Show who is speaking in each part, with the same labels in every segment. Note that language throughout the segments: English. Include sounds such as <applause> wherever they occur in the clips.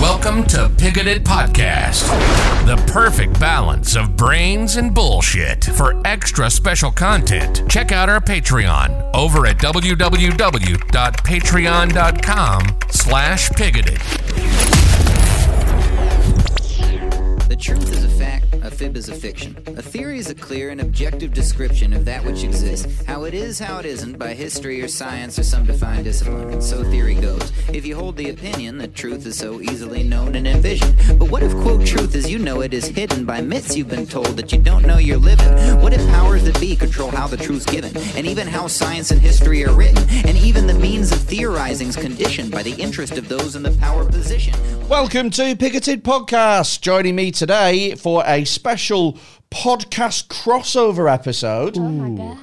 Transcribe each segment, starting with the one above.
Speaker 1: Welcome to Pigoted Podcast, the perfect balance of brains and bullshit. For extra special content, check out our Patreon over at www.patreon.com slash pigoted.
Speaker 2: The truth is a fact, a fib is a fiction. A theory is a clear and objective description of that which exists, how it is, how it isn't, by history or science or some defined discipline, and so theory goes. If you hold the opinion that truth is so easily known and envisioned, but what if, quote, truth as you know it is hidden by myths you've been told that you don't know you're living? What if powers that be control how the truth's given, and even how science and history are written, and even the means of theorizing's conditioned by the interest of those in the power position?
Speaker 3: Welcome to Picketed Podcast. Joining me today for a special podcast crossover episode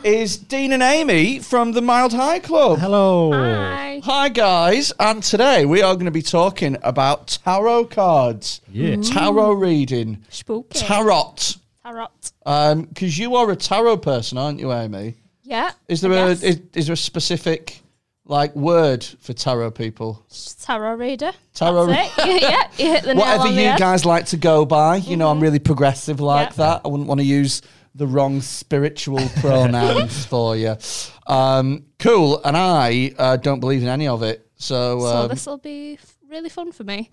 Speaker 3: is Dean and Amy from the Mild High Club.
Speaker 4: Hello.
Speaker 5: Hi.
Speaker 3: Hi, guys. And today we are going to be talking about tarot cards,
Speaker 4: Yeah.
Speaker 3: tarot reading,
Speaker 5: Spooky.
Speaker 3: tarot.
Speaker 5: Tarot.
Speaker 3: Because you are a tarot person, aren't you, Amy?
Speaker 5: Yeah.
Speaker 3: Is there
Speaker 5: I
Speaker 3: a
Speaker 5: guess.
Speaker 3: is, is there a specific like word for tarot people?
Speaker 5: tarot reader?
Speaker 3: Tarot
Speaker 5: That's it. <laughs> yeah, you hit the nail
Speaker 3: whatever
Speaker 5: on the
Speaker 3: you
Speaker 5: head.
Speaker 3: guys like to go by. You know, I'm really progressive like
Speaker 5: Yeah.
Speaker 3: that. I wouldn't want to use the wrong
Speaker 5: <laughs>
Speaker 3: spiritual pronouns for you. Um, cool. And I uh, don't believe in any of it. So,
Speaker 5: so
Speaker 3: um,
Speaker 5: this will be f- really fun for me.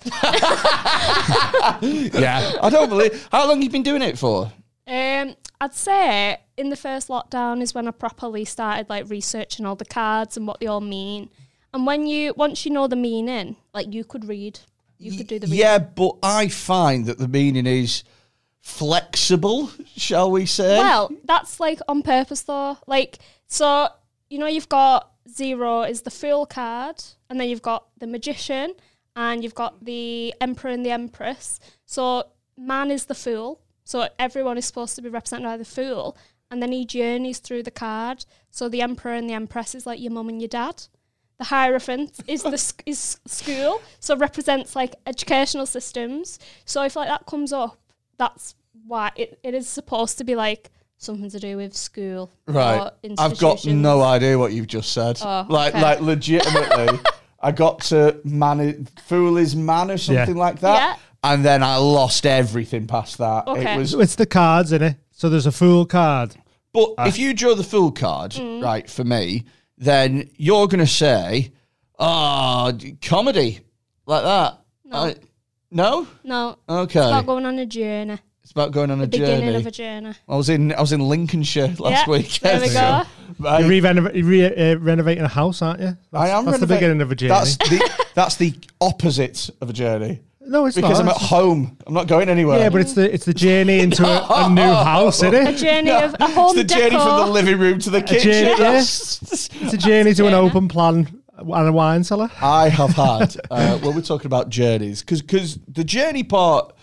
Speaker 3: yeah, I don't believe. How long you been doing it for?
Speaker 5: Um, I'd say in the first lockdown is when I properly started like researching all the cards and what they all mean. And when you once you know the meaning, like you could read, you could do the reading.
Speaker 3: yeah, but I find that the meaning is flexible, shall we say?
Speaker 5: Well, that's like on purpose though. Like, so you know, you've got zero is the fool card, and then you've got the magician, and you've got the emperor and the empress. So man is the fool. So everyone is supposed to be represented by the fool, and then he journeys through the card. So the emperor and the empress is like your mum and your dad. The Hierophant is the sc- is school, so represents like educational systems. So if like that comes up, that's why it, it is supposed to be like something to do with school.
Speaker 3: Right.
Speaker 5: Or
Speaker 3: I've got
Speaker 5: institutions.
Speaker 3: no idea what you've just said.
Speaker 5: Oh,
Speaker 3: like,
Speaker 5: okay. <laughs>
Speaker 3: like legitimately, I got to man, fool is man or something
Speaker 4: Yeah.
Speaker 3: like that.
Speaker 5: Yeah.
Speaker 3: And then I lost everything past that. It
Speaker 5: Okay.
Speaker 3: was,
Speaker 4: So it's the cards in it. So there's a fool card.
Speaker 3: but if you draw the fool card,
Speaker 5: Mm.
Speaker 3: right, for me, then you're going to say, ah, d- comedy, like that. No? I, no?
Speaker 5: No.
Speaker 3: Okay.
Speaker 5: It's about going on a journey.
Speaker 3: going on a
Speaker 5: Beginning
Speaker 3: journey.
Speaker 5: of a journey.
Speaker 3: I was in I was in Lincolnshire last
Speaker 5: Yeah,
Speaker 3: weekend.
Speaker 5: there we go.
Speaker 3: <laughs> Right.
Speaker 4: You're revenov- you're re- uh, renovating a house, aren't you? That's,
Speaker 3: I am
Speaker 4: That's the
Speaker 3: renovating-
Speaker 4: beginning of a journey.
Speaker 3: That's the that's the opposite of a journey
Speaker 4: no, it's
Speaker 3: because
Speaker 4: not.
Speaker 3: I'm at home. I'm not going anywhere.
Speaker 4: yeah, but it's the it's the journey into a,
Speaker 3: <laughs>
Speaker 4: a new house, isn't
Speaker 5: A
Speaker 4: it?
Speaker 5: journey of a
Speaker 3: it's
Speaker 5: home
Speaker 3: the
Speaker 5: decor.
Speaker 3: journey from the living room to the kitchen.
Speaker 4: journey,
Speaker 3: That's-
Speaker 4: It's a journey to an open plan and a wine cellar.
Speaker 3: <laughs> I have had uh, when we're talking about journeys because the journey part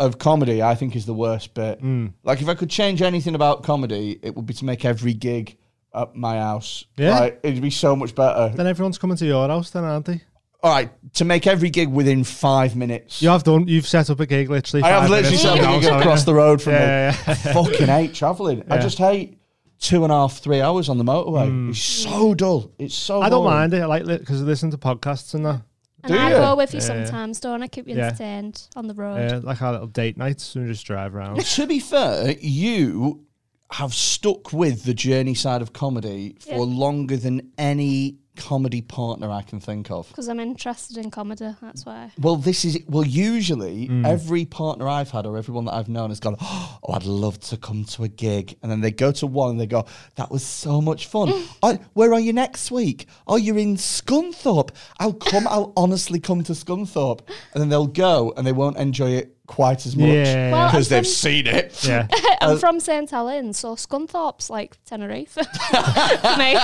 Speaker 3: of comedy I think is the worst bit.
Speaker 4: Hmm.
Speaker 3: Like if I could change anything about comedy, it would be to make every gig at my house.
Speaker 4: Yeah.
Speaker 3: Like, it'd be so much better.
Speaker 4: Then everyone's coming to your house, then aren't they?
Speaker 3: All right, to make every gig within five minutes.
Speaker 4: You have done. You've set up a gig literally.
Speaker 3: I have
Speaker 4: five
Speaker 3: literally
Speaker 4: minutes
Speaker 3: said
Speaker 4: from your
Speaker 3: you
Speaker 4: house,
Speaker 3: go
Speaker 4: haven't
Speaker 3: across
Speaker 4: you?
Speaker 3: the road from
Speaker 4: Yeah,
Speaker 3: me. I <laughs> fucking hate travelling. I
Speaker 4: Yeah. Hmm.
Speaker 3: just hate two and a half, three hours on the motorway. It's so dull. It's so.
Speaker 4: I don't
Speaker 3: boring.
Speaker 4: mind it. I like because I listen to podcasts and that.
Speaker 5: and
Speaker 3: Do
Speaker 5: I
Speaker 3: you?
Speaker 5: go with you
Speaker 4: Yeah.
Speaker 5: sometimes, don't I? Keep you
Speaker 4: Yeah.
Speaker 5: entertained on the road.
Speaker 4: Yeah, Uh, like our little date nights, and we just drive
Speaker 3: <laughs>
Speaker 4: around.
Speaker 3: To be fair, you have stuck with the journey side of comedy for
Speaker 5: Yeah.
Speaker 3: longer than any comedy partner I can think of.
Speaker 5: Because I'm interested in comedy, that's why.
Speaker 3: Well, this is well. Usually,
Speaker 4: Mm.
Speaker 3: every partner I've had or everyone that I've known has gone. Oh, I'd love to come to a gig, and then they go to one and they go, "That was so much
Speaker 4: Mm.
Speaker 3: fun." I, where are you next week? Oh, you're in Scunthorpe. I'll come.
Speaker 4: <laughs>
Speaker 3: I'll honestly come to Scunthorpe, and then they'll go and they won't enjoy it quite as much
Speaker 4: Yeah. Well,
Speaker 3: because
Speaker 5: I'm
Speaker 3: they've seen it.
Speaker 4: yeah.
Speaker 3: Uh,
Speaker 5: I'm from St Helens, so Scunthorpe's like
Speaker 3: <laughs>
Speaker 5: Tenerife for me.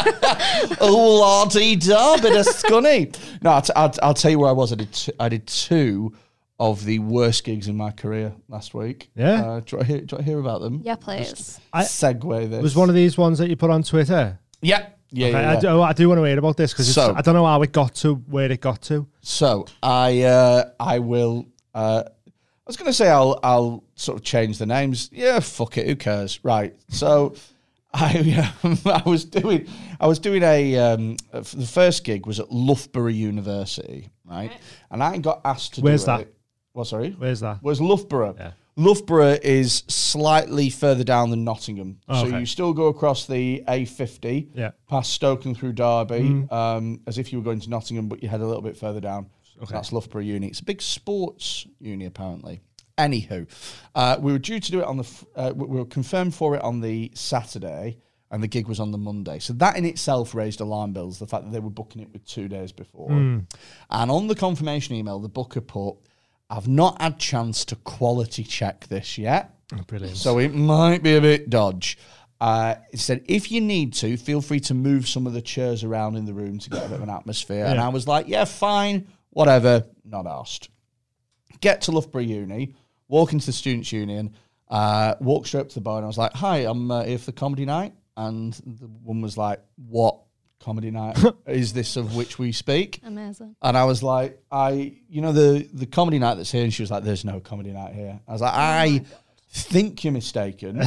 Speaker 3: oh lardy da, bit of
Speaker 4: <laughs>
Speaker 3: scunny. No, i t- I'll, I'll tell you where I was. I did t- I did two of the worst gigs in my career last week.
Speaker 4: Yeah.
Speaker 3: uh, do, I hear, do I hear about them?
Speaker 5: Yeah, please.
Speaker 4: I-
Speaker 3: segue this.
Speaker 4: It was one of these ones that you put on Twitter.
Speaker 3: Yeah. Yeah,
Speaker 4: Okay,
Speaker 3: yeah,
Speaker 4: I, do, oh, I do want to hear about this because
Speaker 3: So-
Speaker 4: I don't know how it got to where it got to.
Speaker 3: So I uh, I will uh, I was gonna say I'll I'll sort of change the names. Yeah, fuck it, who cares? Right. So <laughs> I um, I was doing I was doing a um, f- the first gig was at Loughborough University, right? And I got asked to
Speaker 4: Where's
Speaker 3: do
Speaker 4: that?
Speaker 3: it- Well, sorry.
Speaker 4: Where's that?
Speaker 3: Whereas Loughborough,
Speaker 4: Yeah.
Speaker 3: Loughborough is slightly further down than Nottingham.
Speaker 4: Oh,
Speaker 3: So
Speaker 4: okay.
Speaker 3: you still go across the A50,
Speaker 4: Yeah. Mm.
Speaker 3: past Stoke and through Derby, um, as if you were going to Nottingham, but you head a little bit further down. That's Loughborough Uni. It's a big sports uni, apparently. Anywho, uh, we were due to do it on the, f- uh, we we were confirmed for it on the Saturday, and the gig was on the Monday. So that in itself raised alarm bells, the fact that they were booking it with two days before.
Speaker 4: Mm.
Speaker 3: And on the confirmation email, the booker put, I've not had chance to quality check this yet.
Speaker 4: Oh, Brilliant.
Speaker 3: So it might be a bit dodge. Uh, it said, if you need to, feel free to move some of the chairs around in the room to get a bit of an atmosphere. And
Speaker 4: Yeah.
Speaker 3: I was like, yeah, fine, whatever, not asked. Get to Loughborough Uni, walk into the Students' Union, uh, walk straight up to the bar, and I was like, hi, I'm uh, here for the comedy night. And the woman was like, what comedy night
Speaker 4: <laughs>
Speaker 3: is this of which we speak?
Speaker 5: Amazing.
Speaker 3: And I was like, I, you know, the the comedy night that's here. And she was like, there's no comedy night here. I was like, I think you're mistaken.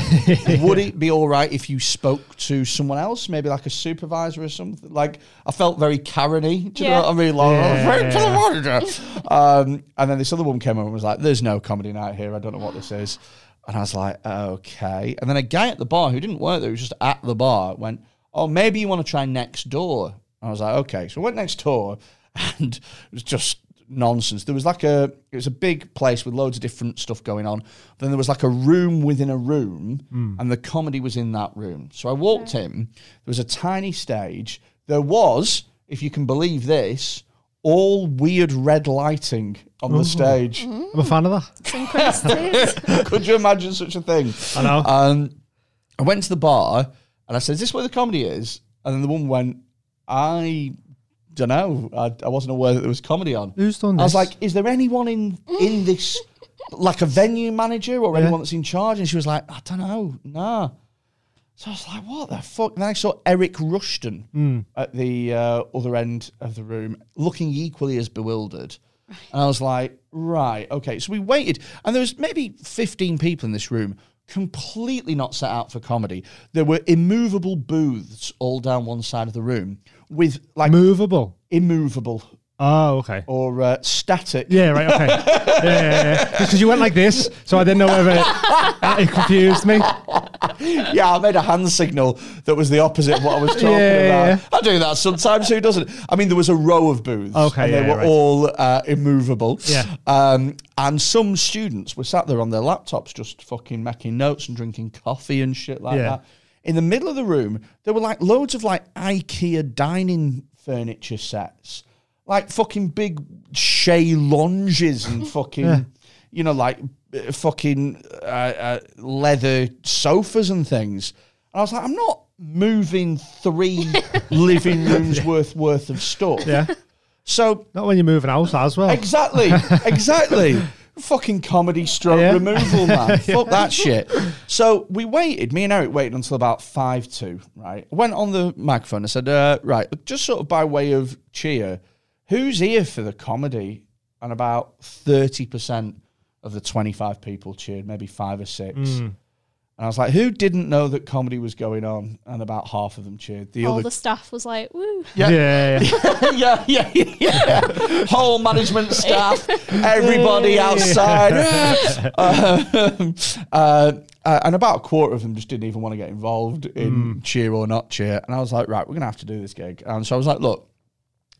Speaker 3: Would it be all right if you spoke to someone else, maybe like a supervisor or something? Like, I felt very Karen Do you know
Speaker 5: Yeah.
Speaker 3: what I mean? Like,
Speaker 4: Yeah.
Speaker 3: "Right to the manager." um, and then this other woman came over and was like, there's no comedy night here. I don't know what this is. And I was like, okay. And then a guy at the bar who didn't work there, who was just at the bar, went, oh, maybe you want to try next door. I was like, okay. So I went next door <laughs> and it was just nonsense. There was like a, it was a big place with loads of different stuff going on. Then there was like a room within a room and the comedy was in that room. So I walked in, there was a tiny stage. There was, if you can believe this, all weird red lighting on
Speaker 4: Mm-hmm.
Speaker 3: the stage.
Speaker 4: I'm a fan of that.
Speaker 3: <laughs>
Speaker 5: Synchronicities.
Speaker 3: Could you imagine such a thing?
Speaker 4: I know.
Speaker 3: Um, I went to the bar and I said, "Is this where the comedy is?" And then the woman went, "I don't know. I, I wasn't aware that there was comedy on."
Speaker 4: Who's done
Speaker 3: I was
Speaker 4: this?
Speaker 3: like, "Is there anyone in in this, like a venue manager or anyone that's in charge?" And she was like, "I don't know. Nah." So I was like, "What the fuck?" And then I saw Eric Rushton at the uh, other end of the room, looking equally as bewildered. And I was like, right, okay. So we waited, and there was maybe 15 people in this room, completely not set out for comedy. There were immovable booths all down one side of the room with like
Speaker 4: Uh, Movable.
Speaker 3: immovable
Speaker 4: Oh, okay.
Speaker 3: or uh, static.
Speaker 4: Yeah, right,
Speaker 3: <laughs>
Speaker 4: okay. yeah, yeah, yeah. Because you went like this, so I didn't know whether it, that- it confused me.
Speaker 3: <laughs> yeah, I made a hand signal that was the opposite of what I was talking
Speaker 4: Yeah,
Speaker 3: about.
Speaker 4: yeah,
Speaker 3: I do that sometimes. Who doesn't? I mean, there was a row of booths.
Speaker 4: Okay,
Speaker 3: and they
Speaker 4: yeah,
Speaker 3: were
Speaker 4: right.
Speaker 3: all uh, immovable.
Speaker 4: Yeah.
Speaker 3: Um, and some students were sat there on their laptops, just fucking making notes and drinking coffee and shit like
Speaker 4: Yeah.
Speaker 3: that. In the middle of the room, there were like loads of like IKEA dining furniture sets, like fucking big Shay lounges and fucking, you know, like uh, fucking uh, uh, leather sofas and things. And I was like, I'm not moving three living rooms worth worth of stuff.
Speaker 4: Yeah.
Speaker 3: So
Speaker 4: Not when you move an house as well. <laughs>
Speaker 3: Exactly, exactly. Fucking comedy stroke
Speaker 4: <laughs> Yeah.
Speaker 3: removal, man. Fuck that shit. So we waited. Me and Eric waited until about five two. Right, went on the microphone. I said, uh, "Right, just sort of by way of cheer, who's here for the comedy?" And about thirty percent of the twenty five people cheered, maybe five or six.
Speaker 4: Hmm.
Speaker 3: And I was like, "Who didn't know that comedy was going on?" And about half of them cheered. The
Speaker 5: All
Speaker 3: other
Speaker 5: the staff was like, woo.
Speaker 4: Yeah, yeah,
Speaker 3: <laughs>
Speaker 4: yeah.
Speaker 3: yeah, yeah, yeah. Whole management staff, everybody outside. <laughs> um, uh, uh, and about a quarter of them just didn't even want to get involved in cheer or not cheer. And I was like, right, we're going to have to do this gig. And so I was like, look,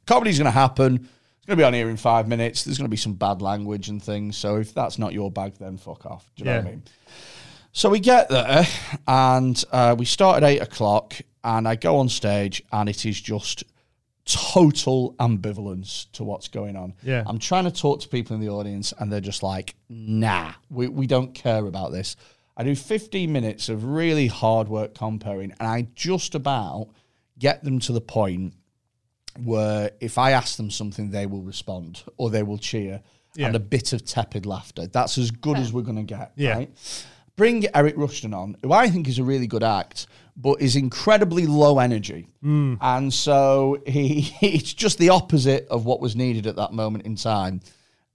Speaker 3: comedy's going to happen. It's going to be on here in five minutes. There's going to be some bad language and things. So if that's not your bag, then fuck off. Do you know what I
Speaker 4: Yeah.
Speaker 3: mean? So we get there and uh, we start at eight o'clock, and I go on stage, and it is just total ambivalence to what's going on.
Speaker 4: Yeah.
Speaker 3: I'm trying to talk to people in the audience, and they're just like, nah, we, we don't care about this. I do 15 minutes of really hard work comparing, and I just about get them to the point where if I ask them something, they will respond or they will cheer
Speaker 4: Yeah.
Speaker 3: and a bit of tepid laughter. That's as good as we're going to get.
Speaker 4: Yeah.
Speaker 3: Right? Bring Eric Rushton on, who I think is a really good act, but is incredibly low energy.
Speaker 4: Hmm.
Speaker 3: And so he <laughs> it's just the opposite of what was needed at that moment in time.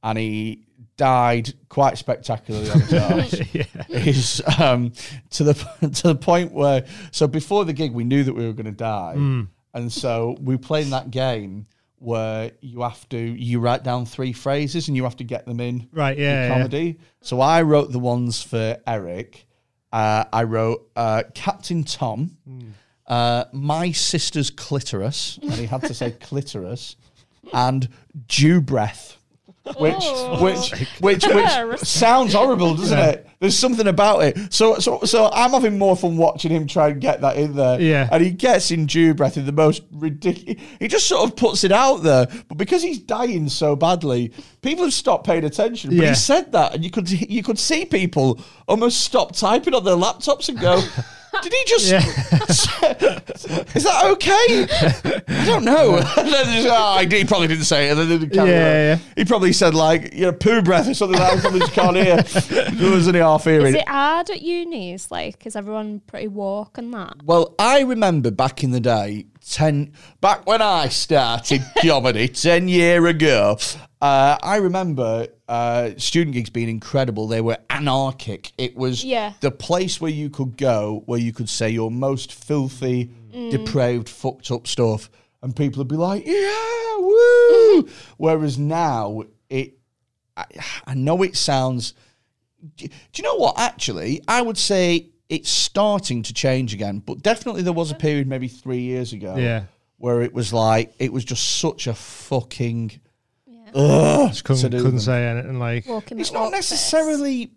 Speaker 3: And he died quite spectacularly
Speaker 4: <laughs>
Speaker 3: on the arse is um, to the <laughs> to the point where
Speaker 4: Hmm.
Speaker 3: so before the gig we knew that we were going to die, and so we were playing that game where you have to you write down three phrases and you have to get them in
Speaker 4: Right,
Speaker 3: your
Speaker 4: yeah, yeah.
Speaker 3: comedy. So I wrote the ones for Eric. Uh, I wrote uh, Captain Tom, uh, my sister's clitoris, and he had to say clitoris, and dew breath. Which,
Speaker 5: Oh.
Speaker 3: which, which, which sounds horrible, doesn't it? There's something about it. So, so, so I'm having more fun watching him try and get that in there.
Speaker 4: Yeah.
Speaker 3: And he gets in dew breath in the most ridiculous. He just sort of puts it out there, but because he's dying so badly, people have stopped paying attention. But
Speaker 4: Yeah.
Speaker 3: he said that, and you could you could see people almost stop typing on their laptops and
Speaker 4: <laughs>
Speaker 3: go. Did he just? <laughs> Is that okay? I don't know. <laughs> And then they just, "Oh, he probably didn't say it. And then they carry
Speaker 4: Yeah,
Speaker 3: on.
Speaker 4: yeah.
Speaker 3: He probably said like you know poo breath or something like that. Something you can't
Speaker 4: <laughs>
Speaker 3: hear. Wasn't he half hearing?
Speaker 5: Is it hard at unis? Like, is everyone pretty woke and that?
Speaker 3: Well, I remember back in the day, ten back when I started comedy ten year ago. Uh, I remember uh, student gigs being incredible. They were anarchic. It was
Speaker 5: Yeah.
Speaker 3: the place where you could go, where you could say your most filthy, depraved, fucked up stuff, and people would be like, "Yeah, woo!" Whereas now, it I know it sounds. Do you know what? Actually, I would say it's starting to change again, but definitely there was a period maybe three years ago
Speaker 4: Yeah.
Speaker 3: where it was like, it was just such a fucking.
Speaker 4: Just couldn't,
Speaker 3: to do
Speaker 4: couldn't
Speaker 3: them.
Speaker 4: say anything. Like,
Speaker 5: Walking
Speaker 3: It's
Speaker 5: the
Speaker 3: not
Speaker 5: walk this.
Speaker 3: necessarily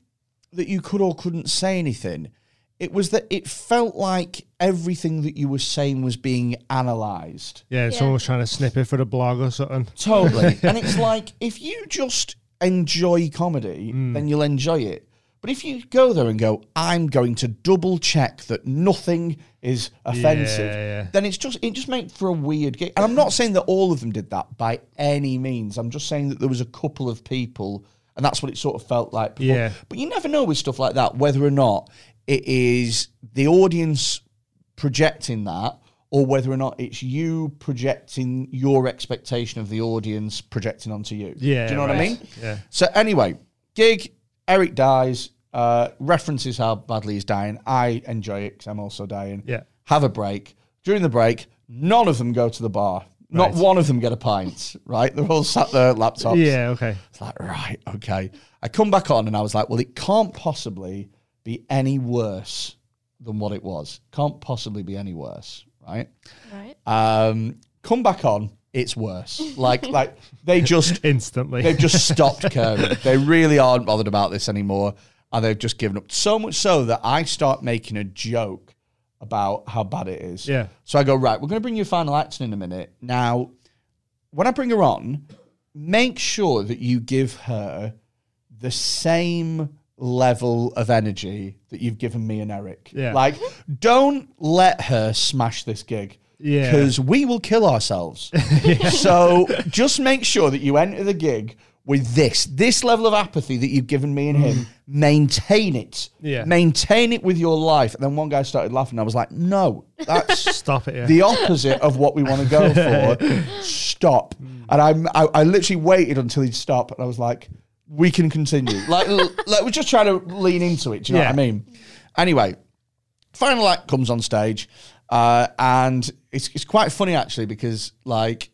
Speaker 3: that you could or couldn't say anything. It was that it felt like everything that you were saying was being analysed.
Speaker 4: yeah,
Speaker 5: Yeah.
Speaker 4: someone was trying to snip it for the blog or something.
Speaker 3: Totally.
Speaker 4: <laughs>
Speaker 3: and it's like if you just enjoy comedy,
Speaker 4: Hmm.
Speaker 3: then you'll enjoy it. But if you go there and go, I'm going to double check that nothing is offensive,
Speaker 4: yeah.
Speaker 3: then it's just it just made for a weird gig. And I'm not saying that all of them did that by any means. I'm just saying that there was a couple of people, and that's what it sort of felt like. before.
Speaker 4: Yeah.
Speaker 3: But you never know with stuff like that whether or not it is the audience projecting that or whether or not it's you projecting your expectation of the audience projecting onto you.
Speaker 4: Yeah,
Speaker 3: Do you know what I
Speaker 4: right.
Speaker 3: mean?
Speaker 4: Yeah.
Speaker 3: So anyway, gig, Eric dies, uh, references how badly he's dying. I enjoy it because I'm also dying.
Speaker 4: Yeah.
Speaker 3: Have a break. During the break, none of them go to the bar. Not
Speaker 4: Right.
Speaker 3: one of them get a pint, right? They're all sat there at laptops.
Speaker 4: Yeah, okay.
Speaker 3: It's like, right, okay. I come back on and I was like, well, it can't possibly be any worse than what it was. Can't possibly be any worse, right?
Speaker 5: Right.
Speaker 3: Um, come back on, it's worse. Like, like they just
Speaker 4: Instantly.
Speaker 3: they've
Speaker 4: <laughs>
Speaker 3: just stopped caring. They really aren't bothered about this anymore, and they've just given up. So much so that I start making a joke about how bad it is.
Speaker 4: Yeah.
Speaker 3: So I go right. We're going to bring you final action in a minute. Now, when I bring her on, make sure that you give her the same level of energy that you've given me and Eric.
Speaker 4: Yeah.
Speaker 3: Like, don't let her smash this gig.
Speaker 4: Yeah.
Speaker 3: Because we will kill ourselves. So just make sure that you enter the gig with this, this level of apathy that you've given me and him. Maintain it.
Speaker 4: Yeah.
Speaker 3: Maintain it with your life. And then one guy started laughing. I was like, no, that's
Speaker 4: Stop it. Yeah.
Speaker 3: the opposite of what we want to
Speaker 4: <laughs>
Speaker 3: go for. Stop. And I'm, I, I literally waited until he'd stop, and I was like, we can continue.
Speaker 4: <laughs>
Speaker 3: Like, l- like we're just trying to lean into it. Do you know
Speaker 4: Yeah.
Speaker 3: what I mean? Anyway, final act comes on stage, uh, and it's it's quite funny actually because like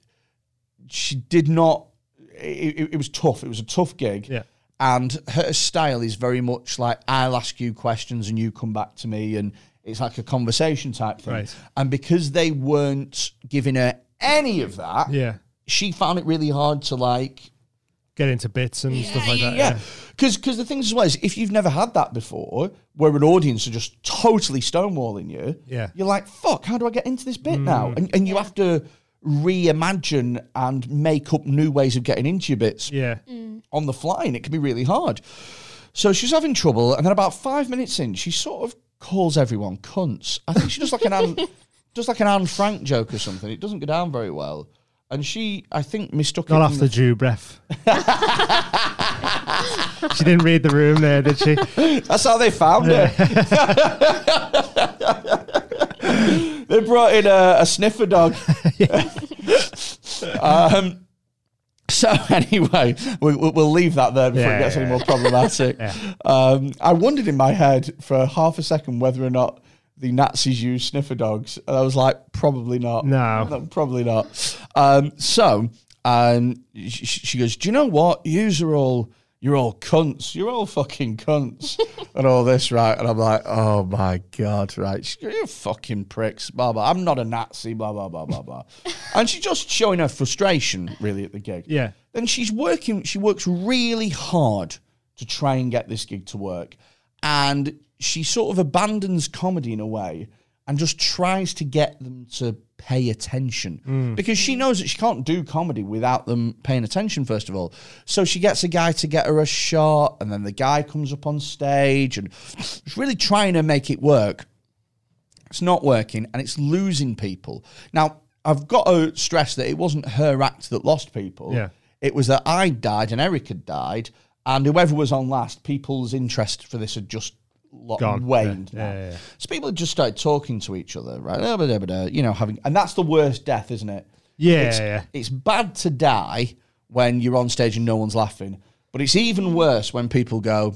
Speaker 3: she did not. It, it, it was tough. It was a tough gig.
Speaker 4: Yeah.
Speaker 3: And her style is very much like I'll ask you questions and you come back to me, and it's like a conversation type thing.
Speaker 4: Right.
Speaker 3: And because they weren't giving her any of that,
Speaker 4: yeah.
Speaker 3: she found it really hard to like.
Speaker 4: Get into bits and stuff like that.
Speaker 3: Yeah,
Speaker 4: Yeah.
Speaker 3: because because the thing as well is if you've never had that before, where an audience are just totally stonewalling you,
Speaker 4: Yeah. Mm.
Speaker 3: you're like, fuck, how do I get into this bit now? And and you have to reimagine and make up new ways of getting into your bits
Speaker 4: Yeah.
Speaker 3: on the fly, and it can be really hard. So she's having trouble, and then about five minutes in, she sort of calls everyone cunts. I think she does like an Anne, does like an Anne Frank joke or something. It doesn't go down very well, and she, I think, mistook
Speaker 4: Not
Speaker 3: it.
Speaker 4: off
Speaker 3: in
Speaker 4: the Jew breath. <laughs> she didn't read the room there, did she?
Speaker 3: That's how they found
Speaker 4: <laughs>
Speaker 3: her. they brought in a, a sniffer
Speaker 4: <laughs>
Speaker 3: dog. um, so anyway, we, we- we'll leave that there before
Speaker 4: Yeah,
Speaker 3: it gets any
Speaker 4: <laughs> yeah,
Speaker 3: more problematic. Um, I wondered in my head for half a second whether or not the Nazis used sniffer dogs? And I was like, probably not.
Speaker 4: No.
Speaker 3: probably not. Um, so um, sh- sh- she goes, do you know what? Yous are all, you're all cunts. You're all fucking cunts. and all this, right? And I'm like, oh my God, right? She goes, you fucking pricks, blah, blah. I'm not a Nazi, blah, blah, blah, blah, blah. and she's just showing her frustration, really, at the gig.
Speaker 4: Yeah.
Speaker 3: Then she's working, she works really hard to try and get this gig to work. And she sort of abandons comedy in a way and just tries to get them to pay attention because she knows that she can't do comedy without them paying attention, first of all. So she gets a guy to get her a shot, and then the guy comes up on stage and she's really trying to make it work. It's not working and it's losing people. Now, I've got to stress that it wasn't her act that lost people.
Speaker 4: Yeah.
Speaker 3: It was that I died and Eric had died, and whoever was on last, people's interest for this had just lo-
Speaker 4: Gone.
Speaker 3: waned.
Speaker 4: Yeah,
Speaker 3: now.
Speaker 4: yeah, yeah.
Speaker 3: So people had just started talking to each other, right? Blah, blah, blah, blah, You know, having, and that's the worst death, isn't it?
Speaker 4: Yeah,
Speaker 3: It's,
Speaker 4: yeah.
Speaker 3: it's bad to die when you're on stage and no one's laughing, but it's even worse when people go,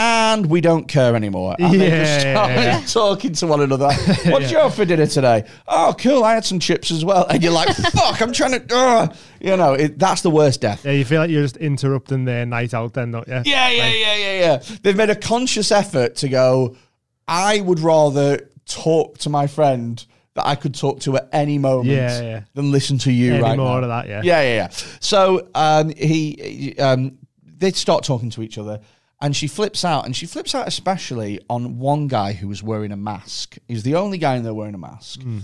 Speaker 3: and we don't care anymore. And they just
Speaker 4: Yeah.
Speaker 3: start <laughs> talking to one
Speaker 4: <laughs>
Speaker 3: another. What would you have for dinner today? Oh, cool. I had some chips as well. And you're
Speaker 4: <laughs>
Speaker 3: like, fuck, I'm trying to, uh. you know, it, that's the worst death.
Speaker 4: Yeah, you feel like you're just interrupting their night out then, don't you?
Speaker 3: Yeah, yeah, yeah, yeah, yeah. They've made a conscious effort to go, I would rather talk to my friend that I could talk to at any moment
Speaker 4: Yeah, yeah.
Speaker 3: than listen to you
Speaker 4: Any
Speaker 3: right
Speaker 4: more
Speaker 3: now.
Speaker 4: of that, yeah.
Speaker 3: Yeah, yeah, yeah. So um, he, um, they start talking to each other and she flips out and she flips out especially on one guy who was wearing a mask. He was the only guy in there wearing a mask.
Speaker 4: Hmm.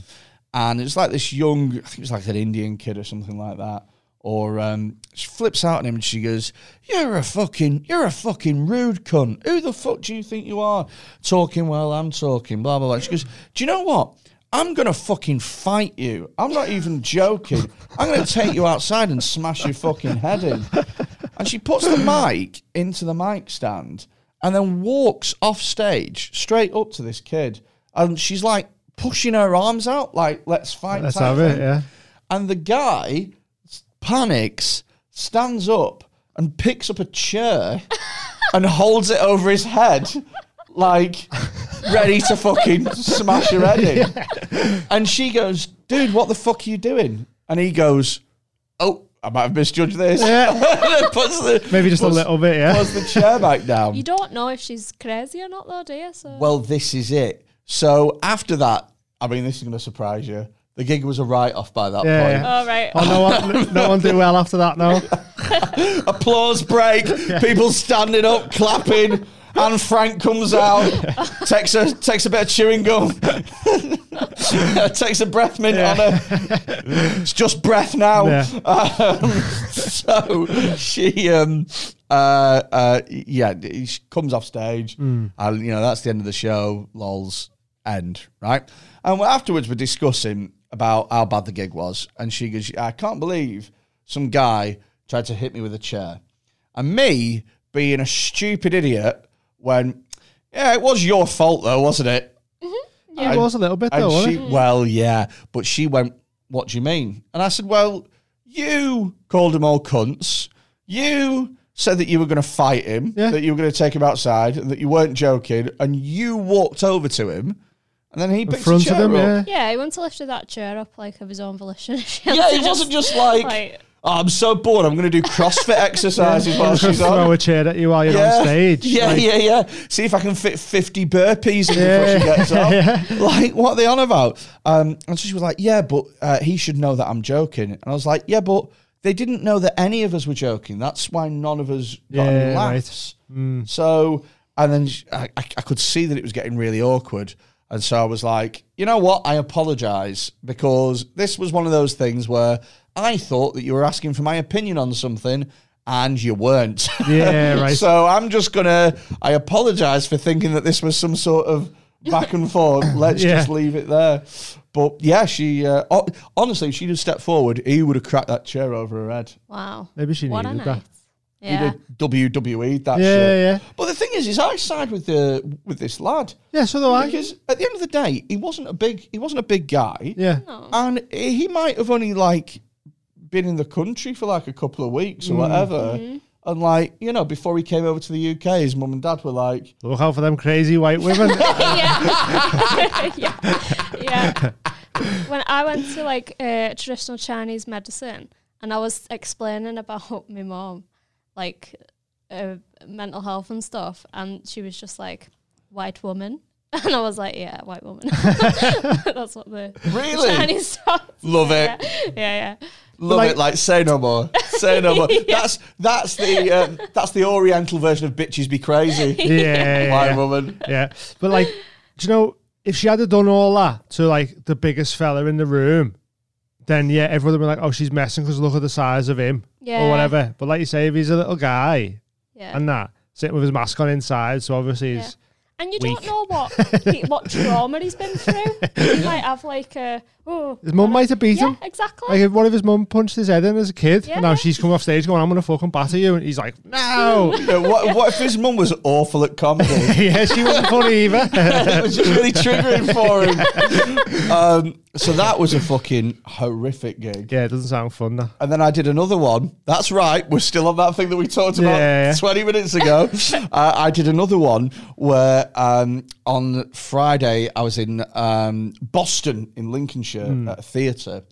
Speaker 3: And it's like this young, I think it was like an Indian kid or something like that. Or um, she flips out at him and she goes, "You're a fucking, you're a fucking rude cunt. Who the fuck do you think you are? Talking while I'm talking, blah blah blah." She goes, "Do you know what? I'm gonna fucking fight you. I'm not even joking. I'm gonna take you outside and smash your fucking head in." And she puts the mic into the mic stand and then walks off stage straight up to this kid. And she's like pushing her arms out, like, let's fight.
Speaker 4: Let's
Speaker 3: type
Speaker 4: have it,
Speaker 3: thing.
Speaker 4: yeah.
Speaker 3: And the guy s- panics, stands up, and picks up a chair and holds it over his head, like ready to fucking smash her head in. And she goes, dude, what the fuck are you doing? And he goes, oh, I might have misjudged this. <laughs> And puts the-
Speaker 4: <laughs> Maybe just a
Speaker 3: puts-
Speaker 4: little bit, yeah.
Speaker 3: puts the chair back down.
Speaker 5: You don't know if she's crazy or not, though, do
Speaker 3: <laughs>
Speaker 5: you? So
Speaker 3: Well, this is it. So after that, I mean, this is going to surprise you. The gig was a write off by that
Speaker 4: Yeah,
Speaker 3: point.
Speaker 4: yeah.
Speaker 5: all right.
Speaker 4: Oh, no one, no one did well after that, no.
Speaker 3: applause break, people standing up, clapping. And Frank comes out, takes a takes a bit of chewing gum, <laughs> takes a breath mint on her. It's just breath now.
Speaker 4: Yeah.
Speaker 3: Um, <laughs> so she, um, uh, uh, yeah, she comes off stage, and you know that's the end of the show. Lol's end, right? And we're- afterwards, we're discussing about how bad the gig was, and she goes, "I can't believe some guy tried to hit me with a chair," and me being a stupid idiot when, yeah, it was your fault though, wasn't it?
Speaker 4: It was a little bit,
Speaker 3: <laughs> And
Speaker 4: though, wasn't
Speaker 3: she,
Speaker 4: it?
Speaker 3: well, yeah, but she went, "What do you mean?" And I said, "Well, you called him all cunts. You said that you were going to fight him,
Speaker 4: Yeah.
Speaker 3: that you were going to take him outside, and that you weren't joking. And you walked over to him, and then he
Speaker 4: In
Speaker 3: picked
Speaker 4: front
Speaker 3: a chair
Speaker 4: of them,
Speaker 3: up.
Speaker 4: yeah.
Speaker 5: yeah, he wants to lift that chair up like of his own volition. <laughs> She
Speaker 3: Yeah,
Speaker 5: had to
Speaker 3: it wasn't just like,
Speaker 5: like-
Speaker 3: "Oh, I'm so bored. I'm going to do
Speaker 4: <laughs>
Speaker 3: CrossFit exercises while
Speaker 4: Just
Speaker 3: she's on.
Speaker 4: throw a chair at you while you're
Speaker 3: yeah.
Speaker 4: on stage.
Speaker 3: Yeah,
Speaker 4: like,
Speaker 3: yeah, yeah. See if I can fit 50 burpees in before she gets
Speaker 4: <laughs>
Speaker 3: up. Like, what are they on about? Um, and so she was like, yeah, but uh, he should know that I'm joking. And I was like, yeah, but they didn't know that any of us were joking. That's why none of us got any
Speaker 4: Yeah, right. Hmm.
Speaker 3: laughs. So, and then sh I, I, I could see that it was getting really awkward. And so I was like, you know what? I apologize because this was one of those things where I thought that you were asking for my opinion on something and you weren't.
Speaker 4: Yeah, right.
Speaker 3: So I'm just gonna. I apologise for thinking that this was some sort of back and
Speaker 4: <laughs>
Speaker 3: forth. Let's
Speaker 4: Yeah.
Speaker 3: just leave it there. But yeah, she uh, ho- honestly, if she'd have stepped forward, he would have cracked that chair over her head.
Speaker 5: wow.
Speaker 4: Maybe she
Speaker 5: what a
Speaker 4: needed
Speaker 5: night.
Speaker 4: that.
Speaker 5: Yeah.
Speaker 3: He'd have WWE'd E that
Speaker 4: Yeah,
Speaker 3: shit.
Speaker 4: yeah.
Speaker 3: But the thing is, is I side with the with this lad
Speaker 4: Yeah, so do I.
Speaker 3: because at the end of the day, he wasn't a big he wasn't a big guy,
Speaker 4: Yeah.
Speaker 3: and
Speaker 4: Mm.
Speaker 3: he might have only like been in the country for like a couple of weeks or whatever. And like, you know, before he came over to the UK, his mum and dad were like,
Speaker 4: Look out for them crazy
Speaker 3: <laughs>
Speaker 4: white women.
Speaker 5: yeah. <laughs> yeah.
Speaker 4: <laughs>
Speaker 5: Yeah. When I went to like uh, traditional Chinese medicine and I was explaining about <laughs> my mom, like uh, mental health and stuff, and she was just like, white woman. <laughs> And I was like, yeah, white woman. <laughs> That's what the
Speaker 3: Really?
Speaker 5: Chinese <laughs> stuff.
Speaker 3: Love it.
Speaker 5: Yeah, yeah. yeah.
Speaker 3: Love it, like say no more, say no more. That's that's the um, that's the Oriental version of bitches be crazy.
Speaker 4: yeah, <laughs> yeah,
Speaker 3: White
Speaker 4: yeah.
Speaker 3: woman.
Speaker 4: Yeah. But like, do you know, if she had have done all that to like the biggest fella in the room, then yeah, everyone would be like, oh, she's messing because look at the size of him
Speaker 5: Yeah.
Speaker 4: or whatever. But like you say, if he's a little guy
Speaker 5: yeah.
Speaker 4: and that, sitting with his mask on inside, so obviously he's.
Speaker 5: And you
Speaker 4: weak.
Speaker 5: don't know what he- what trauma he's
Speaker 4: <laughs>
Speaker 5: been through. He might have like a oh,
Speaker 4: His mum might have beat
Speaker 5: yeah,
Speaker 4: him.
Speaker 5: exactly.
Speaker 4: Like if one of his mum punched his head in as a kid, and now
Speaker 5: Yeah.
Speaker 4: she's come off stage going, "I'm gonna fucking batter you," and he's like, "No." <laughs>
Speaker 3: You know, what what if his mum was awful at comedy?
Speaker 4: yeah, she wasn't funny either. <laughs>
Speaker 3: it was just really triggering for him. Um, so that was a fucking horrific gig.
Speaker 4: yeah, it doesn't sound fun. That.
Speaker 3: And then I did another one. That's right. We're still on that thing that we talked about
Speaker 4: Yeah, yeah.
Speaker 3: 20 minutes
Speaker 4: <laughs>
Speaker 3: ago. uh, I did another one where um, on Friday I was in um, Boston in Lincolnshire
Speaker 4: Hmm.
Speaker 3: at a theatre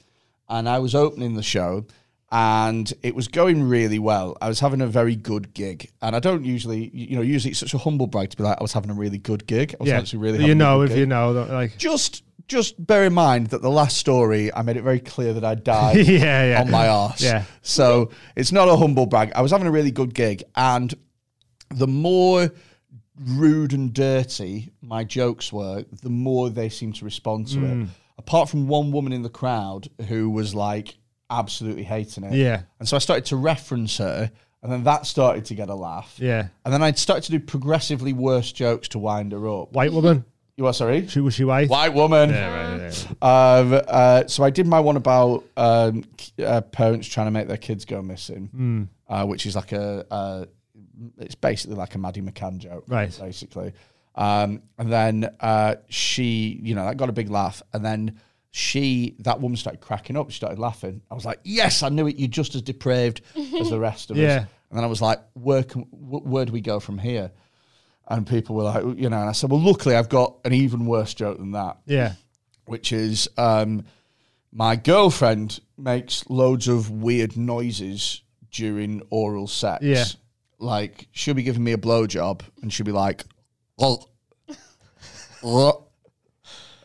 Speaker 3: and I was opening the show and it was going really well. I was having a very good gig. And I don't usually, you know, usually it's such a humble brag to be like, I was having a really good gig. I was
Speaker 4: Yeah,
Speaker 3: actually really
Speaker 4: you
Speaker 3: having a
Speaker 4: know
Speaker 3: good
Speaker 4: if
Speaker 3: gig
Speaker 4: you know, don't- like
Speaker 3: just just bear in mind that the last story I made it very clear that I died
Speaker 4: <laughs> Yeah, yeah.
Speaker 3: on my arse.
Speaker 4: Yeah.
Speaker 3: So it's not a humble brag. I was having a really good gig and the more rude and dirty my jokes were, the more they seemed to respond to
Speaker 4: Hmm.
Speaker 3: it. Apart from one woman in the crowd who was like absolutely hating it.
Speaker 4: Yeah.
Speaker 3: And so I started to reference her and then that started to get a laugh.
Speaker 4: yeah,
Speaker 3: And then I'd started to do progressively worse jokes to wind her up.
Speaker 4: white woman.
Speaker 3: You are sorry?
Speaker 4: She was she white.
Speaker 3: White woman.
Speaker 4: Yeah, right, yeah,
Speaker 3: Um, uh, so I did my one about um, k- uh, parents trying to make their kids go missing,
Speaker 4: Hmm.
Speaker 3: uh, which is like a, uh, it's basically like a Maddie McCann joke,
Speaker 4: Right.
Speaker 3: Basically, um, and then uh, she, you know, that got a big laugh, and then she, that woman started cracking up. She started laughing. I was like, yes, I knew it. You're just as depraved as the rest
Speaker 4: <laughs>
Speaker 3: of
Speaker 4: Yeah.
Speaker 3: us. And then I was like, where can, wh- where do we go from here? And people were like, you know, and I said, well, luckily I've got an even worse joke than that
Speaker 4: yeah.
Speaker 3: which is um, my girlfriend makes loads of weird noises during oral sex.
Speaker 4: Yeah.
Speaker 3: Like she'll be giving me a blowjob and she'll be like, well, uh,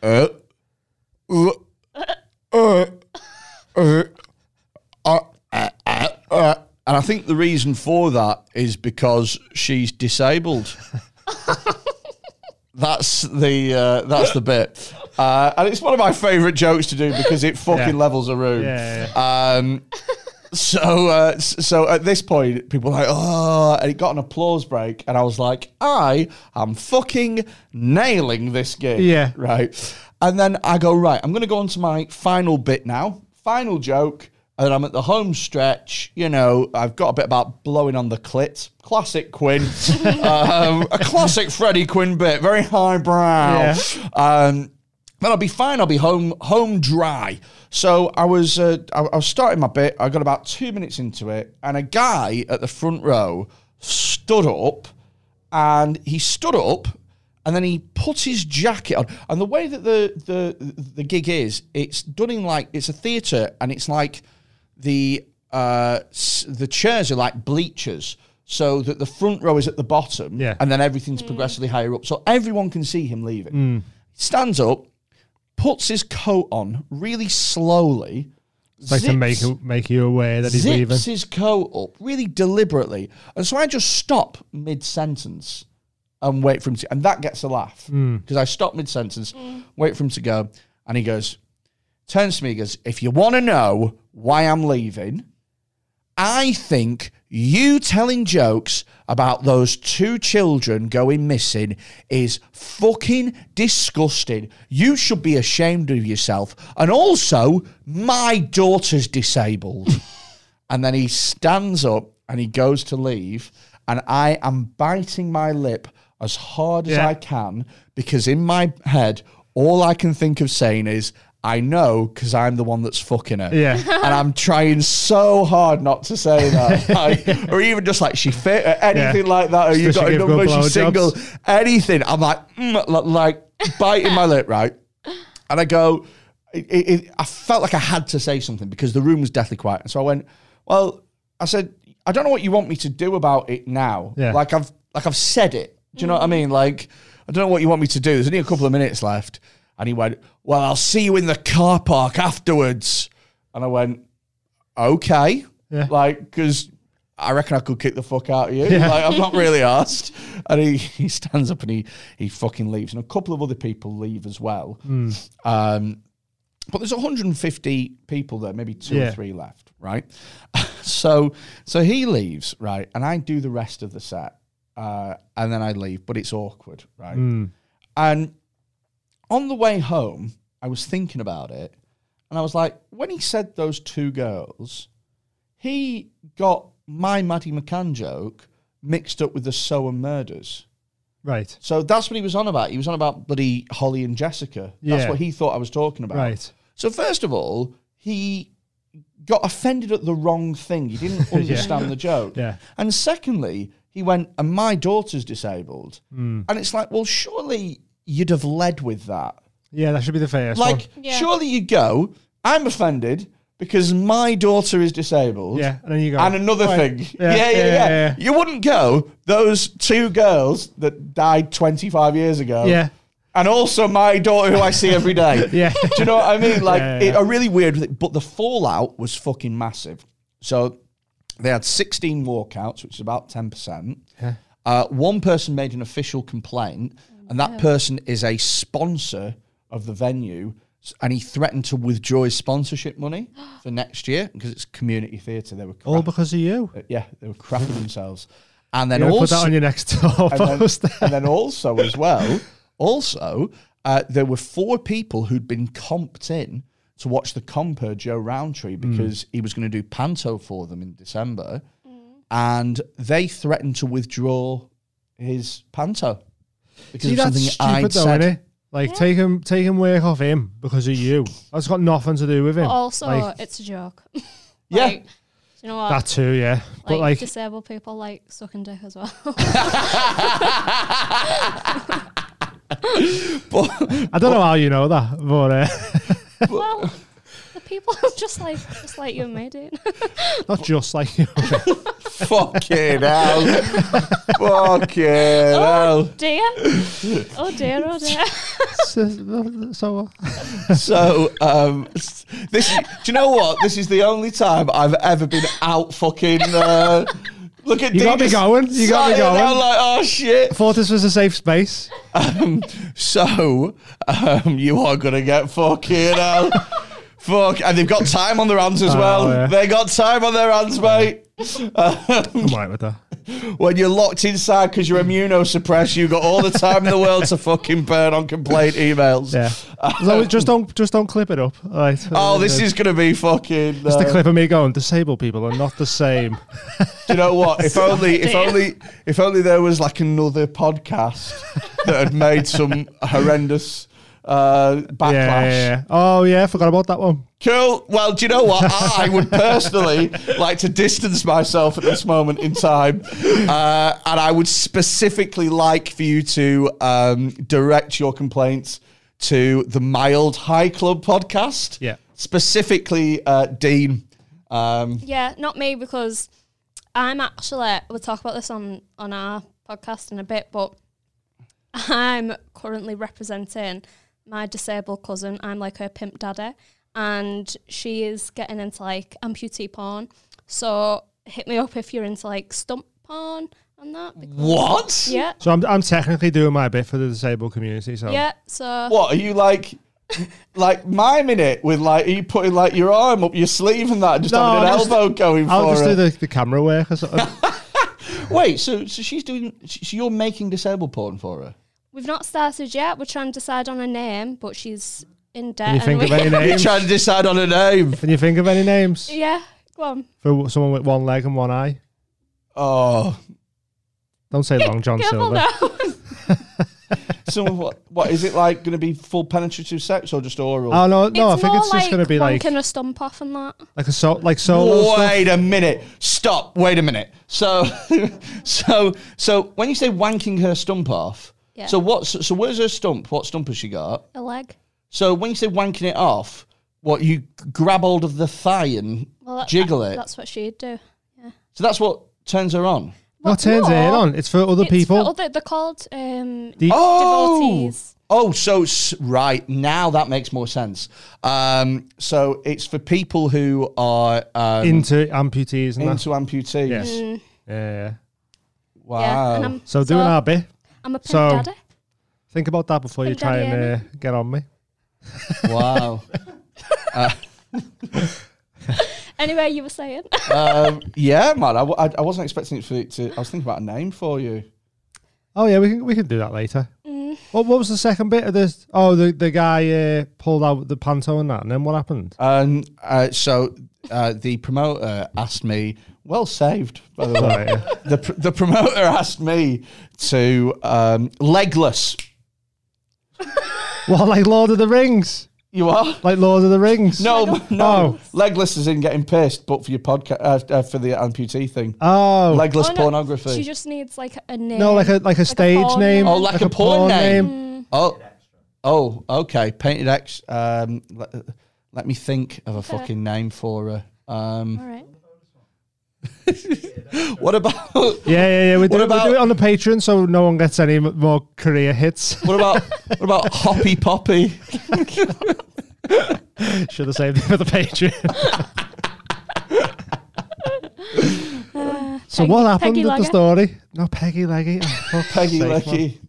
Speaker 3: uh, uh, uh, uh, uh, uh, uh. and I think the reason for that is because she's disabled.
Speaker 4: <laughs>
Speaker 3: That's the uh, that's the bit, uh, and it's one of my favourite jokes to do because it fucking
Speaker 4: Yeah.
Speaker 3: levels a room.
Speaker 4: Yeah,
Speaker 3: Um, so uh, s- so at this point, people were like, oh, and it got an applause break, and I was like, I am fucking nailing this gig.
Speaker 4: Yeah.
Speaker 3: right. And then I go right. I'm going to go on to my final bit now, final joke, and I'm at the home stretch. You know, I've got a bit about blowing on the clit. Classic Quinn, um, a classic Freddie Quinn bit, very highbrow.
Speaker 4: Yeah.
Speaker 3: Um, then I'll be fine. I'll be home home dry. So I was uh, I, I was starting my bit. I got about two minutes into it, and a guy at the front row stood up, and he stood up, and then he put his jacket on. And the way that the the the gig is, it's done in like it's a theatre, and it's like the uh, s- the chairs are like bleachers. So that the front row is at the bottom,
Speaker 4: Yeah.
Speaker 3: and then everything's progressively higher up, so everyone can see him leaving
Speaker 4: Hmm.
Speaker 3: stands up, puts his coat on really slowly.
Speaker 4: It's like to make make you aware that he's
Speaker 3: zips
Speaker 4: leaving.
Speaker 3: his coat up really deliberately. And so I just stop mid sentence and wait for him to, and that gets a laugh
Speaker 4: Hmm.
Speaker 3: because I stop mid sentence, wait for him to go. And he goes, turns to me, he goes, If you want to know why I'm leaving, I think you telling jokes about those two children going missing is fucking disgusting. You should be ashamed of yourself. And also, my daughter's
Speaker 4: <laughs>
Speaker 3: disabled. and then he stands up and he goes to leave. And I am biting my lip as hard as
Speaker 4: Yeah.
Speaker 3: I can because in my head, all I can think of saying is, I know because I'm the one that's fucking her.
Speaker 4: Yeah.
Speaker 3: and I'm trying so hard not to say
Speaker 4: <laughs>
Speaker 3: that. Like, or even just like she fit or anything
Speaker 4: Yeah.
Speaker 3: like that. Or
Speaker 4: Just
Speaker 3: you
Speaker 4: that
Speaker 3: got
Speaker 4: she
Speaker 3: a
Speaker 4: give
Speaker 3: number,
Speaker 4: good
Speaker 3: she's single, anything. I'm like, mm, li- like biting my lip, right? And I go, it, it, it- I felt like I had to say something because the room was deathly quiet. And so I went, well, I said, I don't know what you want me to do about it now.
Speaker 4: Yeah.
Speaker 3: Like I've, like I've said it. Do you know what I mean? Like, I don't know what you want me to do. There's only a couple of minutes left. And he went, well, I'll see you in the car park afterwards. And I went, okay.
Speaker 4: Yeah.
Speaker 3: Like, because I reckon I could kick the fuck out of you.
Speaker 4: Yeah.
Speaker 3: Like,
Speaker 4: <laughs>
Speaker 3: I'm not really asked. And he, he stands up and he, he fucking leaves. And a couple of other people leave as well.
Speaker 4: Hmm.
Speaker 3: Um, but there's 150 people there, maybe two
Speaker 4: Yeah.
Speaker 3: or three left, right? <laughs> so so he leaves, right? And I do the rest of the set. Uh, and then I leave, but it's awkward, right?
Speaker 4: Hmm.
Speaker 3: And on the way home, I was thinking about it, and I was like, when he said those two girls, he got my Maddie McCann joke mixed up with the So and Murders.
Speaker 4: Right.
Speaker 3: So that's what he was on about. He was on about bloody Holly and Jessica. That's
Speaker 4: Yeah.
Speaker 3: what he thought I was talking about.
Speaker 4: Right.
Speaker 3: So first of all, he got offended at the wrong thing. He
Speaker 4: <laughs>
Speaker 3: didn't understand the joke.
Speaker 4: Yeah.
Speaker 3: And secondly, he went, and my daughter's disabled.
Speaker 4: Hmm.
Speaker 3: And it's like, well, surely you'd have led with that.
Speaker 4: Yeah, that should be the first one.
Speaker 3: Like,
Speaker 5: Yeah.
Speaker 3: surely you go, I'm offended because my daughter is disabled.
Speaker 4: Yeah, and then you go.
Speaker 3: And another
Speaker 4: right,
Speaker 3: thing. Yeah yeah yeah,
Speaker 4: yeah.
Speaker 3: You wouldn't go, those two girls that died 25 years ago.
Speaker 4: Yeah.
Speaker 3: And also my daughter who I see every day.
Speaker 4: <laughs> Yeah.
Speaker 3: Do you know what I mean? Like,
Speaker 4: Yeah,
Speaker 3: a
Speaker 4: yeah, yeah.
Speaker 3: really weird, but the fallout was fucking massive. So they had 16 walkouts, which is about 10%. Uh, one person made an official complaint, and that person is a sponsor of the venue, s- and he threatened to withdraw his sponsorship money for next year because it's community theatre. They were crap, uh,
Speaker 4: All because of you.
Speaker 3: yeah, they were crapping themselves, and then
Speaker 4: You know,
Speaker 3: also
Speaker 4: put that on your next <laughs> door
Speaker 3: and <laughs>
Speaker 4: post.
Speaker 3: then, and then also as well, also uh, there were four people who'd been comped in to watch the comper Joe Roundtree
Speaker 4: Hmm.
Speaker 3: because he was going to do panto for them in December, and they threatened to withdraw his panto because
Speaker 4: See,
Speaker 3: of something
Speaker 4: that's
Speaker 3: I
Speaker 4: stupid though,
Speaker 3: said.
Speaker 4: innit? Like take him, take him work off him because of you. That's got nothing to do with him. <laughs>
Speaker 5: But also,
Speaker 4: Like,
Speaker 5: it's a joke. <laughs>
Speaker 3: Yeah.
Speaker 5: Like, do you know what?
Speaker 4: that too, yeah.
Speaker 5: like,
Speaker 4: But like,
Speaker 5: disabled people like sucking dick as
Speaker 4: <laughs>
Speaker 5: well. <laughs>
Speaker 4: I don't know how you know that, but uh, <laughs>
Speaker 5: well, the people <laughs> are just like just like you and me, dude.
Speaker 4: not
Speaker 3: <laughs>
Speaker 4: just like <laughs> you.
Speaker 3: Fucking hell! <laughs> Fucking
Speaker 5: <laughs>
Speaker 3: hell!
Speaker 5: Oh, dear. Oh dear, oh dear.
Speaker 4: so, so uh,
Speaker 3: So um, s- this, do you know what? This is the only time I've ever been out fucking. Uh, look at
Speaker 4: You got
Speaker 3: Dee
Speaker 4: me
Speaker 3: just
Speaker 4: going, you got
Speaker 3: sat
Speaker 4: me
Speaker 3: there
Speaker 4: going.
Speaker 3: like oh shit.
Speaker 4: thought this was a
Speaker 3: <laughs>
Speaker 4: safe space.
Speaker 3: So um, you are gonna get fucking out. Fuck, and they've got time on their hands as well.
Speaker 4: Oh, yeah.
Speaker 3: They got time on their hands, mate.
Speaker 4: I'm right with that.
Speaker 3: When you're locked inside because you're immunosuppressed, you got all the time in the world to fucking burn on complaint emails.
Speaker 4: <laughs> Yeah. As long as- just don't, just don't clip it up. All right.
Speaker 3: Oh, this is gonna be fucking.
Speaker 4: It's the
Speaker 3: uh,
Speaker 4: clip of me going. Disabled people are not the same.
Speaker 3: Do you know what? If only, if only, if only there was like another podcast that had made some horrendous uh, <laughs> backlash.
Speaker 4: Yeah, yeah, yeah. Oh yeah, I forgot about that one.
Speaker 3: Cool. Well, do you know what? I would personally like to distance myself at this moment in time, uh, and I would specifically like for you to um, direct your complaints to the Mild High Club podcast.
Speaker 4: Yeah.
Speaker 3: Specifically, uh, Dean. Um,
Speaker 5: Yeah, not me because I'm actually we'll talk about this on on our podcast in a bit, but I'm currently representing my disabled cousin. I'm like her pimp daddy, and she is getting into like amputee porn. So hit me up if you're into like stump porn
Speaker 4: Mm.
Speaker 5: and that. Because,
Speaker 3: what?
Speaker 5: yeah,
Speaker 4: So I'm, I'm technically doing my bit for the disabled community. So
Speaker 5: yeah. So
Speaker 3: What are you like? Like miming it with like are you putting like your arm up your sleeve and that just
Speaker 4: No,
Speaker 3: having an
Speaker 4: I'll just-
Speaker 3: elbow going
Speaker 4: I'll
Speaker 3: for
Speaker 4: just
Speaker 3: it.
Speaker 4: do the, the camera work or
Speaker 5: <laughs>
Speaker 4: something.
Speaker 3: Wait, so so she's doing. So you're making disabled porn for her.
Speaker 5: we've not started yet. We're trying to decide on a name, but she's in debt.
Speaker 4: Can you think of
Speaker 5: and we- <laughs>
Speaker 4: any
Speaker 3: You're
Speaker 4: names?
Speaker 3: trying to decide on a name.
Speaker 4: Can you think of any names
Speaker 5: yeah, go on.
Speaker 4: for someone with one leg and one eye?
Speaker 3: Oh,
Speaker 4: Don't say Long John
Speaker 5: Careful
Speaker 4: Silver.
Speaker 5: now.
Speaker 3: Someone, what, what is it like? Going to be full penetrative sex or just oral?
Speaker 4: Oh no, no! I
Speaker 5: it's
Speaker 4: think
Speaker 5: more
Speaker 4: it's just
Speaker 5: like
Speaker 4: going to be like
Speaker 5: wanking a stump off and that.
Speaker 4: like a so like solo stuff.
Speaker 3: Wait a minute. Stop. Wait a minute. So, <laughs> so, so when you say wanking her stump off,
Speaker 5: Yeah.
Speaker 3: so what? So, so where's her stump? What stump has she got?
Speaker 5: A leg.
Speaker 3: So when you say wanking it off, what you grab hold of the thigh and
Speaker 5: Well, that-
Speaker 3: jiggle
Speaker 5: that-
Speaker 3: it.
Speaker 5: That's what she'd do.
Speaker 3: so that's what turns her on.
Speaker 4: What turns it on? It's for other
Speaker 5: It's
Speaker 4: people.
Speaker 5: for other- they're called um,
Speaker 4: The-
Speaker 3: Oh,
Speaker 5: devotees.
Speaker 3: oh, so s- right now that makes more sense. Um, so it's for people who are um,
Speaker 4: into amputees and that.
Speaker 3: into amputees.
Speaker 4: Yes. Yeah.
Speaker 3: Wow.
Speaker 5: Yeah, Mm, and I'm,
Speaker 4: So doing our bit.
Speaker 5: I'm a pimp
Speaker 4: so-
Speaker 5: daddy.
Speaker 4: Think about that before you
Speaker 5: Pimp
Speaker 4: try
Speaker 5: daddy,
Speaker 4: and uh, get on me.
Speaker 5: <laughs>
Speaker 3: Wow.
Speaker 5: Anyway, you were saying.
Speaker 3: um, yeah, man. I, w- I, I wasn't expecting it for it to. I was thinking about a name for you.
Speaker 4: Oh yeah, we can we can do that later.
Speaker 5: Mm.
Speaker 4: What what was the second bit of this? Oh, the the guy uh, pulled out the panto and that, and then what
Speaker 3: <laughs>
Speaker 4: happened?
Speaker 3: Um, uh, so uh, the promoter asked me. Well saved, by the way.
Speaker 4: Right, <laughs> yeah.
Speaker 3: the, pr- the promoter <laughs> asked me to um, legless.
Speaker 4: well, like Lord of the Rings,
Speaker 3: You are.
Speaker 4: like Lord of the Rings.
Speaker 3: No,
Speaker 4: Oh.
Speaker 3: <laughs> no. Legless is in getting pissed, but for your podcast, uh, uh, for the amputee thing.
Speaker 4: Oh, like
Speaker 3: Legless
Speaker 5: <laughs> Oh, no,
Speaker 3: pornography.
Speaker 5: She just needs like a name.
Speaker 4: no, like a like a stage
Speaker 5: porn
Speaker 4: name.
Speaker 5: name.
Speaker 3: oh, like, a, porn, name.
Speaker 5: Mm.
Speaker 3: Oh, oh, okay. Painted X. Um, let, let me think of a fucking name for her. Um,
Speaker 5: <gasps> All right.
Speaker 3: what about <laughs> what
Speaker 4: Yeah, yeah, yeah. We do,
Speaker 3: about-
Speaker 4: we do it on the Patreon, so no one gets any m- more career hits. <laughs>
Speaker 3: about what about Hoppy <laughs> Poppy?
Speaker 4: Should have saved it for the
Speaker 5: <laughs>
Speaker 4: Patreon. so
Speaker 5: Peg-
Speaker 4: what happened with
Speaker 5: Peggy
Speaker 4: the
Speaker 5: Leggy.
Speaker 4: story? No, Peggy Leggy.
Speaker 3: <laughs>
Speaker 4: Oh, fuck's
Speaker 3: Peggy
Speaker 4: sake, man.
Speaker 3: Lucky.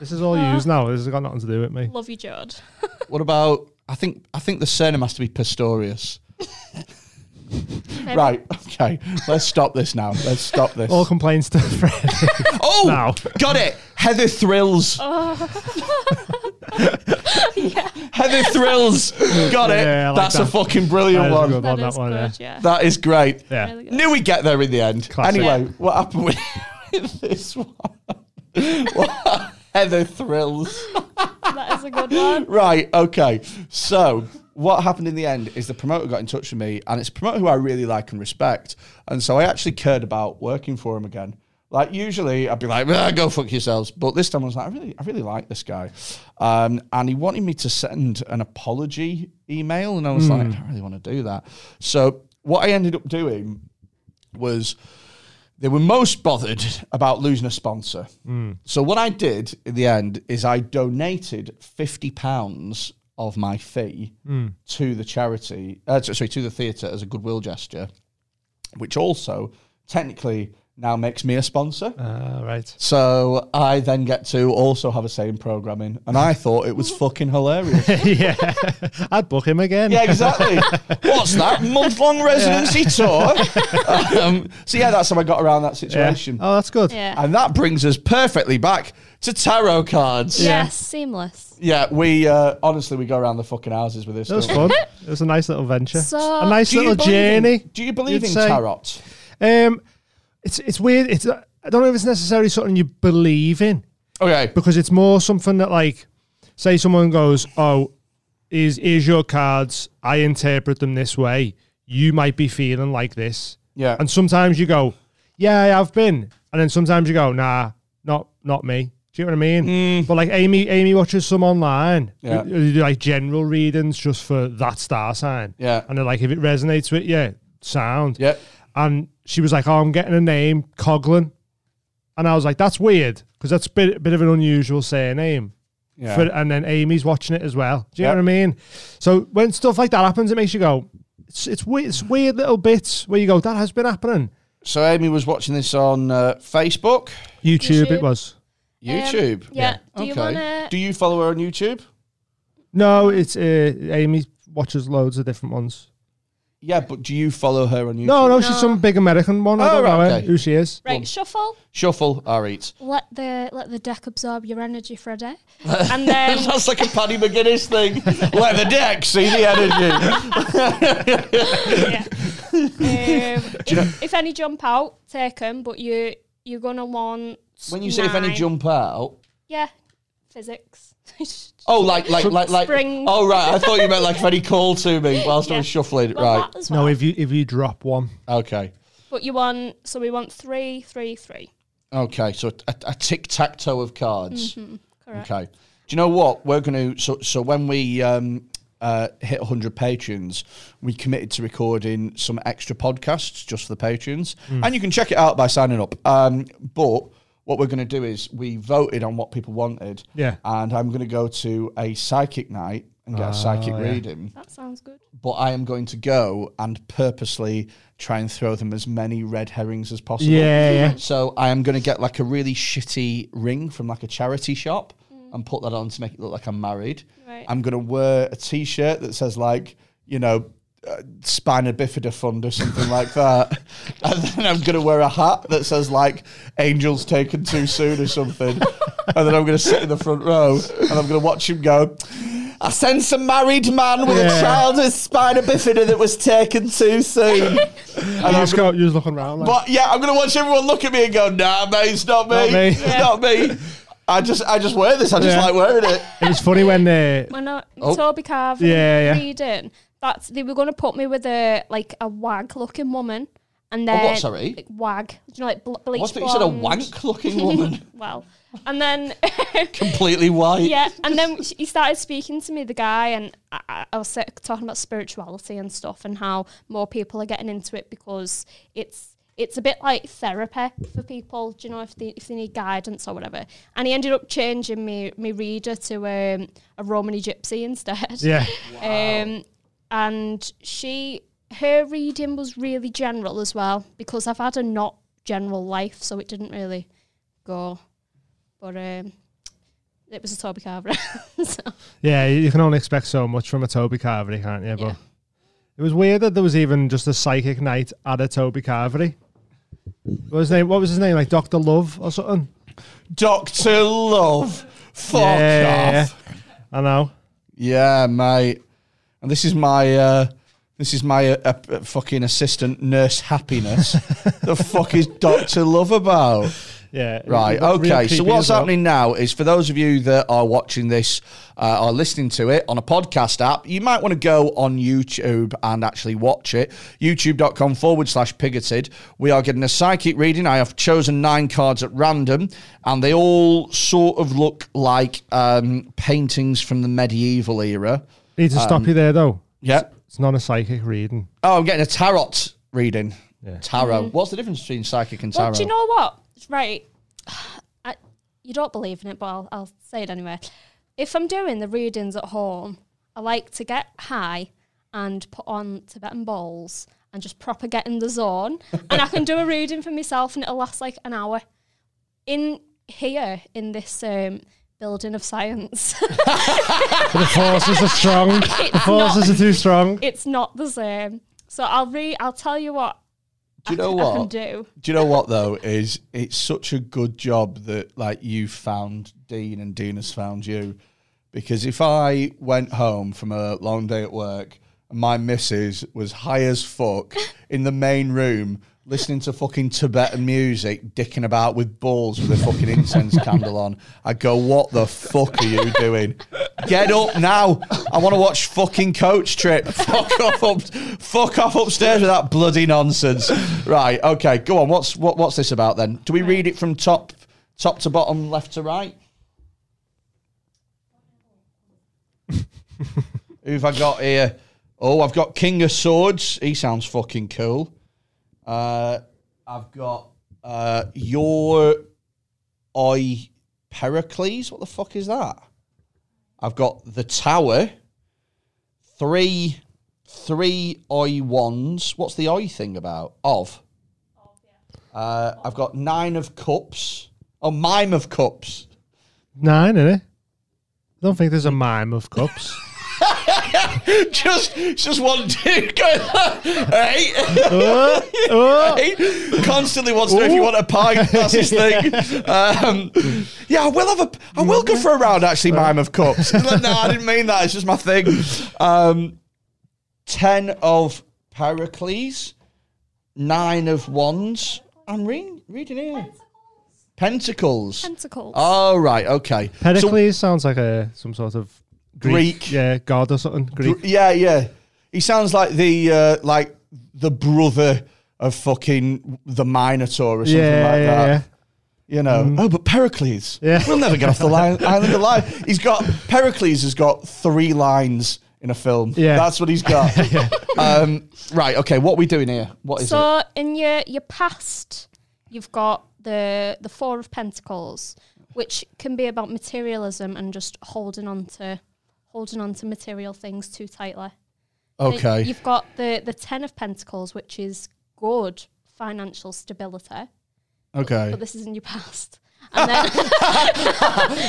Speaker 4: This is all used now. This has got nothing to do with
Speaker 5: <laughs>
Speaker 4: me.
Speaker 5: Love you, Jod.
Speaker 3: What about? I think I think the surname has to be Pistorius. right. Okay. Let's stop this now. Let's stop this.
Speaker 4: All complaints to <laughs> Fred.
Speaker 5: <laughs>
Speaker 3: Oh,
Speaker 4: Oh, now.
Speaker 3: got it. Heather Thrills. Heather Thrills. Got it.
Speaker 4: Yeah, I like
Speaker 3: That's a
Speaker 4: that.
Speaker 3: fucking brilliant
Speaker 4: That is a
Speaker 3: one.
Speaker 4: good one.
Speaker 5: That
Speaker 4: that
Speaker 5: is
Speaker 4: one, yeah.
Speaker 5: good, yeah.
Speaker 3: That is great.
Speaker 4: Yeah.
Speaker 5: Really good.
Speaker 3: Knew we'd get there in the end.
Speaker 4: Classic.
Speaker 3: Anyway, what happened with, <laughs> with this one? <laughs> What- Heather Thrills.
Speaker 5: That is a good one.
Speaker 3: Right, okay. So, what happened in the end is the promoter got in touch with me, and it's a promoter who I really like and respect. And so, I actually cared about working for him again. Like, usually I'd be like, "Ah, go fuck yourselves. But this time I was like, I really, I really like this guy. Um, and he wanted me to send an apology email. And I was like, I don't really want to do that. So, what I ended up doing was they were most bothered about losing a sponsor. So what I did in the end is I donated fifty pounds of my fee to the charity, uh, t- sorry, to the theatre as a goodwill gesture, which also technically now makes me a sponsor.
Speaker 4: Ah, right.
Speaker 3: So I then get to also have a say in programming, and I thought it was fucking hilarious.
Speaker 4: <laughs> yeah. I'd book him again.
Speaker 3: Yeah, exactly. What's that month long residency tour? um, so yeah, that's how I got around that
Speaker 4: Yeah.
Speaker 3: situation.
Speaker 4: Oh, that's good.
Speaker 5: Yeah.
Speaker 3: <laughs> And that brings us perfectly back to tarot cards.
Speaker 5: yes, seamless.
Speaker 3: Yeah, we uh, honestly we go around the fucking houses with this.
Speaker 4: That was
Speaker 3: don't we?
Speaker 5: <laughs>
Speaker 4: fun. it was a nice little venture.
Speaker 5: So-
Speaker 4: a nice
Speaker 3: Do you
Speaker 4: little
Speaker 3: believe in-
Speaker 4: journey.
Speaker 3: do you believe
Speaker 4: you'd
Speaker 3: in
Speaker 4: say.
Speaker 3: tarot?
Speaker 4: Um, it's it's weird. It's uh, I don't know if it's necessarily something you believe in
Speaker 3: Okay.
Speaker 4: because it's more something that like, say someone goes, "Oh, is is your cards? I interpret them this way. You might be feeling like this."
Speaker 3: Yeah.
Speaker 4: And sometimes you go, "Yeah, I have been," and then sometimes you go, "Nah, not not me." Do you know what I mean? But like Amy, Amy watches some online.
Speaker 3: Mm. Yeah.
Speaker 4: who- who do like general readings just for that star sign.
Speaker 3: Yeah.
Speaker 4: And they're like, if it resonates with you, sound.
Speaker 3: Yeah.
Speaker 4: And she was like, "Oh, I'm getting a name, Coglin," and I was like, "That's weird because that's a bit, bit of an unusual surname."
Speaker 3: Yeah.
Speaker 4: For, and then Amy's watching it as well. Do you
Speaker 3: Yeah.
Speaker 4: know what I mean? So when stuff like that happens, it makes you go, "It's it's weird, it's weird little bits where you go, that has been happening."
Speaker 3: So Amy was watching this on uh, Facebook,
Speaker 4: YouTube,
Speaker 5: YouTube.
Speaker 4: it was.
Speaker 3: YouTube.
Speaker 5: Um, yeah. Do you
Speaker 3: okay.
Speaker 5: wanna-
Speaker 3: Do you follow her on YouTube?
Speaker 4: No, it's uh, Amy watches loads of different ones.
Speaker 3: Yeah, but do you follow her on YouTube?
Speaker 4: No, no, she's some big American one. I
Speaker 3: Oh,
Speaker 4: don't know
Speaker 3: right,
Speaker 4: her-
Speaker 3: okay.
Speaker 4: who she is.
Speaker 5: Right, shuffle.
Speaker 3: Shuffle. All right. <laughs>
Speaker 5: Let the let the deck absorb your energy for a day, and then
Speaker 3: That's like a Paddy McGuinness thing.
Speaker 5: <laughs>
Speaker 3: Let the deck see the energy.
Speaker 5: yeah. um,
Speaker 3: <laughs>
Speaker 5: if, if any jump out, take them. But you you're gonna want
Speaker 3: When you say if any
Speaker 5: nine.
Speaker 3: jump out,
Speaker 5: yeah, physics. <laughs>
Speaker 3: Oh, like like like like.
Speaker 5: Spring.
Speaker 3: Oh right, I thought you meant like if any call to me whilst I was
Speaker 5: <laughs> Yeah.
Speaker 3: shuffling.
Speaker 5: Well,
Speaker 3: Oh, right.
Speaker 5: that as
Speaker 4: No,
Speaker 5: well.
Speaker 4: if you if you drop one,
Speaker 3: Okay.
Speaker 5: But you want so we want three, three, three.
Speaker 3: Okay. So a, a tic tac toe of cards.
Speaker 5: Mm-hmm, Correct.
Speaker 3: Okay. Do you know what we're going to? So, so when we um, uh, hit 100 patrons, we committed to recording some extra podcasts just for the patrons, and you can check it out by signing up. Um, but what we're going to do is we voted on what people wanted.
Speaker 4: Yeah.
Speaker 3: And I'm going to go to a psychic night and get a psychic reading,
Speaker 5: That sounds good.
Speaker 3: but I am going to go and purposely try and throw them as many red herrings as possible.
Speaker 4: yeah, yeah.
Speaker 3: So I am going to get like a really shitty ring from like a charity shop and put that on to make it look like I'm married.
Speaker 5: Right.
Speaker 3: I'm going to wear a t-shirt that says like, you know, uh, spina bifida fund or something like
Speaker 4: <laughs>
Speaker 3: that. And then I'm going to wear a hat that says like angels taken too soon or something. and then I'm going to sit in the front row and I'm going to watch him go. I sense a married man with
Speaker 4: Yeah.
Speaker 3: a child with spina bifida that was taken too
Speaker 4: <laughs>
Speaker 3: soon. and
Speaker 4: you
Speaker 3: I'm
Speaker 4: just go, you just looking around. Like,
Speaker 3: but yeah, I'm gonna watch everyone look at me and go, "Nah, mate, it's not me.
Speaker 4: Not me."
Speaker 3: It's not me. I just, I just wear this. I just
Speaker 4: Yeah.
Speaker 3: like wearing it."
Speaker 4: it was funny
Speaker 3: <laughs>
Speaker 4: when uh,
Speaker 5: When I,
Speaker 3: Oh.
Speaker 5: Toby Carver
Speaker 4: Yeah, yeah.
Speaker 5: reading, that's they were going to put me with a like a wag looking woman, and
Speaker 3: what,
Speaker 5: then
Speaker 3: sorry?
Speaker 5: like, wag, you know, like ble- bleach
Speaker 3: What's that? You said a
Speaker 5: blonde.
Speaker 3: wank-looking woman,
Speaker 5: <laughs> Well, and then <laughs>
Speaker 3: completely white.
Speaker 5: yeah, and then sh- he started speaking to me, the guy, and I- I, I was like, talking about spirituality and stuff, and how more people are getting into it because it's it's a bit like therapy for people. Do you know if they if they need guidance or whatever? And he ended up changing me my reader to um, a Romany gypsy instead.
Speaker 4: yeah,
Speaker 5: Um, and she, her reading was really general as well because I've had a not general life, so it didn't really go. But um, it was a Toby Carver. <laughs> so,
Speaker 4: yeah, you can only expect so much from a Toby Carvery, can't you? But it was weird that there was even just a psychic night at a Toby Carvery. What was his name? What was his name? Like Doctor Love or something?
Speaker 3: Doctor Love, fuck
Speaker 4: yeah,
Speaker 3: off.
Speaker 4: I know.
Speaker 3: Yeah, mate. And this is my, uh, this is my uh, uh, fucking assistant, Nurse
Speaker 4: <laughs>
Speaker 3: Happiness. the fuck is Doctor Love about?
Speaker 4: Yeah.
Speaker 3: Right.
Speaker 4: It was real
Speaker 3: Okay. So
Speaker 4: creepy
Speaker 3: what's
Speaker 4: as well.
Speaker 3: happening now is for those of you that are watching this uh, or listening to it on a podcast app, you might want to go on YouTube and actually watch it. YouTube.com forward slash pigoted. We are getting a psychic reading. I have chosen nine cards at random, and they all sort of look like um, paintings from the medieval era.
Speaker 4: Need to
Speaker 3: Um,
Speaker 4: stop you there though.
Speaker 3: Yeah.
Speaker 4: It's not a psychic reading.
Speaker 3: Oh, I'm getting a tarot reading. Tarot. What's the difference between psychic and tarot?
Speaker 5: Mm-hmm. well, do you know what? Right, <sighs> I, you don't believe in it, but I'll, I'll say it anyway. If I'm doing the readings at home, I like to get high and put on Tibetan bowls and just proper get in
Speaker 3: <laughs>
Speaker 5: the zone. and I can do a reading for myself, and it'll last like an hour. In here, in this um, building of science, <laughs>
Speaker 4: But the forces
Speaker 3: <laughs>
Speaker 4: are strong. the forces are too strong.
Speaker 5: it's not the same. So I'll read. I'll tell you what
Speaker 3: Do you know
Speaker 5: I
Speaker 3: what?
Speaker 5: can do.
Speaker 3: Do you know what though? Is it's such a good job that like you found Dean and Dean has found you, because if I went home from a long day at work and my missus was high as fuck in the main room listening to fucking Tibetan music, dicking about with balls with a fucking incense candle on, I'd go, "What the fuck are you doing? Get up now! I want to watch fucking Coach Trip. <laughs> Fuck off up, fuck off upstairs with that bloody nonsense." Right? Okay, go on. What's what, What's this about then? Do we read it from top top to bottom, left to right? <laughs> Who've I got here? Oh, I've got King of Swords. He sounds fucking cool. Uh, I've got uh, your I Pericles. What the fuck is that? I've got the Tower. Three, three I wands. What's the I thing about? Of. Uh, I've got nine of cups. Oh, mime of cups. <laughs>
Speaker 4: Nine, innit? I don't think there's a mime of cups.
Speaker 3: <laughs> just, it's just one dude <laughs> going, <laughs> hey. Uh,
Speaker 4: oh,
Speaker 3: He constantly wants to know if you want a pint. That's
Speaker 4: <laughs>
Speaker 3: his thing. Um, yeah, I will have a. I will go for a round. Actually, mime of cups. <laughs> He's like, no, I didn't mean that. It's just my thing. Um, ten of Pericles, nine of wands. I'm reading reading here. Pentacles.
Speaker 5: Pentacles.
Speaker 3: oh, right. Okay. So-
Speaker 4: Pericles sounds like a some sort of Greek,
Speaker 3: Greek.
Speaker 4: yeah, god or something. Greek.
Speaker 3: Yeah, yeah. He sounds like the uh, like the brother of fucking the Minotaur or something
Speaker 4: yeah,
Speaker 3: like
Speaker 4: yeah,
Speaker 3: that.
Speaker 4: yeah.
Speaker 3: You know. Oh, but Pericles.
Speaker 4: Mm-hmm. Yeah.
Speaker 3: We'll never get off the li- <laughs> island alive. He's got Pericles has got three lines in a film.
Speaker 4: Yeah.
Speaker 3: That's what he's
Speaker 4: <laughs>
Speaker 3: got. um, right. Okay. What are we doing here? What is it?
Speaker 5: So in your your past, you've got the the four of pentacles, which can be about materialism and just holding on to holding on to material things too tightly. And
Speaker 3: Okay.
Speaker 5: You've got the the ten of pentacles, which is good financial stability,
Speaker 3: Okay.
Speaker 5: but this is in your past. And then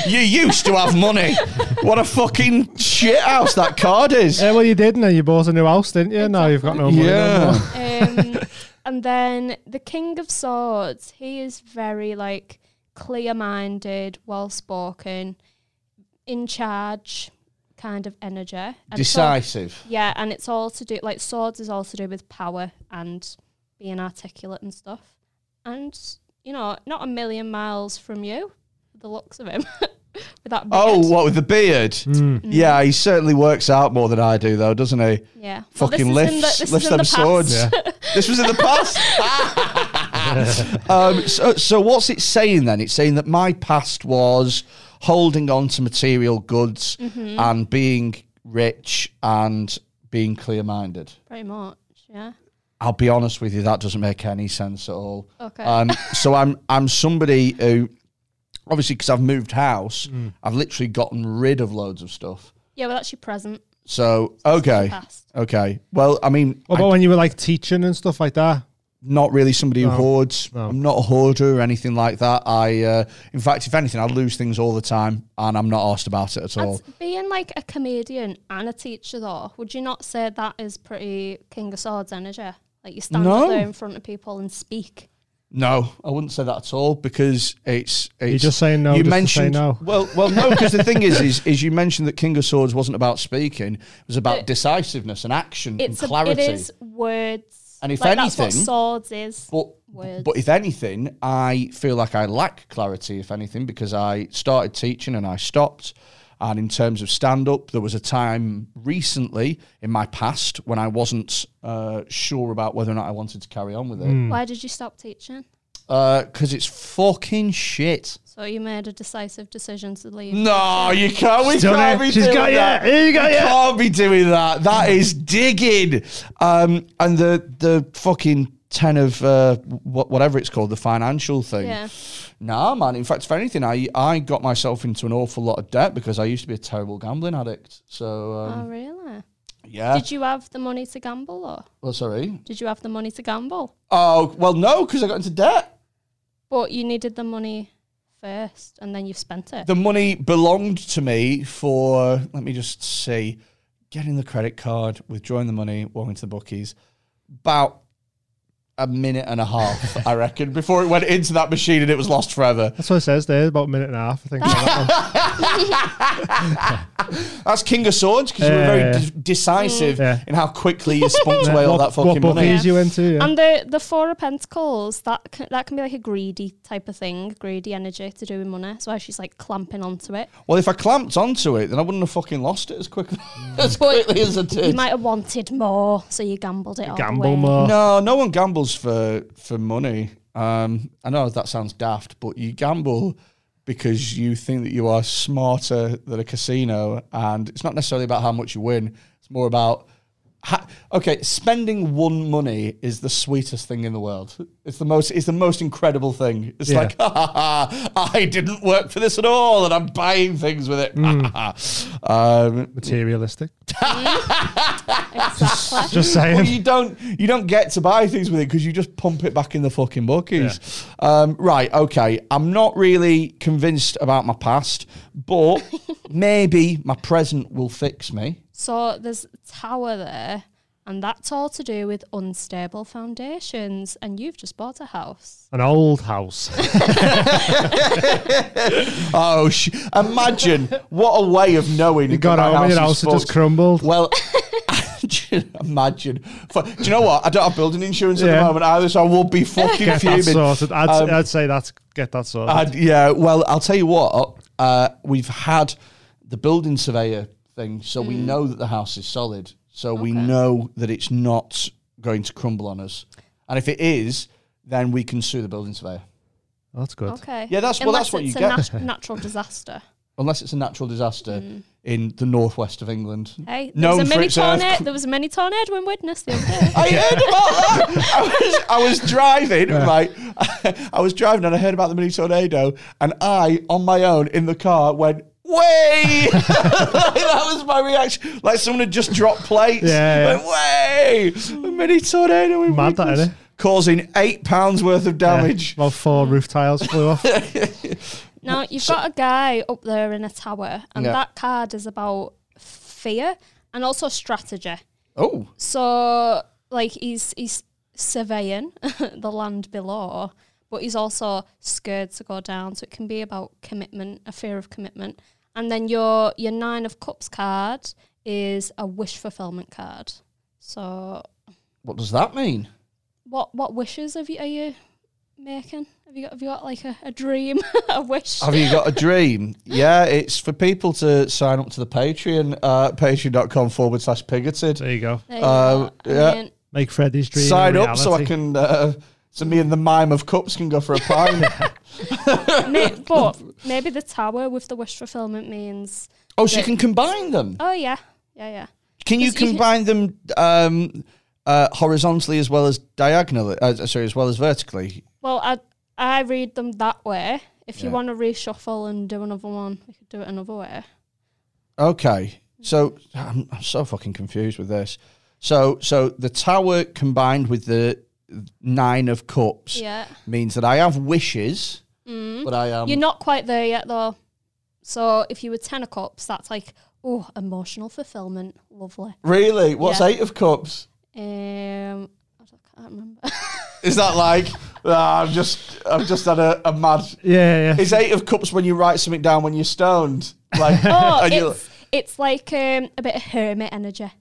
Speaker 3: You used to have money. what a fucking shit house that card is.
Speaker 4: Yeah, Eh, well, you did, and then you bought a new house, didn't you? Now you've got no money. no more.
Speaker 3: Yeah. <laughs>
Speaker 5: um, and then the King of Swords, he is very like clear minded, well spoken, in charge kind of energy. And it's all-
Speaker 3: Decisive.
Speaker 5: yeah, and it's all to do like swords is all to do with power and being articulate and stuff. And you know, not a million miles from you, the looks of him. <laughs> with that beard.
Speaker 3: Oh, what with the beard?
Speaker 4: Mm.
Speaker 3: Yeah, he certainly works out more than I do, though, doesn't he?
Speaker 5: yeah. Well, this
Speaker 3: Fucking
Speaker 5: is in the-
Speaker 3: lifts,
Speaker 5: this is
Speaker 3: lifts
Speaker 5: in
Speaker 3: them
Speaker 5: the past.
Speaker 3: swords. <laughs> This was in the past. um, so, so what's it saying then? It's saying that my past was holding on to material goods and being rich and being clear-minded.
Speaker 5: Pretty much, yeah.
Speaker 3: I'll be honest with you, that doesn't make any sense at all.
Speaker 5: Okay.
Speaker 3: Um, so I'm I'm somebody who, obviously, because I've moved house, I've literally gotten rid of loads of stuff.
Speaker 5: Yeah, well that's your present.
Speaker 3: So okay,
Speaker 5: past.
Speaker 3: okay. Well, I mean,
Speaker 4: What
Speaker 3: I'm
Speaker 4: about when you were like teaching and stuff like that?
Speaker 3: not really somebody who hoards. I'm not a hoarder or anything like that. I, uh, in fact, if anything, I lose things all the time, and I'm not asked about it at all.
Speaker 5: That's being like a comedian and a teacher, though, would you not say that is pretty King of Swords energy? Like you stand
Speaker 3: No.
Speaker 5: up there in front of people and speak.
Speaker 3: No, I wouldn't say that at all because it's. it's
Speaker 4: just saying no
Speaker 3: You
Speaker 4: just to say
Speaker 3: mentioned
Speaker 4: no.
Speaker 3: Well, well, no, because the thing
Speaker 4: <laughs>
Speaker 3: is, is, is you mentioned that King of Swords wasn't about speaking; it was about decisiveness and action
Speaker 5: It's
Speaker 3: and
Speaker 5: a, it
Speaker 3: clarity.
Speaker 5: is words.
Speaker 3: And if
Speaker 5: like, that's what
Speaker 3: anything-
Speaker 5: swords is.
Speaker 3: But
Speaker 5: Words.
Speaker 3: but if anything, I feel like I lack clarity. If anything, because I started teaching and I stopped. And in terms of stand up, there was a time recently in my past when I wasn't uh, sure about whether or not I wanted to carry on with it
Speaker 5: Why did you stop teaching?
Speaker 3: because it's fucking shit.
Speaker 5: So you made a decisive decision to leave.
Speaker 3: No, you can't. We
Speaker 4: Done
Speaker 3: can't
Speaker 4: it.
Speaker 3: be
Speaker 4: She's
Speaker 3: doing
Speaker 4: got Mm. you.
Speaker 3: that.
Speaker 4: Here you go,
Speaker 3: We
Speaker 4: yeah.
Speaker 3: Can't be doing that. That is digging. Um, and the the fucking ten of uh, wh- whatever it's called, the financial thing.
Speaker 5: Yeah.
Speaker 3: Nah, man. In fact, if anything, I I got myself into an awful lot of debt because I used to be a terrible gambling addict. So um,
Speaker 5: Oh really?
Speaker 3: yeah.
Speaker 5: Did you have the money to gamble, or
Speaker 3: well, sorry.
Speaker 5: did you have the money to gamble?
Speaker 3: Oh well, no, because I got into debt.
Speaker 5: But you needed the money first, and then you've spent it.
Speaker 3: the money belonged to me for let me just see getting the credit card withdrawing the money walking to the bookies about a minute and a half
Speaker 4: <laughs>
Speaker 3: i reckon before it went into that machine and it was lost forever
Speaker 4: That's what it says there, about a minute and a half.
Speaker 3: <laughs>
Speaker 4: I think. That one.
Speaker 3: that's king of swords because you were
Speaker 4: Yeah,
Speaker 3: very
Speaker 4: yeah,
Speaker 3: de- decisive
Speaker 4: Yeah.
Speaker 3: in how quickly you
Speaker 4: <laughs>
Speaker 3: spunked away all
Speaker 4: what,
Speaker 3: that
Speaker 4: what
Speaker 3: fucking money
Speaker 4: bookies you into? Yeah.
Speaker 5: And the the four of pentacles that can, that can be like a greedy type of thing, greedy energy to do with money. That's why she's like clamping onto
Speaker 3: <laughs>
Speaker 5: it.
Speaker 3: well if i clamped onto it then i wouldn't have fucking lost it as quickly <laughs> as quickly as i
Speaker 5: You
Speaker 3: did
Speaker 5: might have wanted more, so you gambled it. all the
Speaker 4: Gamble
Speaker 5: way.
Speaker 4: more.
Speaker 3: No, no one gambles for for money. Um, I know that sounds daft, but you gamble because you think that you are smarter than a casino, and it's not necessarily about how much you win. It's more about ha- okay, spending one money is the sweetest thing in the world. It's the most it's the most incredible thing. It's
Speaker 4: Yeah.
Speaker 3: like <laughs> ha, ha, ha, I didn't work for this at all, and I'm buying things with it. <laughs> um, <laughs>
Speaker 4: Materialistic.
Speaker 5: Exactly.
Speaker 4: Just
Speaker 3: well,
Speaker 4: saying.
Speaker 3: you don't you don't get to buy things with it because you just pump it back in the fucking buckies. Um, right, okay. I'm not really convinced about my past,
Speaker 4: <laughs>
Speaker 3: but maybe my present will fix me.
Speaker 5: so there's a tower there, and that's all to do with unstable foundations. And you've just bought a house.
Speaker 4: An old
Speaker 3: <laughs>
Speaker 4: house.
Speaker 3: Oh, sh- imagine what a way of knowing
Speaker 4: You got home and your house had just crumbled.
Speaker 3: Well, imagine, imagine. For, do you know what? I don't have building insurance at
Speaker 4: Yeah.
Speaker 3: the moment either, so I would be fucking
Speaker 4: Get that
Speaker 3: fuming.
Speaker 4: sorted. I'd,
Speaker 3: Um,
Speaker 4: I'd say that's get that sorted.
Speaker 3: I'd- yeah, well, I'll tell you what. Uh, we've had the building surveyor thing, so
Speaker 5: Mm.
Speaker 3: we know that the house is solid. So we know that it's not going to crumble on us. And if it is, then we can sue the building surveyor.
Speaker 4: that's good.
Speaker 5: Okay.
Speaker 3: Yeah, that's- well,
Speaker 5: Unless
Speaker 3: that's what you
Speaker 5: it's a
Speaker 3: get.
Speaker 5: nat-
Speaker 4: <laughs>
Speaker 5: natural disaster.
Speaker 3: Unless it's a natural disaster in the northwest of England.
Speaker 5: Mm. Hey, there
Speaker 3: Known
Speaker 5: was a
Speaker 3: for
Speaker 5: mini
Speaker 3: its
Speaker 5: tornado.
Speaker 3: earthquake-
Speaker 5: There was a mini tornado in Widnes the other day.
Speaker 3: I heard about that. I was, I was driving, right? <laughs> I was driving and I heard about the mini tornado, and I, on my own in the car, went, Way! <laughs> that was my reaction. Like someone had just dropped plates.
Speaker 4: Yeah, yeah.
Speaker 3: Went, Way! A mini tornado in
Speaker 4: Mad that,
Speaker 3: Widnes,
Speaker 4: innit?
Speaker 3: causing eight pounds worth of
Speaker 4: Yeah.
Speaker 3: damage.
Speaker 4: Well, four
Speaker 5: Mm.
Speaker 4: roof tiles
Speaker 3: <laughs>
Speaker 4: flew off.
Speaker 5: Now you've got a guy up there in a tower, and
Speaker 3: Yeah.
Speaker 5: that card is about fear and also strategy.
Speaker 3: Oh,
Speaker 5: So like he's he's surveying <laughs> the land below, but he's also scared to go down. So it can be about commitment, a fear of commitment, and then your your nine of cups card is a wish fulfillment card. So
Speaker 3: what does that mean?
Speaker 5: what what wishes have you are you making? Have you got have you got like a, a dream, <laughs> a wish?
Speaker 3: Have you got a dream? Yeah, it's for people to sign up to the Patreon, uh, patreon.com forward slash pigoted.
Speaker 4: There you go.
Speaker 5: There you
Speaker 3: Uh,
Speaker 5: go. I
Speaker 3: yeah.
Speaker 5: mean,
Speaker 4: Make Freddy's dream. a
Speaker 3: sign up so I
Speaker 4: reality.
Speaker 3: can uh, so me and the mime of cups can go for a pint.
Speaker 5: May, <laughs> but maybe the tower with the wish fulfillment means.
Speaker 3: oh, so you can combine them.
Speaker 5: Oh yeah, yeah, yeah.
Speaker 3: Can you
Speaker 5: Yes, you can-
Speaker 3: combine them um, uh, horizontally as well as diagonally? Uh, sorry, as well as vertically.
Speaker 5: Well, I I read them that way. If you
Speaker 3: Yeah.
Speaker 5: want to reshuffle and do another one, we could do it another way.
Speaker 3: Okay, so I'm, I'm so fucking confused with this. So so the tower combined with the nine of cups
Speaker 5: Yeah, Mm.
Speaker 3: means that I have wishes, but I am.
Speaker 5: you're not quite there yet though. So if you were ten of cups, that's like oh emotional fulfillment, lovely.
Speaker 3: Really? What's
Speaker 5: Yeah.
Speaker 3: eight of cups?
Speaker 5: Um, I don't- can't remember.
Speaker 3: Is that like <laughs> ah, I've just I've just had a, a mad
Speaker 4: Yeah, yeah.
Speaker 3: It's eight of cups when you write something down when you're stoned. Like,
Speaker 5: Oh,
Speaker 3: and you're-
Speaker 5: it's, it's like um, a bit of hermit energy.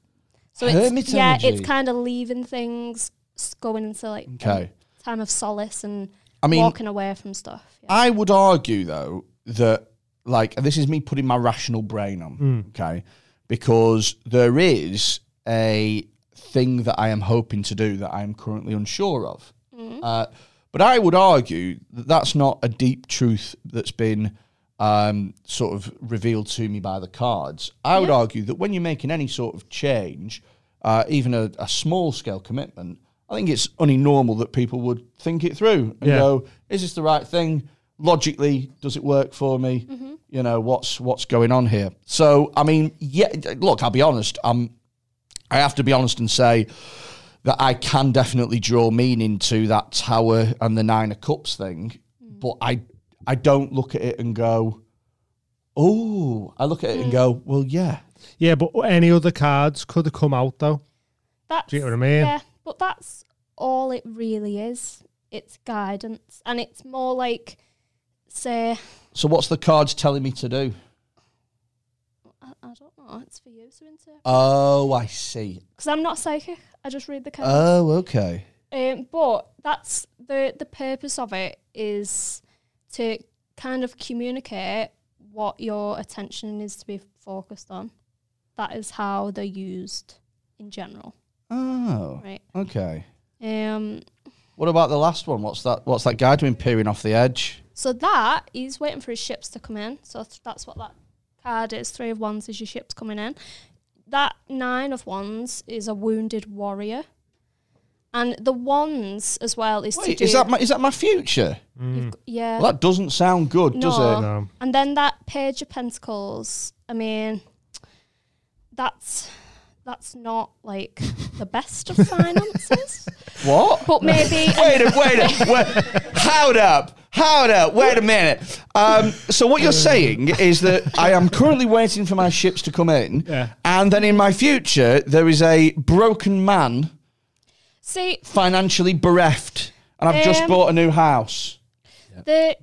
Speaker 5: So
Speaker 3: Hermit
Speaker 5: it's, yeah,
Speaker 3: energy?
Speaker 5: it's kind of leaving things, s- going into like a
Speaker 3: okay.
Speaker 5: time of solace and
Speaker 3: I mean,
Speaker 5: walking away from stuff. Yeah.
Speaker 3: I would argue though that like and this is me putting my rational brain on, okay? Because there is a thing that I am hoping to do that I am currently unsure of. Uh, but I would argue that that's not a deep truth that's been um, sort of revealed to me by the cards. I would argue that when you're making any sort of change, uh, even a, a small scale commitment, I think it's only normal that people would think it through and
Speaker 4: Yeah.
Speaker 3: go, is this the right thing logically does it work for me you know what's what's going on here so i mean yeah look i'll be honest i'm i have to be honest and say that i can definitely draw meaning to that tower and the nine of cups thing but i i don't look at it and go oh i look at it and go well yeah
Speaker 4: Yeah, but any other cards could have come out though.
Speaker 5: That's,
Speaker 4: Do you get what I mean?
Speaker 5: Yeah, but that's all it really is. It's guidance, and it's more like, say,
Speaker 3: so what's the cards telling me to do
Speaker 5: I, I don't know. It's for you to interpret
Speaker 3: oh i see
Speaker 5: because I'm not psychic. I just read the cards.
Speaker 3: oh okay
Speaker 5: Um, but that's the the purpose of it is to kind of communicate what your attention is to be focused on. That is how they're used in general,
Speaker 3: oh
Speaker 5: right?
Speaker 3: okay
Speaker 5: Um,
Speaker 3: What about the last one? What's that? What's that guy doing peering off the edge?
Speaker 5: so that he's waiting for his ships to come in. So th- that's what that card is. Three of wands is your ships coming in. That nine of wands is a wounded warrior, and the wands as well is to
Speaker 3: Wait,
Speaker 5: do.
Speaker 3: is that my, is that my future?
Speaker 5: you've g- yeah.
Speaker 3: Well, that doesn't sound good, does uh,
Speaker 5: No.
Speaker 3: it?
Speaker 4: No.
Speaker 5: And then that page of pentacles. I mean, that's that's not like the
Speaker 3: <laughs>
Speaker 5: best of finances,
Speaker 3: What?
Speaker 5: but maybe
Speaker 3: Wait a wait a wait. Hold up! Hold up! Wait a minute. Um, so what you're saying is that I am currently waiting for my ships to come in,
Speaker 4: Yeah.
Speaker 3: and then in my future there is a broken man,
Speaker 5: see
Speaker 3: financially bereft, and I've just
Speaker 5: Um, <laughs>
Speaker 3: bought a new house.
Speaker 5: the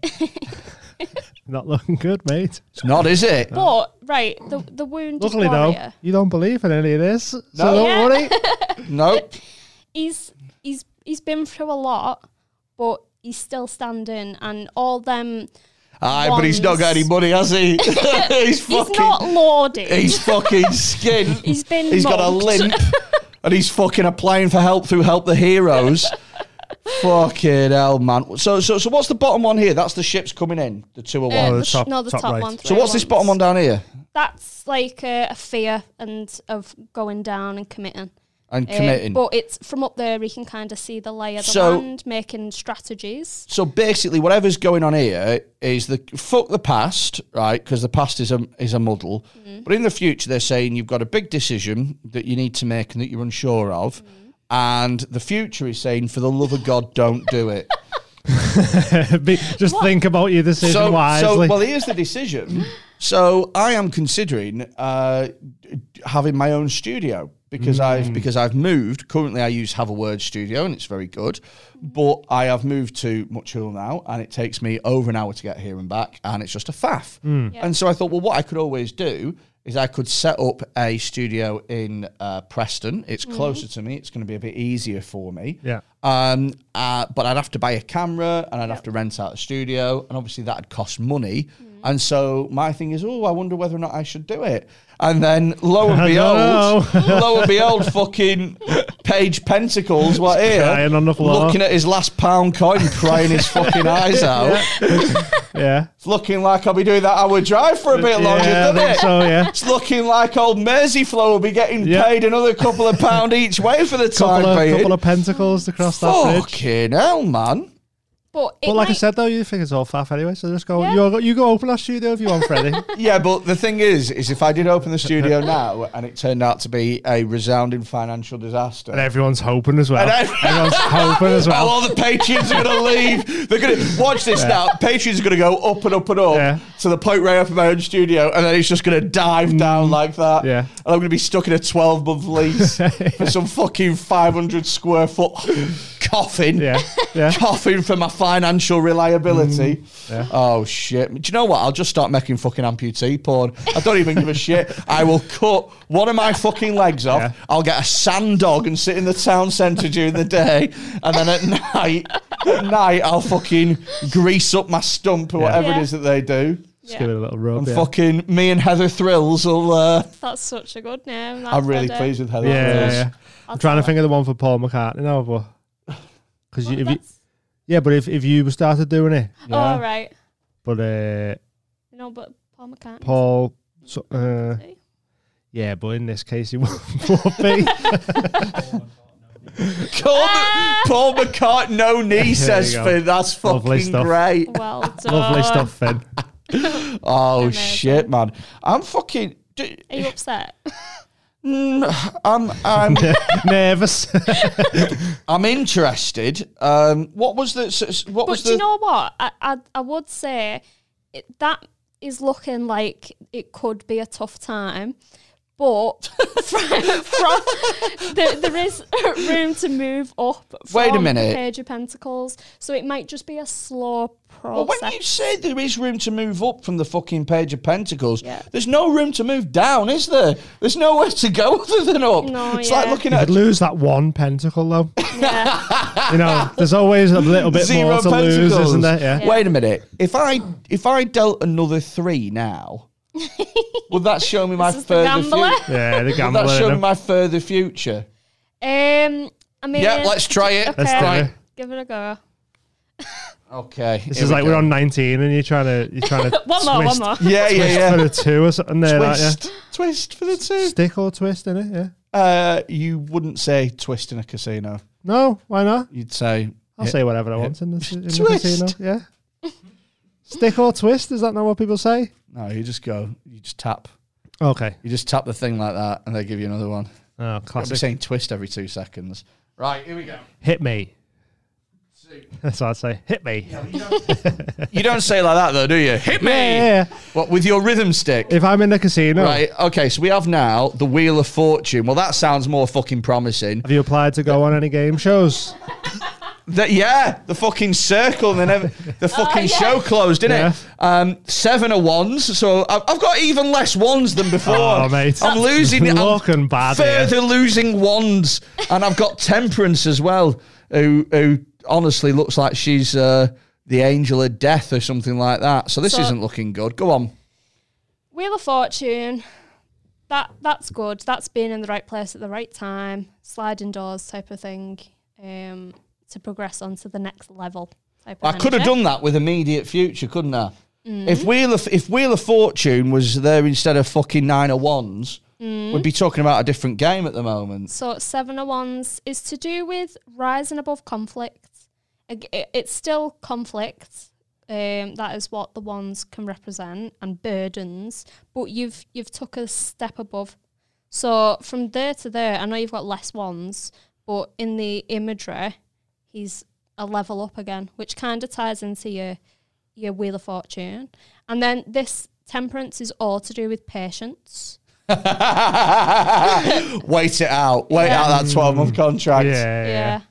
Speaker 4: Not looking good, mate.
Speaker 3: It's not, is it?
Speaker 5: But right, the the wounded
Speaker 4: Luckily, though,
Speaker 5: warrior.
Speaker 4: you don't believe in any of this, so
Speaker 3: No.
Speaker 4: don't
Speaker 5: Yeah.
Speaker 4: worry.
Speaker 3: Nope.
Speaker 5: He's he's he's been through a lot, but he's still standing, and all them.
Speaker 3: Aye, but he's not got any
Speaker 5: Ones.
Speaker 3: money, has
Speaker 5: <laughs>
Speaker 3: he? <laughs> he's
Speaker 5: He's
Speaker 3: fucking.
Speaker 5: not lauded.
Speaker 3: <laughs> he's fucking skinned.
Speaker 5: He's been
Speaker 3: He's got a
Speaker 5: mugged. <laughs>
Speaker 3: limp, and he's fucking applying for help through Help the Heroes. fucking hell, man. So, so, so, what's the bottom one here? That's the ships coming in. The two
Speaker 5: Uh,
Speaker 3: are one.
Speaker 5: the
Speaker 4: the top-
Speaker 5: no, the
Speaker 4: top
Speaker 5: top,
Speaker 4: right.
Speaker 5: one.
Speaker 3: so, what's this
Speaker 5: ones.
Speaker 3: bottom one down here?
Speaker 5: That's like a, a fear and of going down and committing.
Speaker 3: And
Speaker 5: Uh,
Speaker 3: committing.
Speaker 5: but it's from up there, we can kind of see the lay of the
Speaker 3: So-
Speaker 5: land, making strategies.
Speaker 3: so basically, whatever's going on here is the fuck the past, right? Because the past is a is a muddle.
Speaker 5: Mm-hmm.
Speaker 3: But in the future, they're saying you've got a big decision that you need to make and that you're unsure of,
Speaker 5: Mm-hmm.
Speaker 3: and the future is saying, for the love of God, don't do
Speaker 5: <laughs>
Speaker 3: it.
Speaker 4: <laughs> Be- Just think about your decision
Speaker 3: so, so
Speaker 4: wisely.
Speaker 3: well, here's the decision. So I am considering uh, having my own studio because
Speaker 4: Hmm.
Speaker 3: I've because I've moved. Currently, I use Have a Word Studio, and it's very good. But I have moved to Muchul now, and it takes me over an hour to get here and back, and it's just a faff.
Speaker 4: Hmm.
Speaker 3: And so I thought, well, what I could always do is I could set up a studio in uh, Preston. It's closer to me. It's going to be a bit easier for me.
Speaker 4: Hmm. Yeah.
Speaker 3: Um, uh, but I'd have to buy a camera and I'd have to rent out a studio, and obviously that'd cost money. And so my thing is, oh, I wonder whether or not I should do it. And then
Speaker 4: <laughs>
Speaker 3: lo and behold, lo and behold, fucking Page Pentacles, what here?
Speaker 4: crying on the floor.
Speaker 3: Looking at his last pound coin, crying his
Speaker 4: <laughs>
Speaker 3: fucking eyes out.
Speaker 4: yeah.
Speaker 3: It's looking like I'll be doing that hour drive for a bit longer,
Speaker 4: yeah, I
Speaker 3: doesn't
Speaker 4: think
Speaker 3: it? <laughs>
Speaker 4: so, yeah.
Speaker 3: It's looking like old Merseyflow will be getting
Speaker 4: Yeah.
Speaker 3: paid another couple of pound each way for the time
Speaker 4: Couple of,
Speaker 3: being.
Speaker 4: couple of pentacles to cross that bridge.
Speaker 3: Fucking hell, man.
Speaker 5: But, it
Speaker 4: But like I
Speaker 5: might-
Speaker 4: said, though, you think it's all faff anyway. So just go. You
Speaker 5: Yeah.
Speaker 4: go. You go open that studio if you want, Freddie.
Speaker 5: <laughs>
Speaker 3: Yeah, but the thing is, is if I did open the studio <laughs> now and it turned out to be a resounding financial disaster,
Speaker 4: and everyone's hoping as well.
Speaker 3: And I-
Speaker 4: <laughs> everyone's hoping as
Speaker 3: Oh,
Speaker 4: <laughs> well.
Speaker 3: all the patrons are going to leave. They're going to watch this now. Patrons are going to go up and up and up
Speaker 4: Yeah. Mm.
Speaker 3: to the point where I open my own studio, and then it's just going to dive down like that.
Speaker 4: Yeah.
Speaker 3: and I'm going to be stuck in a 12 month
Speaker 4: <laughs>
Speaker 3: lease for some fucking 500 square foot coffin.
Speaker 4: Yeah, <laughs> yeah.
Speaker 3: Coughing for my financial reliability.
Speaker 4: Mm.
Speaker 3: Oh shit! Do you know what? I'll just start making fucking amputee porn. I don't even give a shit. I will cut one of my fucking legs off.
Speaker 4: Yeah.
Speaker 3: I'll get a sand dog and sit in the town centre during the day, and then at night, at night I'll fucking grease up my stump or
Speaker 4: Yeah.
Speaker 3: whatever
Speaker 5: Yeah.
Speaker 3: it is that they do.
Speaker 4: Just give it a little rub.
Speaker 3: And
Speaker 4: Yeah.
Speaker 3: fucking me and Heather Thrills will. Uh,
Speaker 5: that's such a good name.
Speaker 3: I'm
Speaker 5: that's
Speaker 3: really
Speaker 5: better.
Speaker 3: pleased with Heather
Speaker 4: yeah, yeah,
Speaker 3: Thrills.
Speaker 4: yeah.
Speaker 5: I'll
Speaker 4: I'm trying to
Speaker 5: tell
Speaker 4: think of the one for Paul McCartney now,
Speaker 5: <laughs>
Speaker 4: but because you,
Speaker 5: her.
Speaker 4: if you,
Speaker 5: That's-
Speaker 4: yeah, but if, if you started doing it,
Speaker 5: Oh, right.
Speaker 4: but uh,
Speaker 5: No, but Paul McCartney.
Speaker 4: Paul, so, uh, yeah, but in this <laughs> case, he would be.
Speaker 3: Paul, Paul McCart,
Speaker 4: <laughs>
Speaker 3: no knee says
Speaker 4: go.
Speaker 3: Finn. That's
Speaker 4: Lovely
Speaker 3: fucking
Speaker 4: stuff.
Speaker 3: great.
Speaker 5: Well done.
Speaker 4: Lovely stuff, Finn.
Speaker 3: Oh
Speaker 5: Amazing.
Speaker 3: shit, man! I'm fucking. d-
Speaker 5: Are you upset?
Speaker 3: mm, I'm
Speaker 4: <laughs>
Speaker 3: I'm
Speaker 4: <laughs> Nervous.
Speaker 3: I'm interested. Um, what was the s- s- what
Speaker 5: But
Speaker 3: was
Speaker 5: do
Speaker 3: the
Speaker 5: you know what? I, I, I would say it, that is looking like it could be a tough time. But <laughs> from, from there, there is <laughs> room to move up. From
Speaker 3: Wait a minute.
Speaker 5: The Page of Pentacles, so it might just be a slow
Speaker 3: well,
Speaker 5: process.
Speaker 3: when you say there is room to move up from the fucking page of pentacles,
Speaker 5: Yeah.
Speaker 3: there's no room to move down, is there? There's nowhere to go <laughs> other than up.
Speaker 5: No,
Speaker 3: it's like
Speaker 5: yeah.
Speaker 3: looking
Speaker 4: I'd
Speaker 3: at
Speaker 4: lose that one pentacle though.
Speaker 5: yeah.
Speaker 4: You know, there's always a little bit
Speaker 3: zero
Speaker 4: more to
Speaker 3: pentacles,
Speaker 4: lose, isn't there? Yeah.
Speaker 3: Wait a minute. If I if I dealt another three
Speaker 5: <laughs>
Speaker 3: now, would that show me my
Speaker 5: This is the
Speaker 3: further
Speaker 5: gambler.
Speaker 3: future?
Speaker 4: Yeah, the
Speaker 3: Would that show me
Speaker 4: gambler.
Speaker 3: my further future?
Speaker 5: Um, I mean,
Speaker 3: Yeah, let's try it.
Speaker 5: Okay,
Speaker 4: Let's try it.
Speaker 5: give it a go.
Speaker 3: Okay.
Speaker 4: This is like we're on 19 and you're trying to you're trying to
Speaker 5: One more,
Speaker 4: twist,
Speaker 5: one
Speaker 4: <laughs>
Speaker 5: more.
Speaker 3: Yeah, yeah,
Speaker 4: twist
Speaker 3: yeah.
Speaker 4: for a two or something there. like, yeah.
Speaker 3: twist, twist for the two.
Speaker 4: Stick or twist in it, yeah.
Speaker 3: Uh, you wouldn't say twist in a casino.
Speaker 4: No, why not?
Speaker 3: You'd say
Speaker 4: I'll say whatever I want in the, in the
Speaker 3: Twist.
Speaker 4: casino. Yeah. Stick or twist? Is that not what people say?
Speaker 3: no. You just go. You just tap.
Speaker 4: Okay.
Speaker 3: You just tap the thing like that, and they give you another one.
Speaker 4: Oh,
Speaker 3: I'll be
Speaker 4: classic.
Speaker 3: saying twist every two seconds. Right, here we go.
Speaker 4: Hit me. <laughs> That's what I'd say. Hit me. Yeah,
Speaker 3: You don't say like that though, do you? Hit me.
Speaker 4: yeah, yeah.
Speaker 3: What with your rhythm stick?
Speaker 4: If I'm in the casino,
Speaker 3: Right. Okay. So we have now the Wheel of Fortune. Well, that sounds more fucking promising.
Speaker 4: have you applied to go on any game shows?
Speaker 3: The, yeah, the fucking circle, and then ev- the fucking
Speaker 5: yeah.
Speaker 3: show closed, didn't
Speaker 4: Yeah.
Speaker 3: it? Um, seven of ones, so I've, I've got even less ones than before.
Speaker 4: Oh, mate.
Speaker 3: I'm
Speaker 4: That's
Speaker 3: losing. I'm
Speaker 4: looking bad here.
Speaker 3: Further losing wands, and I've got Temperance as well, who who honestly looks like she's uh, the angel of death or something like that. So this
Speaker 5: So-
Speaker 3: isn't looking good. Go on.
Speaker 5: Wheel of Fortune. That that's good. That's being in the right place at the right time, sliding doors type of thing, um, to progress on to the next level. Type
Speaker 3: I
Speaker 5: of
Speaker 3: could have
Speaker 5: energy.
Speaker 3: done that with immediate future, couldn't I?
Speaker 5: Mm.
Speaker 3: If Wheel of if Wheel of Fortune was there instead of fucking nine of wands,
Speaker 5: Mm.
Speaker 3: we'd be talking about a different game at the moment.
Speaker 5: So seven of wands is to do with rising above conflict. Ag- i- It's still conflict. Um, that is what the wands can represent and burdens. But you've you've took a step above. So from there to there, I know you've got less wands, but in the imagery, he's a level up again, which kind of ties into your your wheel of fortune. And then this temperance is all to do with patience.
Speaker 3: Wait it out. Wait
Speaker 5: Yeah.
Speaker 3: out that twelve month contract.
Speaker 4: yeah, yeah.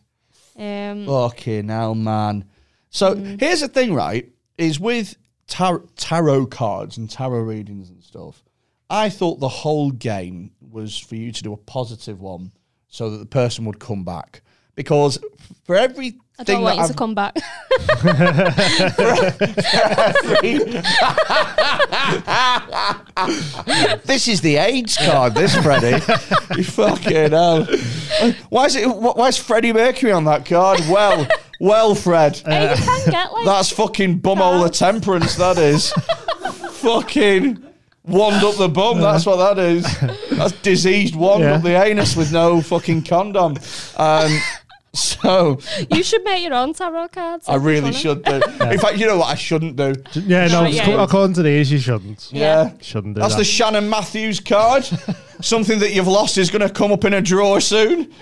Speaker 5: Yeah. Um,
Speaker 3: Fucking hell, man. So
Speaker 5: Mm.
Speaker 3: here's the thing, right? Is with tar- tarot cards and tarot readings and stuff, I thought the whole game was for you to do a positive one so that the person would come back. Because for everything
Speaker 5: I don't
Speaker 3: that
Speaker 5: want you
Speaker 3: I've
Speaker 5: to
Speaker 3: <laughs>
Speaker 5: come back.
Speaker 3: this is the AIDS card, this Freddie. <laughs> you fucking hell. Why is it? wh- Why is Freddie Mercury on that card? Well, well, Fred,
Speaker 5: Hey, you can get like
Speaker 3: that's fucking bumhole of temperance. That is fucking wand up the bum. That's what that is. That's diseased wand
Speaker 4: Yeah.
Speaker 3: up the anus with no fucking condom. Um, so
Speaker 5: you should make your own tarot cards.
Speaker 3: I
Speaker 5: if you
Speaker 3: really
Speaker 5: wanna.
Speaker 3: should do. In fact, you know what I shouldn't do.
Speaker 4: Yeah, no,
Speaker 5: No, yeah.
Speaker 4: acco- according to these, you shouldn't.
Speaker 5: Yeah.
Speaker 3: yeah.
Speaker 4: Shouldn't do
Speaker 3: That's
Speaker 4: that.
Speaker 3: the Shannon Matthews <laughs> card. Something that you've lost is going to come up in a drawer soon.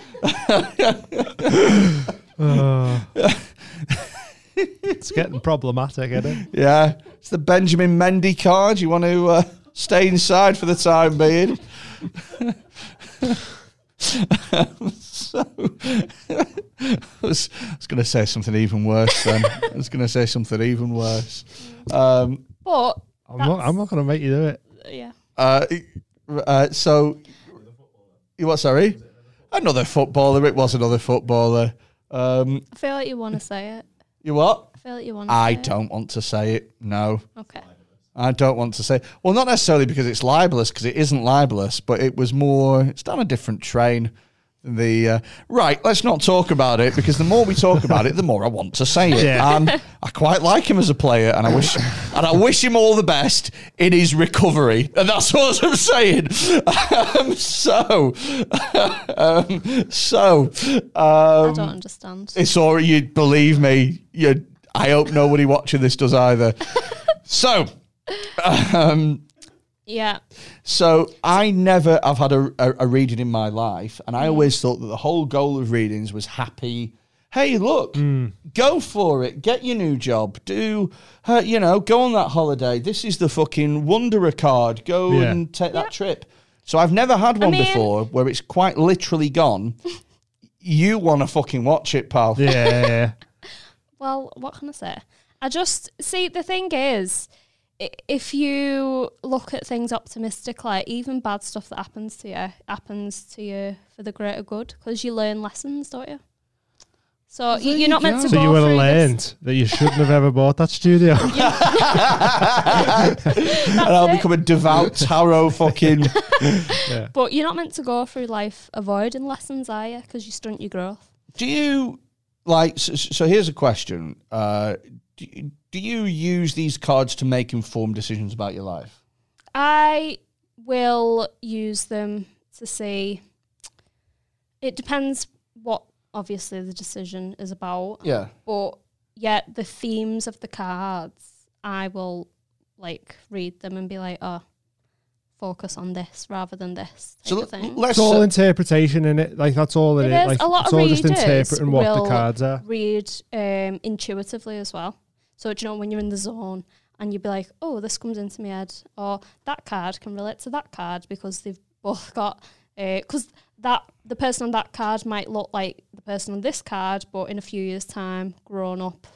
Speaker 4: it's getting problematic, isn't
Speaker 3: <laughs>
Speaker 4: it?
Speaker 3: Yeah, it's the Benjamin Mendy card. You want to uh, stay inside for the time being. <laughs> so, <laughs> I was, I was going to say something even worse. Then I was going to say something even worse. Um,
Speaker 5: But
Speaker 4: I'm not, I'm not going to make you do it.
Speaker 5: yeah,
Speaker 3: uh, uh, so, you what? Sorry, another footballer. It was another footballer. Um,
Speaker 5: I feel like you want to say it.
Speaker 3: you what?
Speaker 5: I feel like you want. to
Speaker 3: I
Speaker 5: say
Speaker 3: don't want to say it. No,
Speaker 5: It. Okay.
Speaker 3: I don't want to say. Well, not necessarily because it's libelous, because it isn't libelous, but it was more. It's down a different train. than The uh, right. Let's not talk about it because the more we talk about it, the more I want to say it.
Speaker 4: Yeah.
Speaker 3: And I quite like him as a player, and I wish and I wish him all the best in his recovery. And that's all I'm saying. um, so, um, so. Um,
Speaker 5: I don't understand.
Speaker 3: it's all right, you believe me. You, I hope nobody watching this does either. so, um,
Speaker 5: Yeah.
Speaker 3: so I never have had a, a, a reading in my life, and I
Speaker 4: Mm.
Speaker 3: always thought that the whole goal of readings was happy. Hey, look,
Speaker 4: Mm.
Speaker 3: go for it. Get your new job. Do, uh, you know, go on that holiday. This is the fucking Wanderer card. Go
Speaker 4: Yeah.
Speaker 3: and take that trip. So I've never had one
Speaker 5: mean-
Speaker 3: before where it's quite literally gone. you want to fucking watch it, pal.
Speaker 4: Yeah, yeah,
Speaker 5: <laughs>
Speaker 4: yeah.
Speaker 5: Well, what can I say? I just see the thing is, i- if you look at things optimistically, even bad stuff that happens to you happens to you for the greater good because you learn lessons, don't you? So you, you're not meant to
Speaker 4: So
Speaker 5: go
Speaker 4: you would have
Speaker 5: through this-
Speaker 4: learned that you shouldn't have ever bought that
Speaker 5: <laughs>
Speaker 4: studio.
Speaker 3: and I'll
Speaker 5: it.
Speaker 3: become a
Speaker 4: <laughs>
Speaker 3: devout tarot fucking.
Speaker 5: But you're not meant to go through life avoiding lessons, are you? Because you stunt your growth.
Speaker 3: do you like? So, so here's a question: uh, do, you- do you use these cards to make informed decisions about your life?
Speaker 5: I will use them to see. It depends what, obviously, the decision is about.
Speaker 3: Yeah.
Speaker 5: But yeah, the themes of the cards, I will like read them and be like, oh, focus on this rather than this. Type
Speaker 3: So
Speaker 5: of
Speaker 3: l-
Speaker 5: thing.
Speaker 3: let's.
Speaker 4: It's all interpretation in it. Like that's all it
Speaker 5: It
Speaker 4: is.
Speaker 5: is.
Speaker 4: Like
Speaker 5: a lot
Speaker 4: it's
Speaker 5: of
Speaker 4: all
Speaker 5: readers
Speaker 4: just interpreting what
Speaker 5: will
Speaker 4: the cards are.
Speaker 5: read um, intuitively as well. So do you know when you're in the zone and you'd be like, "Oh, this comes into my head," or "That card can relate to that card because they've both got because that the person on that card might look like the person on this card, but in a few years' time, grown up,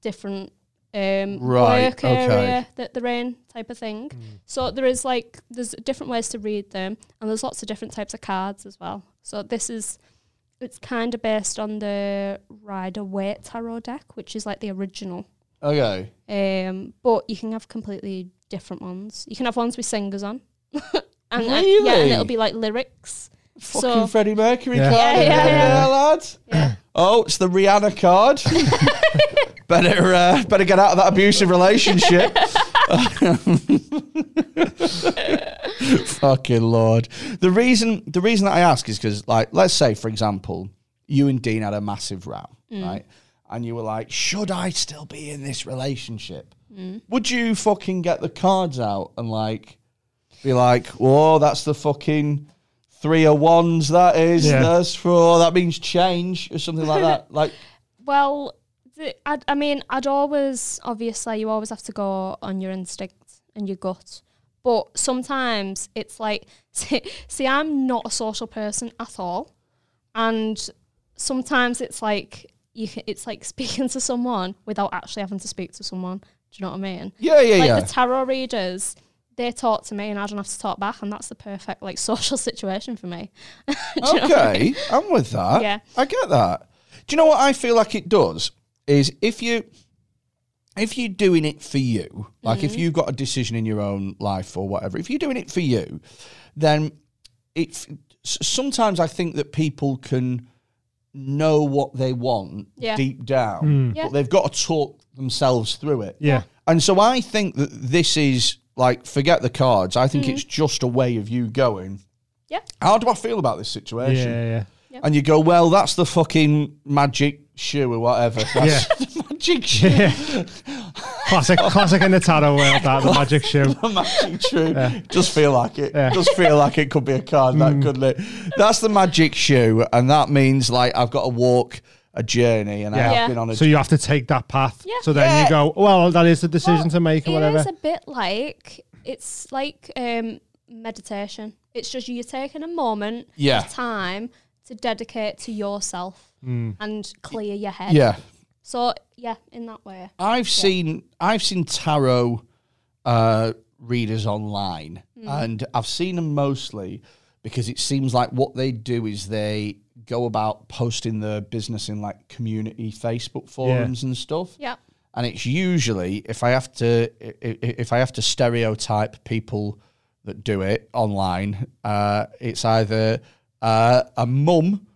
Speaker 5: different um,
Speaker 3: Right,
Speaker 5: work
Speaker 3: okay. Hmm.
Speaker 5: area that they're in, type of thing. So there is like there's different ways to read them, and there's lots of different types of cards as well. So this is it's kind of based on the Rider Waite Tarot deck, which is like the original.
Speaker 3: Okay.
Speaker 5: Um, but you can have completely different ones. You can have ones with singers on, <laughs> and uh, yeah,
Speaker 3: Really?
Speaker 5: and it'll be like lyrics.
Speaker 3: Fucking
Speaker 5: So
Speaker 3: Freddie Mercury
Speaker 4: Yeah.
Speaker 3: card.
Speaker 5: Yeah,
Speaker 3: in
Speaker 5: yeah,
Speaker 3: there,
Speaker 5: yeah.
Speaker 3: lad. Oh, it's the Rihanna
Speaker 5: <laughs>
Speaker 3: card. better, uh, better get out of that abusive relationship. <laughs> Fucking lord. The reason, the reason that I ask is because, like, let's say, for example, you and Dean had a massive row,
Speaker 5: Mm.
Speaker 3: right? And you were like, "Should I still be in this relationship?"
Speaker 5: Mm.
Speaker 3: Would you fucking get the cards out and like? be like, "Whoa, that's the fucking three of ones. That is.
Speaker 4: Yeah.
Speaker 3: That's for. That means change or something like that. Like,
Speaker 5: well, the, I, I mean, I'd always obviously you always have to go on your instinct and your gut, but sometimes it's like <laughs> see, see I'm not a social person at all, and sometimes it's like you c- it's like speaking to someone without actually having to speak to someone. Do you know what I mean?
Speaker 3: yeah, yeah,
Speaker 5: like
Speaker 3: yeah.
Speaker 5: the tarot readers they talk to me and i don't have to talk back and that's the perfect like <laughs> social situation for me <laughs> Do you know what I mean?
Speaker 3: okay, I'm with that.
Speaker 5: Yeah.
Speaker 3: I get that. Do you know what I feel like it does is if you if you're doing it for you, like
Speaker 5: Mm-hmm.
Speaker 3: if you've got a decision in your own life or whatever, if you're doing it for you, then it s- sometimes I think that people can know what they want
Speaker 5: Yeah.
Speaker 3: deep down,
Speaker 5: Yeah.
Speaker 3: but they've got to talk themselves through it.
Speaker 4: Yeah.
Speaker 3: And so I think that this is like forget the cards. I
Speaker 5: Mm-hmm.
Speaker 3: think it's just a way of you going.
Speaker 5: Yeah.
Speaker 3: How do I feel about this
Speaker 4: Yeah.
Speaker 3: situation?
Speaker 4: Yeah.
Speaker 3: and you go, well, that's the fucking magic shoe or whatever.
Speaker 4: <laughs>
Speaker 3: That's the magic shoe.
Speaker 5: <laughs>
Speaker 4: Classic, classic in the tarot world, that the magic shoe.
Speaker 3: The <laughs> magic shoe. Just feel like it. Just feel like it could be a card,
Speaker 4: Mm.
Speaker 3: that couldn't it? That's the magic shoe, and that means like I've got to walk a journey, and
Speaker 4: Yeah.
Speaker 3: I've
Speaker 5: Yeah.
Speaker 3: been on a.
Speaker 4: So you have to take that path.
Speaker 5: Yeah.
Speaker 4: So then
Speaker 3: Yeah.
Speaker 4: you go, well, that is the decision to make or
Speaker 5: it is
Speaker 4: whatever.
Speaker 5: a bit like it's like um meditation it's just you're taking a moment
Speaker 3: Yeah.
Speaker 5: of time to dedicate to yourself
Speaker 4: Hmm.
Speaker 5: and clear your head
Speaker 3: yeah,
Speaker 5: so yeah in that way
Speaker 3: I've seen I've seen tarot uh, readers online, and I've seen them mostly because it seems like what they do is they go about posting their business in like community Facebook forums and stuff.
Speaker 5: yeah
Speaker 3: and it's usually if I have to i- i- if I have to stereotype people that do it online, uh, it's either uh, a mum.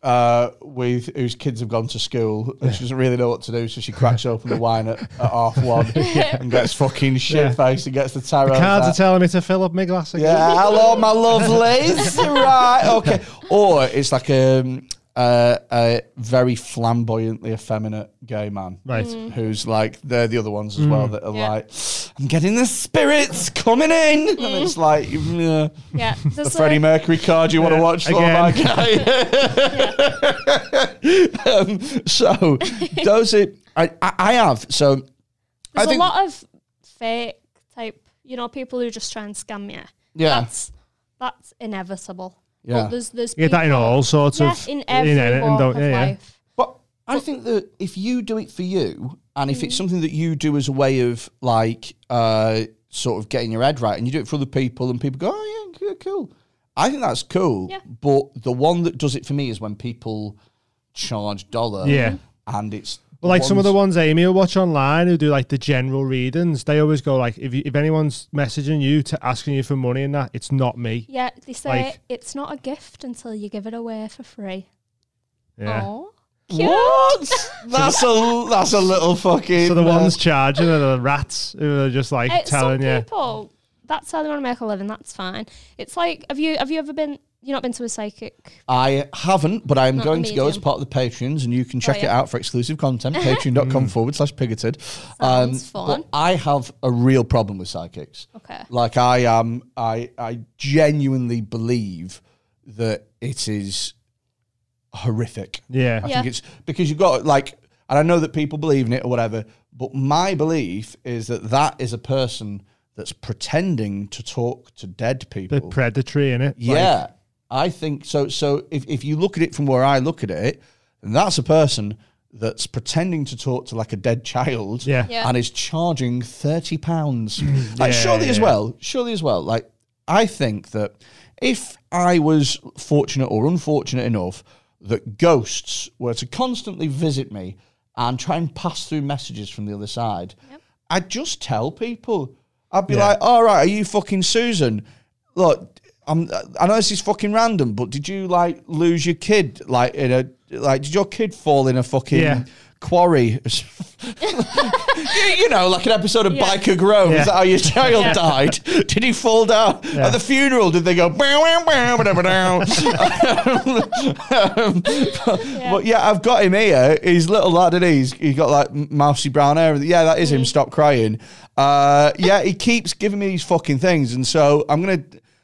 Speaker 3: Uh, with whose kids have gone to school and she doesn't really know what to do, so she cracks open the wine at, at half one and gets fucking shit faced and gets the tarot.
Speaker 4: Cards
Speaker 3: out.
Speaker 4: are telling me to fill up my glass again. <laughs>
Speaker 3: Yeah, hello, my lovelies. right, okay. Or it's like a, a, a very flamboyantly effeminate gay man.
Speaker 4: Right. Mm.
Speaker 3: Who's like, they're the other ones as well that are like, I'm getting the spirits coming in. And it's like, mm, yeah.
Speaker 5: yeah
Speaker 3: <laughs> the
Speaker 5: There's
Speaker 3: Freddie
Speaker 5: like-
Speaker 3: Mercury card you want to
Speaker 4: Yeah,
Speaker 3: watch for
Speaker 4: again.
Speaker 3: my guy. <laughs> um, so, those are, I, I, I have, so. I
Speaker 5: There's
Speaker 3: think-
Speaker 5: a lot of fake type, you know, people who just try and scam you.
Speaker 3: Yeah.
Speaker 5: That's that's inevitable.
Speaker 3: Yeah.
Speaker 5: But there's there's
Speaker 4: You get that in
Speaker 5: people-
Speaker 4: all sorts
Speaker 5: yeah,
Speaker 4: of
Speaker 5: in every
Speaker 4: anything,
Speaker 5: walk
Speaker 4: don't-
Speaker 5: of
Speaker 4: yeah, yeah.
Speaker 5: life.
Speaker 3: But I think that if you do it for you, and if it's something that you do as a way of like uh, sort of getting your head right, and you do it for other people, and people go, "Oh yeah, c- cool," I think that's cool.
Speaker 5: Yeah.
Speaker 3: But the one that does it for me is when people charge dollar.
Speaker 4: Yeah.
Speaker 3: And it's
Speaker 4: Well, like some of the ones Amy will watch online who do like the general readings, they always go like, if you, if anyone's messaging you to asking you for money and that, it's not me.
Speaker 5: Yeah, they say
Speaker 4: Like-
Speaker 5: it's not a gift until you give it away for free.
Speaker 4: Yeah.
Speaker 5: Oh.
Speaker 3: What? that's a that's a little fucking.
Speaker 4: <laughs> So the
Speaker 3: uh,
Speaker 4: ones charging are the rats who are just like
Speaker 5: Uh,
Speaker 4: telling
Speaker 5: some
Speaker 4: you.
Speaker 5: people that's how they want to make a living, that's fine. It's like have you have you ever been you not been to a psychic?
Speaker 3: I haven't, but I am
Speaker 5: Not
Speaker 3: going
Speaker 5: the
Speaker 3: to go as
Speaker 5: medium. Oh,
Speaker 3: part of the Patreons, and you can check it
Speaker 5: yeah.
Speaker 3: out for exclusive
Speaker 5: <laughs>
Speaker 3: content. Patreon.com forward slash pigoted. Um,
Speaker 5: Sounds fun.
Speaker 3: But I have a real problem with psychics.
Speaker 5: Okay.
Speaker 3: Like I am, I I genuinely believe that it is horrific.
Speaker 4: Yeah.
Speaker 3: I
Speaker 5: Yeah.
Speaker 3: think it's because you've got like, and I know that people believe in it or whatever, but my belief is that that is a person that's pretending to talk to dead
Speaker 4: The
Speaker 3: people.
Speaker 4: predatory in it.
Speaker 3: Oh. yeah, I think so. So if, if you look at it from where I look at it, then that's a person that's pretending to talk to like a dead child
Speaker 4: Yeah. Mm.
Speaker 5: Yeah.
Speaker 3: and is charging 30 pounds. like, surely as
Speaker 4: yeah.
Speaker 3: well, surely as well. Like, I think that if I was fortunate or unfortunate enough that ghosts were to constantly visit me and try and pass through messages from the other side, I'd just tell people. I'd be like, all right, are you fucking Susan? Look, I'm, I know this is fucking random, but did you like lose your kid? Like, in a, like, did your kid fall in a fucking
Speaker 4: Yeah.
Speaker 3: quarry? <laughs> you know, like an episode of
Speaker 5: Yeah.
Speaker 3: Biker Grove.
Speaker 4: Yeah.
Speaker 3: Is that how your child died? <laughs> Did he fall down at the funeral? Did they go? "Bow, wow, wow, ba-da, ba-dow?" Um, but, but yeah, I've got him here. He's little lad, and he's he got like m- mousy brown hair. Yeah, that is him. Stop crying. Uh, yeah, he keeps giving me these fucking things, and so I'm gonna.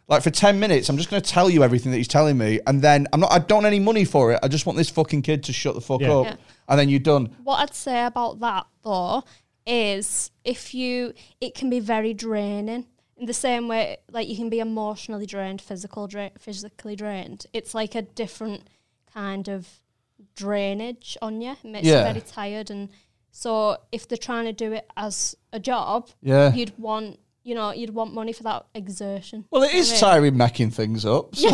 Speaker 3: Like for ten minutes, I'm just going to tell you everything that he's telling me, and then I'm not. I don't want any money for it. I just want this fucking kid to shut the fuck
Speaker 4: Yeah.
Speaker 3: up,
Speaker 5: Yeah.
Speaker 3: and then you're done.
Speaker 5: What I'd say about that though is if you, it can be very draining. In the same way, like you can be emotionally drained, physical dra- physically drained. It's like a different kind of drainage on you. It makes
Speaker 3: Yeah.
Speaker 5: you very tired, and so if they're trying to do it as a job,
Speaker 3: Yeah.
Speaker 5: you'd want, you know, you'd want money for that exertion.
Speaker 3: Well, it is
Speaker 5: Right.
Speaker 3: tiring macking things up. So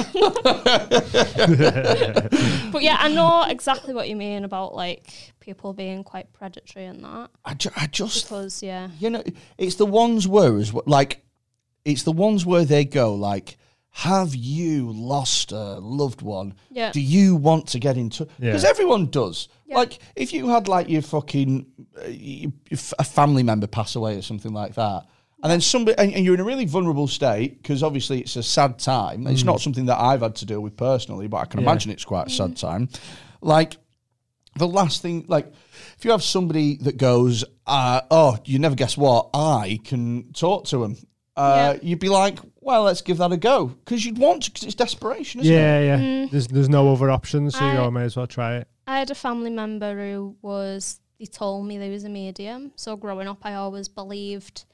Speaker 5: But yeah, I know exactly what you mean about like people being quite predatory and that.
Speaker 3: I, ju- I just
Speaker 5: Because yeah,
Speaker 3: you know, it's the ones where as well, like, it's the ones where they go like, "Have you lost a loved one?
Speaker 5: Yeah.
Speaker 3: Do you want to get in touch? Because
Speaker 4: Yeah.
Speaker 3: everyone does. Like, if you had like your fucking uh, y- f- a family member pass away or something like that. And then somebody, and, and you're in a really vulnerable state because obviously it's a sad time. It's not something that I've had to deal with personally, but I can imagine it's quite a sad time. Like, the last thing, like, if you have somebody that goes, uh, "Oh, you never guess what," I can talk to him. Uh,
Speaker 5: Yeah.
Speaker 3: You'd be like, "Well, let's give that a go," because you'd want to. Cause it's desperation, isn't it?
Speaker 4: Yeah, yeah. There's there's no other option, so you go,
Speaker 5: Mm. I-
Speaker 4: I may as well try
Speaker 5: <laughs>
Speaker 4: it.
Speaker 5: I had a family member who was. They told me they was a medium. So growing up, I always believed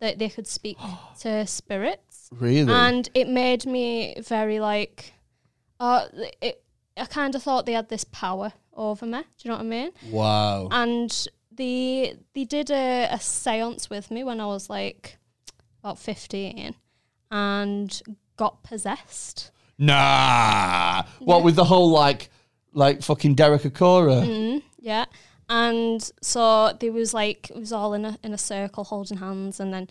Speaker 5: that they could speak to spirits,
Speaker 3: Really?
Speaker 5: and it made me very like, uh, it. I kind of thought they had this power over me. Do you know what I mean?
Speaker 3: wow.
Speaker 5: and they they did a, a seance with me when I was like about fifteen, and got possessed.
Speaker 3: nah. What with the whole like, like fucking Derek Acora?
Speaker 5: Mm. Yeah. And so they was like it was all in a in a circle holding hands and then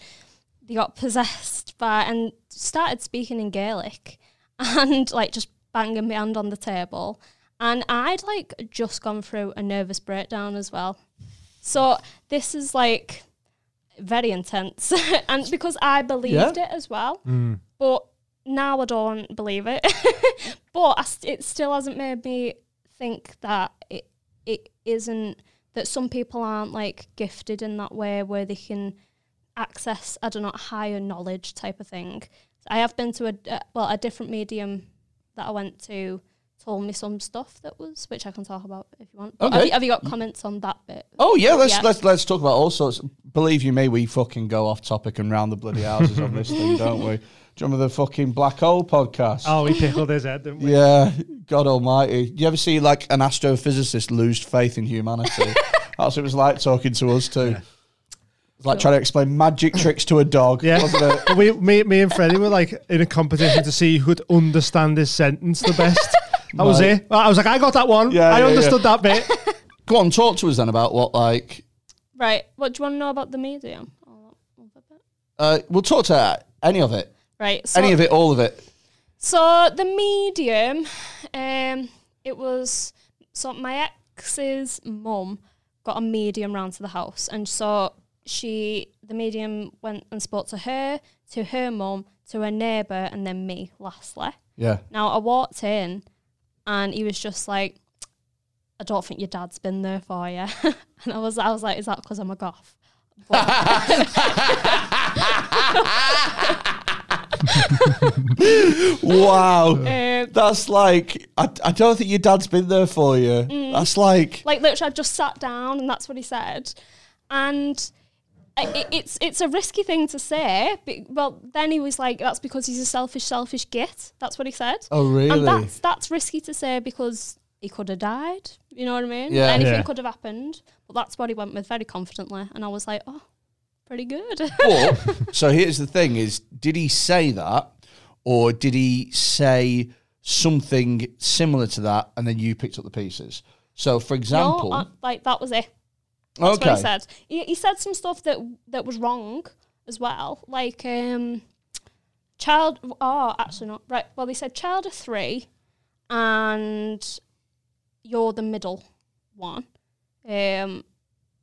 Speaker 5: they got <laughs> possessed by and started speaking in Gaelic <laughs> and like just banging my hand on the table. And I'd like just gone through a nervous breakdown as well. So this is like very intense. <laughs> and because I believed
Speaker 3: Yeah.
Speaker 5: it as well. But now I don't believe it. <laughs> but I st- it still hasn't made me think that it it isn't that some people aren't like gifted in that way where they can access I don't know higher knowledge type of thing. I have been to a uh, well a different medium that I went to told me some stuff that was which I can talk about if you want. But Have,
Speaker 3: Okay. Mm.
Speaker 5: you, have you got comments on that bit?
Speaker 3: Oh yeah, let's
Speaker 5: Yeah.
Speaker 3: let's let's talk about all sorts. Believe you me, we fucking go off topic and round the bloody houses on this thing, don't we? Do you remember the fucking black hole podcast?
Speaker 4: Oh, he pickled his head, didn't we?
Speaker 3: Yeah, God Almighty. Do you ever see like an astrophysicist lose faith in humanity? That's what it was like talking to us too. It's like trying to explain magic tricks to a dog.
Speaker 4: Yeah.
Speaker 3: wasn't
Speaker 4: <laughs>
Speaker 3: it?
Speaker 4: we, me, me and Freddie were like in a competition to see who could understand this sentence the best. That was
Speaker 3: Right.
Speaker 4: it. I was like, I got that one.
Speaker 3: Yeah,
Speaker 4: I
Speaker 3: yeah,
Speaker 4: understood that
Speaker 3: <laughs>
Speaker 4: bit.
Speaker 3: Go on, talk to us then about what like.
Speaker 5: Right. What do you want to know about the medium? All that other bit.
Speaker 3: Uh, we'll talk to her, any of it,
Speaker 5: Right. So
Speaker 3: any of it, all of it.
Speaker 5: So the medium, um, it was so my ex's mum got a medium round to the house, and so she, the medium, went and spoke to her, to her mum, to her neighbour, and then me. Lastly,
Speaker 3: Yeah.
Speaker 5: now I walked in, and he was just like, "I don't think your dad's been there for you," <laughs> and I was, I was like, "Is that because I'm a goth?"
Speaker 3: Wow.
Speaker 5: Um,
Speaker 3: That's like I, I don't think your dad's been there for you. That's like
Speaker 5: Like literally, I just sat down, and that's what he said. And I- it, it's it's a risky thing to say. But, well, then he was like, "That's because he's a selfish, selfish git." That's what he said.
Speaker 3: Oh, really?
Speaker 5: And that's that's risky to say because he could have died. You know what I mean?
Speaker 3: Yeah.
Speaker 5: Anything
Speaker 4: Yeah.
Speaker 5: could have happened. But that's what he went with very confidently, and I was like, "Oh, pretty good." <laughs>
Speaker 3: But so here's the thing: is did he say that, or did he say something similar to that, and then you picked up the pieces? So, for example,
Speaker 5: No, I- like that was it. That's
Speaker 3: okay,
Speaker 5: what he said. He, he said some stuff that that was wrong as well, like um, child. Oh, actually not right. Well, they said child of three, and you're the middle one. Um,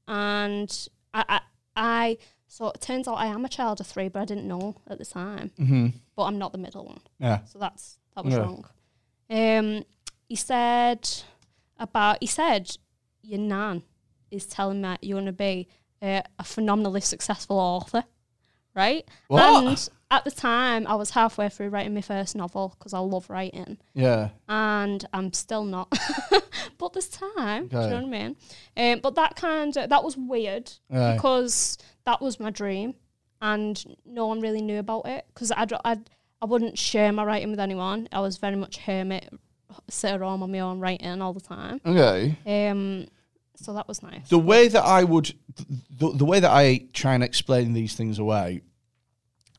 Speaker 5: and I, I, I so it turns out I am a child of three, but I didn't know at the time. Mm-hmm. But I'm not the middle one.
Speaker 3: yeah,
Speaker 5: So that's that was
Speaker 3: Yeah.
Speaker 5: wrong. Um, he said about he said your nan is telling me that you're going to be uh, a phenomenally successful author, right?
Speaker 3: What?
Speaker 5: And at the time, I was halfway through writing my first novel because I love writing,
Speaker 3: yeah,
Speaker 5: and I'm still not. <laughs> but this time, do you
Speaker 3: Okay.
Speaker 5: know what I mean? Um, but that kind of that was weird
Speaker 3: Aye.
Speaker 5: because that was my dream, and no one really knew about it because I'd, I'd I wouldn't share my writing with anyone. I was very much hermit, sit at home on my own writing all the time.
Speaker 3: okay.
Speaker 5: Um, so that was nice.
Speaker 3: The way that I would, the, the way that I try and explain these things away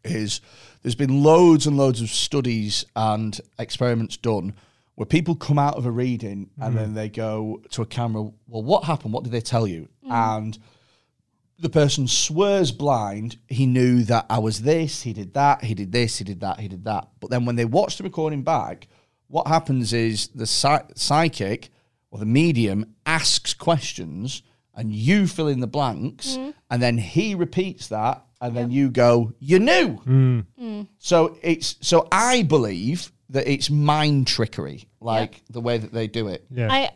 Speaker 3: is there's been loads and loads of studies and experiments done where people come out of a reading and then they go to a camera, well, what happened? What did they tell you?
Speaker 5: Mm.
Speaker 3: And the person swears blind, he knew that I was this, he did that, he did this, he did that, he did that. But then when they watch the recording back, what happens is the psy- psychic or the medium asks questions and you fill in the blanks
Speaker 5: Mm.
Speaker 3: and then he repeats that and then you go, you knew.
Speaker 5: Mm.
Speaker 3: So it's so I believe that it's mind trickery, like the way that they do it.
Speaker 4: Yeah.
Speaker 5: I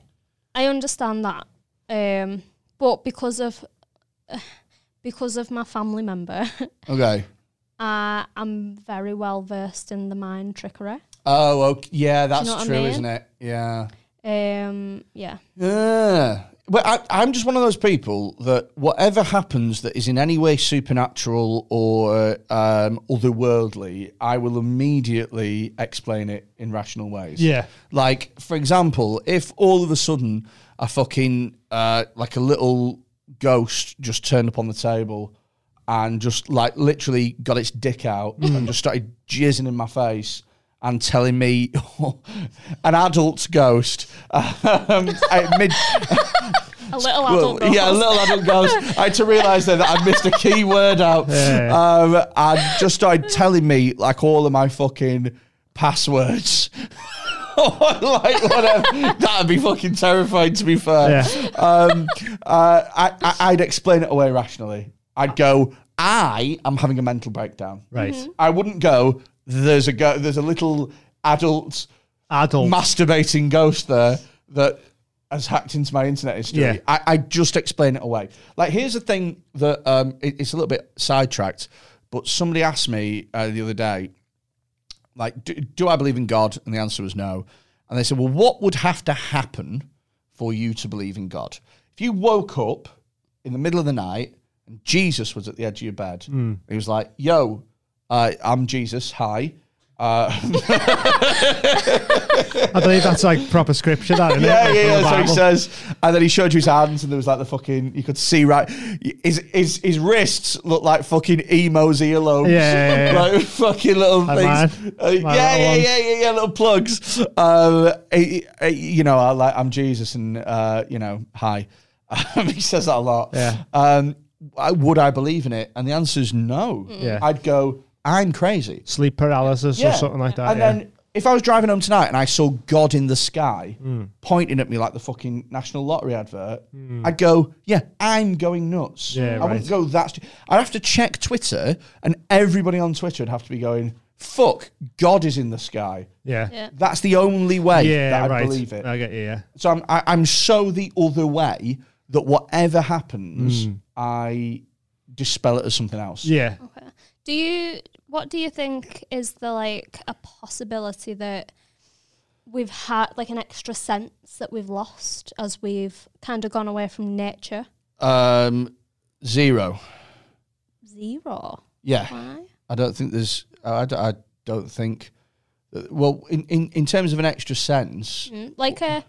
Speaker 5: I understand that, um, but because of <sighs> because of my family member, <laughs>
Speaker 3: Okay.
Speaker 5: I am very well versed in the mind trickery.
Speaker 3: Oh, okay. yeah, that's
Speaker 5: know what I
Speaker 3: true,
Speaker 5: mean?
Speaker 3: isn't it? Yeah.
Speaker 5: Um,
Speaker 3: <laughs>
Speaker 5: yeah.
Speaker 3: Yeah. But I, I'm just one of those people that whatever happens that is in any way supernatural or um, otherworldly, I will immediately explain it in rational ways.
Speaker 4: Yeah.
Speaker 3: Like, for example, if all of a sudden a fucking, uh, like a little ghost just turned up on the table and just like literally got its dick out and just started jizzing in my face and telling me <laughs> an adult ghost <laughs> um, at mid,
Speaker 5: A little
Speaker 3: well,
Speaker 5: adult. though.
Speaker 3: yeah, a little adult
Speaker 5: <laughs>
Speaker 3: ghost. I had to realise then that I missed a key word out.
Speaker 4: Yeah.
Speaker 3: Um, and just started telling me like all of my fucking passwords. <laughs> like whatever, that'd be fucking terrifying. To be fair,
Speaker 4: Yeah.
Speaker 3: um, uh, I, I, I'd explain it away rationally. I'd go, I am having a mental breakdown.
Speaker 4: Right.
Speaker 5: Mm-hmm.
Speaker 3: I wouldn't go. There's a go. There's a little adult
Speaker 4: Adult.
Speaker 3: masturbating ghost there that has hacked into my internet history.
Speaker 4: Yeah.
Speaker 3: I, I just explain it away. Like, here's the thing that um, it- it's a little bit sidetracked, but somebody asked me uh, the other day, like, do, do I believe in God? And the answer was no. And they said, well, what would have to happen for you to believe in God? If you woke up in the middle of the night and Jesus was at the edge of your bed, he was like, yo, uh, I'm Jesus. Hi. Uh,
Speaker 4: I believe that's like proper scripture, that,
Speaker 3: <laughs>
Speaker 4: isn't
Speaker 3: Yeah,
Speaker 4: it? Like,
Speaker 3: yeah,
Speaker 4: from
Speaker 3: yeah.
Speaker 4: the
Speaker 3: So he
Speaker 4: Bible.
Speaker 3: says, and then he showed you his hands, and there was like the fucking. You could see right. His his his wrists looked like fucking emo's earlobes.
Speaker 4: Yeah, yeah, yeah.
Speaker 3: <laughs> like fucking little
Speaker 4: Like
Speaker 3: things.
Speaker 4: mine.
Speaker 3: Uh, yeah,
Speaker 4: My little
Speaker 3: yeah,
Speaker 4: ones.
Speaker 3: yeah, yeah, yeah. Little plugs. Um, he- he- you know, I like I'm Jesus, and uh, you know, hi. <laughs> Um, he says that a lot.
Speaker 4: Yeah.
Speaker 3: Um, I- would I believe in it? And the answer is no.
Speaker 4: Yeah.
Speaker 3: I'd go. I'm crazy.
Speaker 4: Sleep paralysis or something like that.
Speaker 3: And
Speaker 4: yeah.
Speaker 3: then if I was driving home tonight and I saw God in the sky
Speaker 4: Mm.
Speaker 3: pointing at me like the fucking National Lottery advert, I'd go, yeah, I'm going nuts.
Speaker 4: Yeah,
Speaker 3: I wouldn't
Speaker 4: right.
Speaker 3: go that. St- I'd have to check Twitter, and everybody on Twitter would have to be going, fuck, God is in the sky.
Speaker 4: yeah.
Speaker 5: Yeah.
Speaker 3: That's the only way
Speaker 4: Yeah,
Speaker 3: that I'd
Speaker 4: right.
Speaker 3: believe it.
Speaker 4: I get you, yeah.
Speaker 3: So I'm, I, I'm so the other way that whatever happens, I dispel it as something else.
Speaker 4: Mm. Yeah.
Speaker 5: Okay. Do you what do you think is the like a possibility that we've had like an extra sense that we've lost as we've kind of gone away from nature?
Speaker 3: Um, zero.
Speaker 5: zero.
Speaker 3: Yeah.
Speaker 5: Why?
Speaker 3: I don't think there's. I, d- I don't think. Well, in, in, in terms of an extra sense,
Speaker 5: Mm, Like a,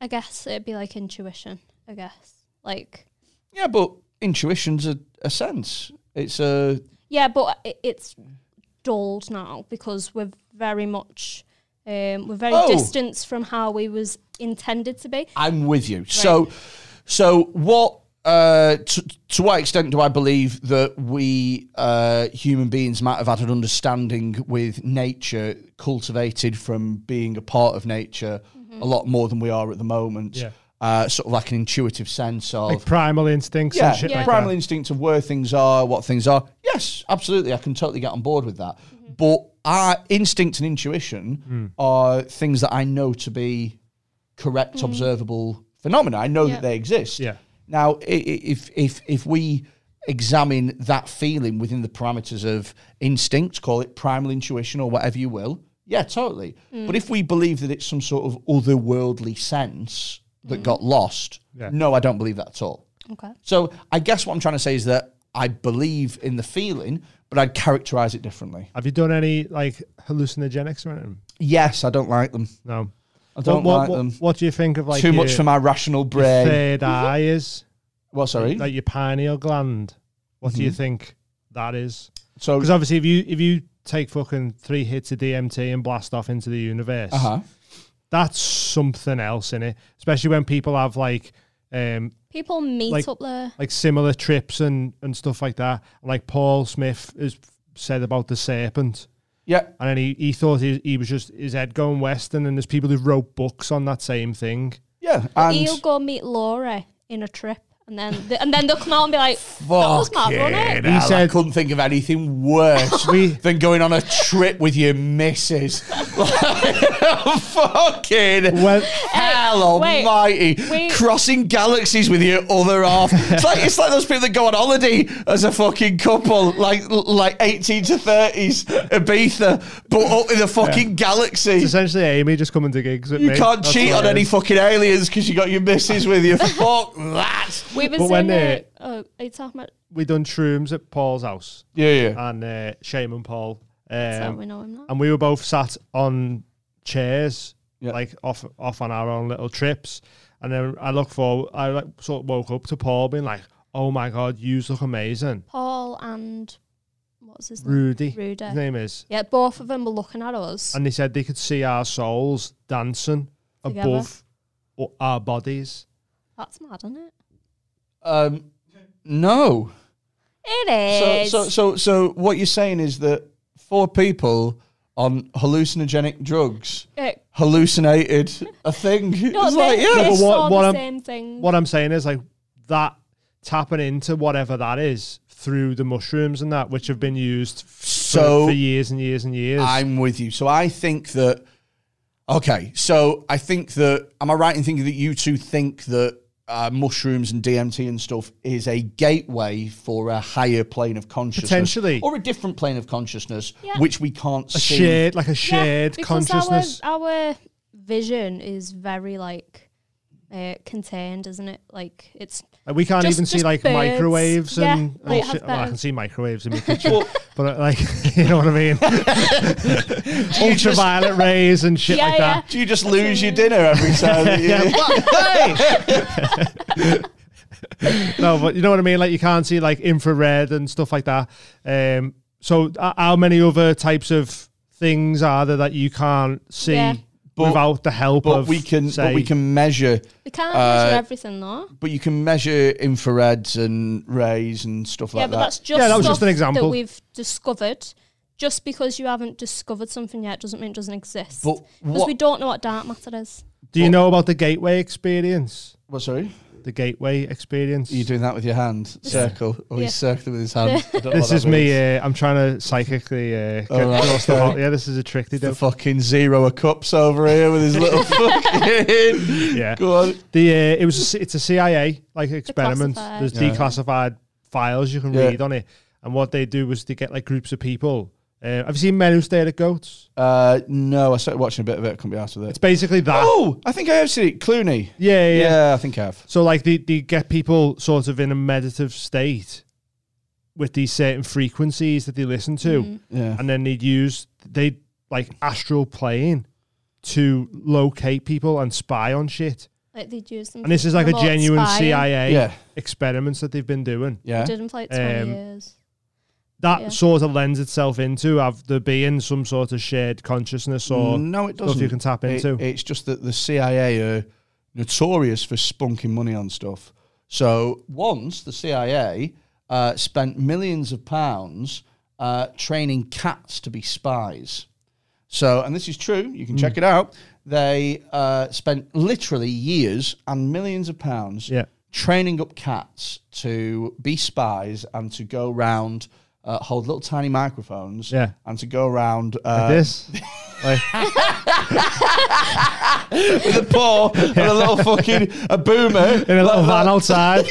Speaker 5: I guess it'd be like intuition. I guess like
Speaker 3: yeah, but intuition's a, a sense. It's a
Speaker 5: yeah, but it, it's dulled now because we're very much um, we're very
Speaker 3: Oh.
Speaker 5: distanced from how we was intended to be.
Speaker 3: I'm with you. So, so what? Uh, to, to what extent do I believe that we uh, human beings might have had an understanding with nature, cultivated from being a part of nature, a lot more than we are at the moment?
Speaker 4: Yeah.
Speaker 3: Uh, sort of like an intuitive sense of
Speaker 4: Like primal instincts
Speaker 3: yeah,
Speaker 4: and shit
Speaker 5: Yeah.
Speaker 4: like
Speaker 3: primal
Speaker 4: that.
Speaker 3: instinct of where things are, what things are. Yes, absolutely, I can totally get on board with that.
Speaker 5: Mm-hmm.
Speaker 3: But our instinct and intuition
Speaker 4: Mm.
Speaker 3: are things that I know to be correct, observable phenomena. I know
Speaker 5: Mm-hmm. Yeah.
Speaker 3: that they exist.
Speaker 4: Yeah.
Speaker 3: Now, i- i- if if if we examine that feeling within the parameters of instinct, call it primal intuition or whatever you will, yeah, totally. But if we believe that it's some sort of otherworldly sense that got lost,
Speaker 4: Yeah.
Speaker 3: no, I don't believe that at all.
Speaker 5: Okay.
Speaker 3: So I guess what I'm trying to say is that I believe in the feeling, but I'd characterize it differently.
Speaker 4: Have you done any like hallucinogenics or anything?
Speaker 3: Yes, I don't like them.
Speaker 4: No.
Speaker 3: I don't
Speaker 4: what,
Speaker 3: like
Speaker 4: what,
Speaker 3: them.
Speaker 4: What do you think of like
Speaker 3: Too
Speaker 4: your,
Speaker 3: much for my rational
Speaker 4: your
Speaker 3: brain.
Speaker 4: third eye is
Speaker 3: Well, sorry.
Speaker 4: like your pineal gland? What
Speaker 3: Mm-hmm.
Speaker 4: do you think that is?
Speaker 3: so,
Speaker 4: Because obviously, if you if you take fucking three hits of DMT and blast off into the universe,
Speaker 3: uh-huh.
Speaker 4: that's something else in it. Especially when people have like um
Speaker 5: People meet
Speaker 4: Like-
Speaker 5: up there.
Speaker 4: like similar trips and and stuff like that. Like Paul Smith has said about the serpent.
Speaker 3: yeah,
Speaker 4: And then he, he thought he, he was just his head going west, and then there's people who wrote books on that same thing.
Speaker 3: yeah, and
Speaker 5: He'll go meet Laura in a trip, and then th- and then they'll come out and be like, "That was mad, wasn't it?"
Speaker 3: Fucking hell, I
Speaker 4: said-
Speaker 3: couldn't think of anything worse
Speaker 4: <laughs> We-
Speaker 3: than going on a trip with your
Speaker 4: <laughs>
Speaker 3: missus. Like, fucking <laughs>
Speaker 4: Well,
Speaker 3: hell
Speaker 5: wait,
Speaker 3: almighty.
Speaker 5: we-
Speaker 3: Crossing galaxies with your other half. it's like it's like those people that go on holiday as a fucking couple, like like 18 to 30s, Ibiza, but up in the fucking galaxy.
Speaker 4: essentially, Amy just coming to gigs with
Speaker 3: You
Speaker 4: me.
Speaker 3: can't
Speaker 4: That's
Speaker 3: cheat
Speaker 4: what
Speaker 3: on
Speaker 4: it
Speaker 3: any
Speaker 4: is.
Speaker 3: fucking aliens because you got your missus with you. Fuck
Speaker 4: <laughs>
Speaker 3: that.
Speaker 5: We was
Speaker 4: But when
Speaker 5: in a,
Speaker 4: they-
Speaker 5: oh, are you talking about?
Speaker 4: We done shrooms at Paul's house
Speaker 3: Yeah, yeah.
Speaker 4: and uh, Shaman Paul,
Speaker 5: so
Speaker 4: um,
Speaker 5: we know him now.
Speaker 4: and we were both sat on chairs,
Speaker 3: Yeah.
Speaker 4: like off off on our own little trips. And then I look forward. I like sort of woke up to Paul being like, "Oh my god, you look amazing,
Speaker 5: Paul and what was his name?
Speaker 4: Rudy."
Speaker 5: Rudy.
Speaker 4: His name is.
Speaker 5: Yeah, both of them were looking at us.
Speaker 4: and they said they could see our souls dancing
Speaker 5: Together.
Speaker 4: above o- our bodies.
Speaker 5: That's mad, isn't it?
Speaker 3: Um, no.
Speaker 5: It
Speaker 3: So,
Speaker 5: is.
Speaker 3: so, so, so, what you're saying is that four people on hallucinogenic drugs
Speaker 5: Uh,
Speaker 3: hallucinated a thing.
Speaker 5: <laughs> no,
Speaker 3: it's
Speaker 5: they,
Speaker 3: like, yeah,
Speaker 4: But
Speaker 5: they
Speaker 4: what-
Speaker 5: saw
Speaker 4: what
Speaker 5: the
Speaker 4: I'm-
Speaker 5: same thing.
Speaker 4: What I'm saying is like that tapping into whatever that is through the mushrooms and that, which have been used f-
Speaker 3: So-
Speaker 4: for, for years and years and years.
Speaker 3: I'm with you. So I think that. Okay, so I think that am I right in thinking that you two think that uh, mushrooms and DMT and stuff is a gateway for a higher plane of consciousness,
Speaker 4: Potentially.
Speaker 3: or a different plane of consciousness,
Speaker 5: Yeah.
Speaker 3: which we can't
Speaker 4: a
Speaker 3: see.
Speaker 4: shared, like a shared
Speaker 5: because
Speaker 4: consciousness.
Speaker 5: Our, our vision is very like uh, contained, isn't it? Like it's
Speaker 4: Like, we can't
Speaker 5: just-
Speaker 4: even see
Speaker 5: just
Speaker 4: like
Speaker 5: birds.
Speaker 4: microwaves
Speaker 5: Yeah,
Speaker 4: and,
Speaker 5: like,
Speaker 4: and
Speaker 5: have
Speaker 4: shit. Well, I
Speaker 5: birds.
Speaker 4: can see microwaves in my kitchen, but uh, like <laughs> you know what I mean. Ultraviolet rays and shit
Speaker 5: Yeah,
Speaker 4: like that.
Speaker 3: Do you just lose your dinner every time?
Speaker 4: <laughs>
Speaker 3: that you-
Speaker 4: no, but you know what I mean. Like you can't see like infrared and stuff like that. Um, so uh, how many other types of things are there that you can't see
Speaker 5: Yeah.
Speaker 3: But-
Speaker 4: without the help
Speaker 3: But
Speaker 4: of?
Speaker 3: we can,
Speaker 4: say,
Speaker 3: but we can measure.
Speaker 5: we can't
Speaker 3: Uh,
Speaker 5: measure everything though.
Speaker 3: But you can measure infrareds and rays and stuff
Speaker 5: yeah,
Speaker 3: like
Speaker 5: but
Speaker 3: that.
Speaker 5: that's just
Speaker 4: Yeah, that was
Speaker 5: stuff
Speaker 4: just an example.
Speaker 5: that we've discovered. Just because you haven't discovered something yet doesn't mean it doesn't exist.
Speaker 3: But
Speaker 5: Because
Speaker 3: what-
Speaker 5: we don't know what dark matter is.
Speaker 4: Do you know about the gateway experience?
Speaker 3: Well, sorry,
Speaker 4: The gateway experience.
Speaker 3: are you doing that with your hand? Circle. Oh,
Speaker 5: Yeah.
Speaker 3: he's circling with his
Speaker 5: <laughs>
Speaker 3: hand. I don't know what
Speaker 4: This
Speaker 3: that
Speaker 4: is me.
Speaker 3: means.
Speaker 4: Uh, I'm trying to psychically uh, get
Speaker 3: All right,
Speaker 4: draw stuff
Speaker 3: okay.
Speaker 4: out. Yeah, this is a trick they
Speaker 3: The <laughs>
Speaker 4: do.
Speaker 3: fucking zero of cups over here with his
Speaker 4: <laughs>
Speaker 3: little fucking.
Speaker 4: Yeah.
Speaker 3: Go on.
Speaker 4: The uh, it was a, C- it's a CIA like experiment.
Speaker 5: Declassified.
Speaker 4: There's
Speaker 3: Yeah.
Speaker 4: declassified files you can
Speaker 3: Yeah.
Speaker 4: read on it, and what they do was they get like groups of people. Uh, have you seen Men Who Stared at Goats?
Speaker 3: Uh, no, I started watching a bit of it. I couldn't be asked with
Speaker 4: It's
Speaker 3: it.
Speaker 4: basically that.
Speaker 3: Oh, I think I have seen it. Clooney.
Speaker 4: Yeah, yeah, yeah.
Speaker 3: I think I have.
Speaker 4: So like they, they get people sort of in a meditative state with these certain frequencies that they listen to,
Speaker 3: Yeah.
Speaker 4: and then they'd use they like astral playing to locate people and spy on shit.
Speaker 5: Like they'd use them.
Speaker 4: And this
Speaker 5: for
Speaker 4: is like a
Speaker 5: remote
Speaker 4: genuine
Speaker 5: spying.
Speaker 4: CIA
Speaker 3: Yeah.
Speaker 4: experiments that they've been doing.
Speaker 3: Yeah.
Speaker 5: Did them for like twenty
Speaker 4: Um,
Speaker 5: years.
Speaker 4: That
Speaker 5: Yeah.
Speaker 4: sort of lends itself into have there being some sort of shared consciousness or
Speaker 3: Mm, no, it doesn't.
Speaker 4: stuff you can tap
Speaker 3: It-
Speaker 4: into.
Speaker 3: it's just that the CIA are notorious for spunking money on stuff. So once the CIA uh, spent millions of pounds uh, training cats to be spies. So, and this is true, you
Speaker 4: Hmm.
Speaker 3: can check it out. They uh, spent literally years and millions of pounds
Speaker 4: Yeah.
Speaker 3: training up cats to be spies and to go round, uh, hold little tiny microphones,
Speaker 4: Yeah.
Speaker 3: and to go around uh, <laughs>
Speaker 4: this, like,
Speaker 3: with <laughs> a paw and a little fucking a boomer
Speaker 4: in a little
Speaker 3: <laughs>
Speaker 4: van outside.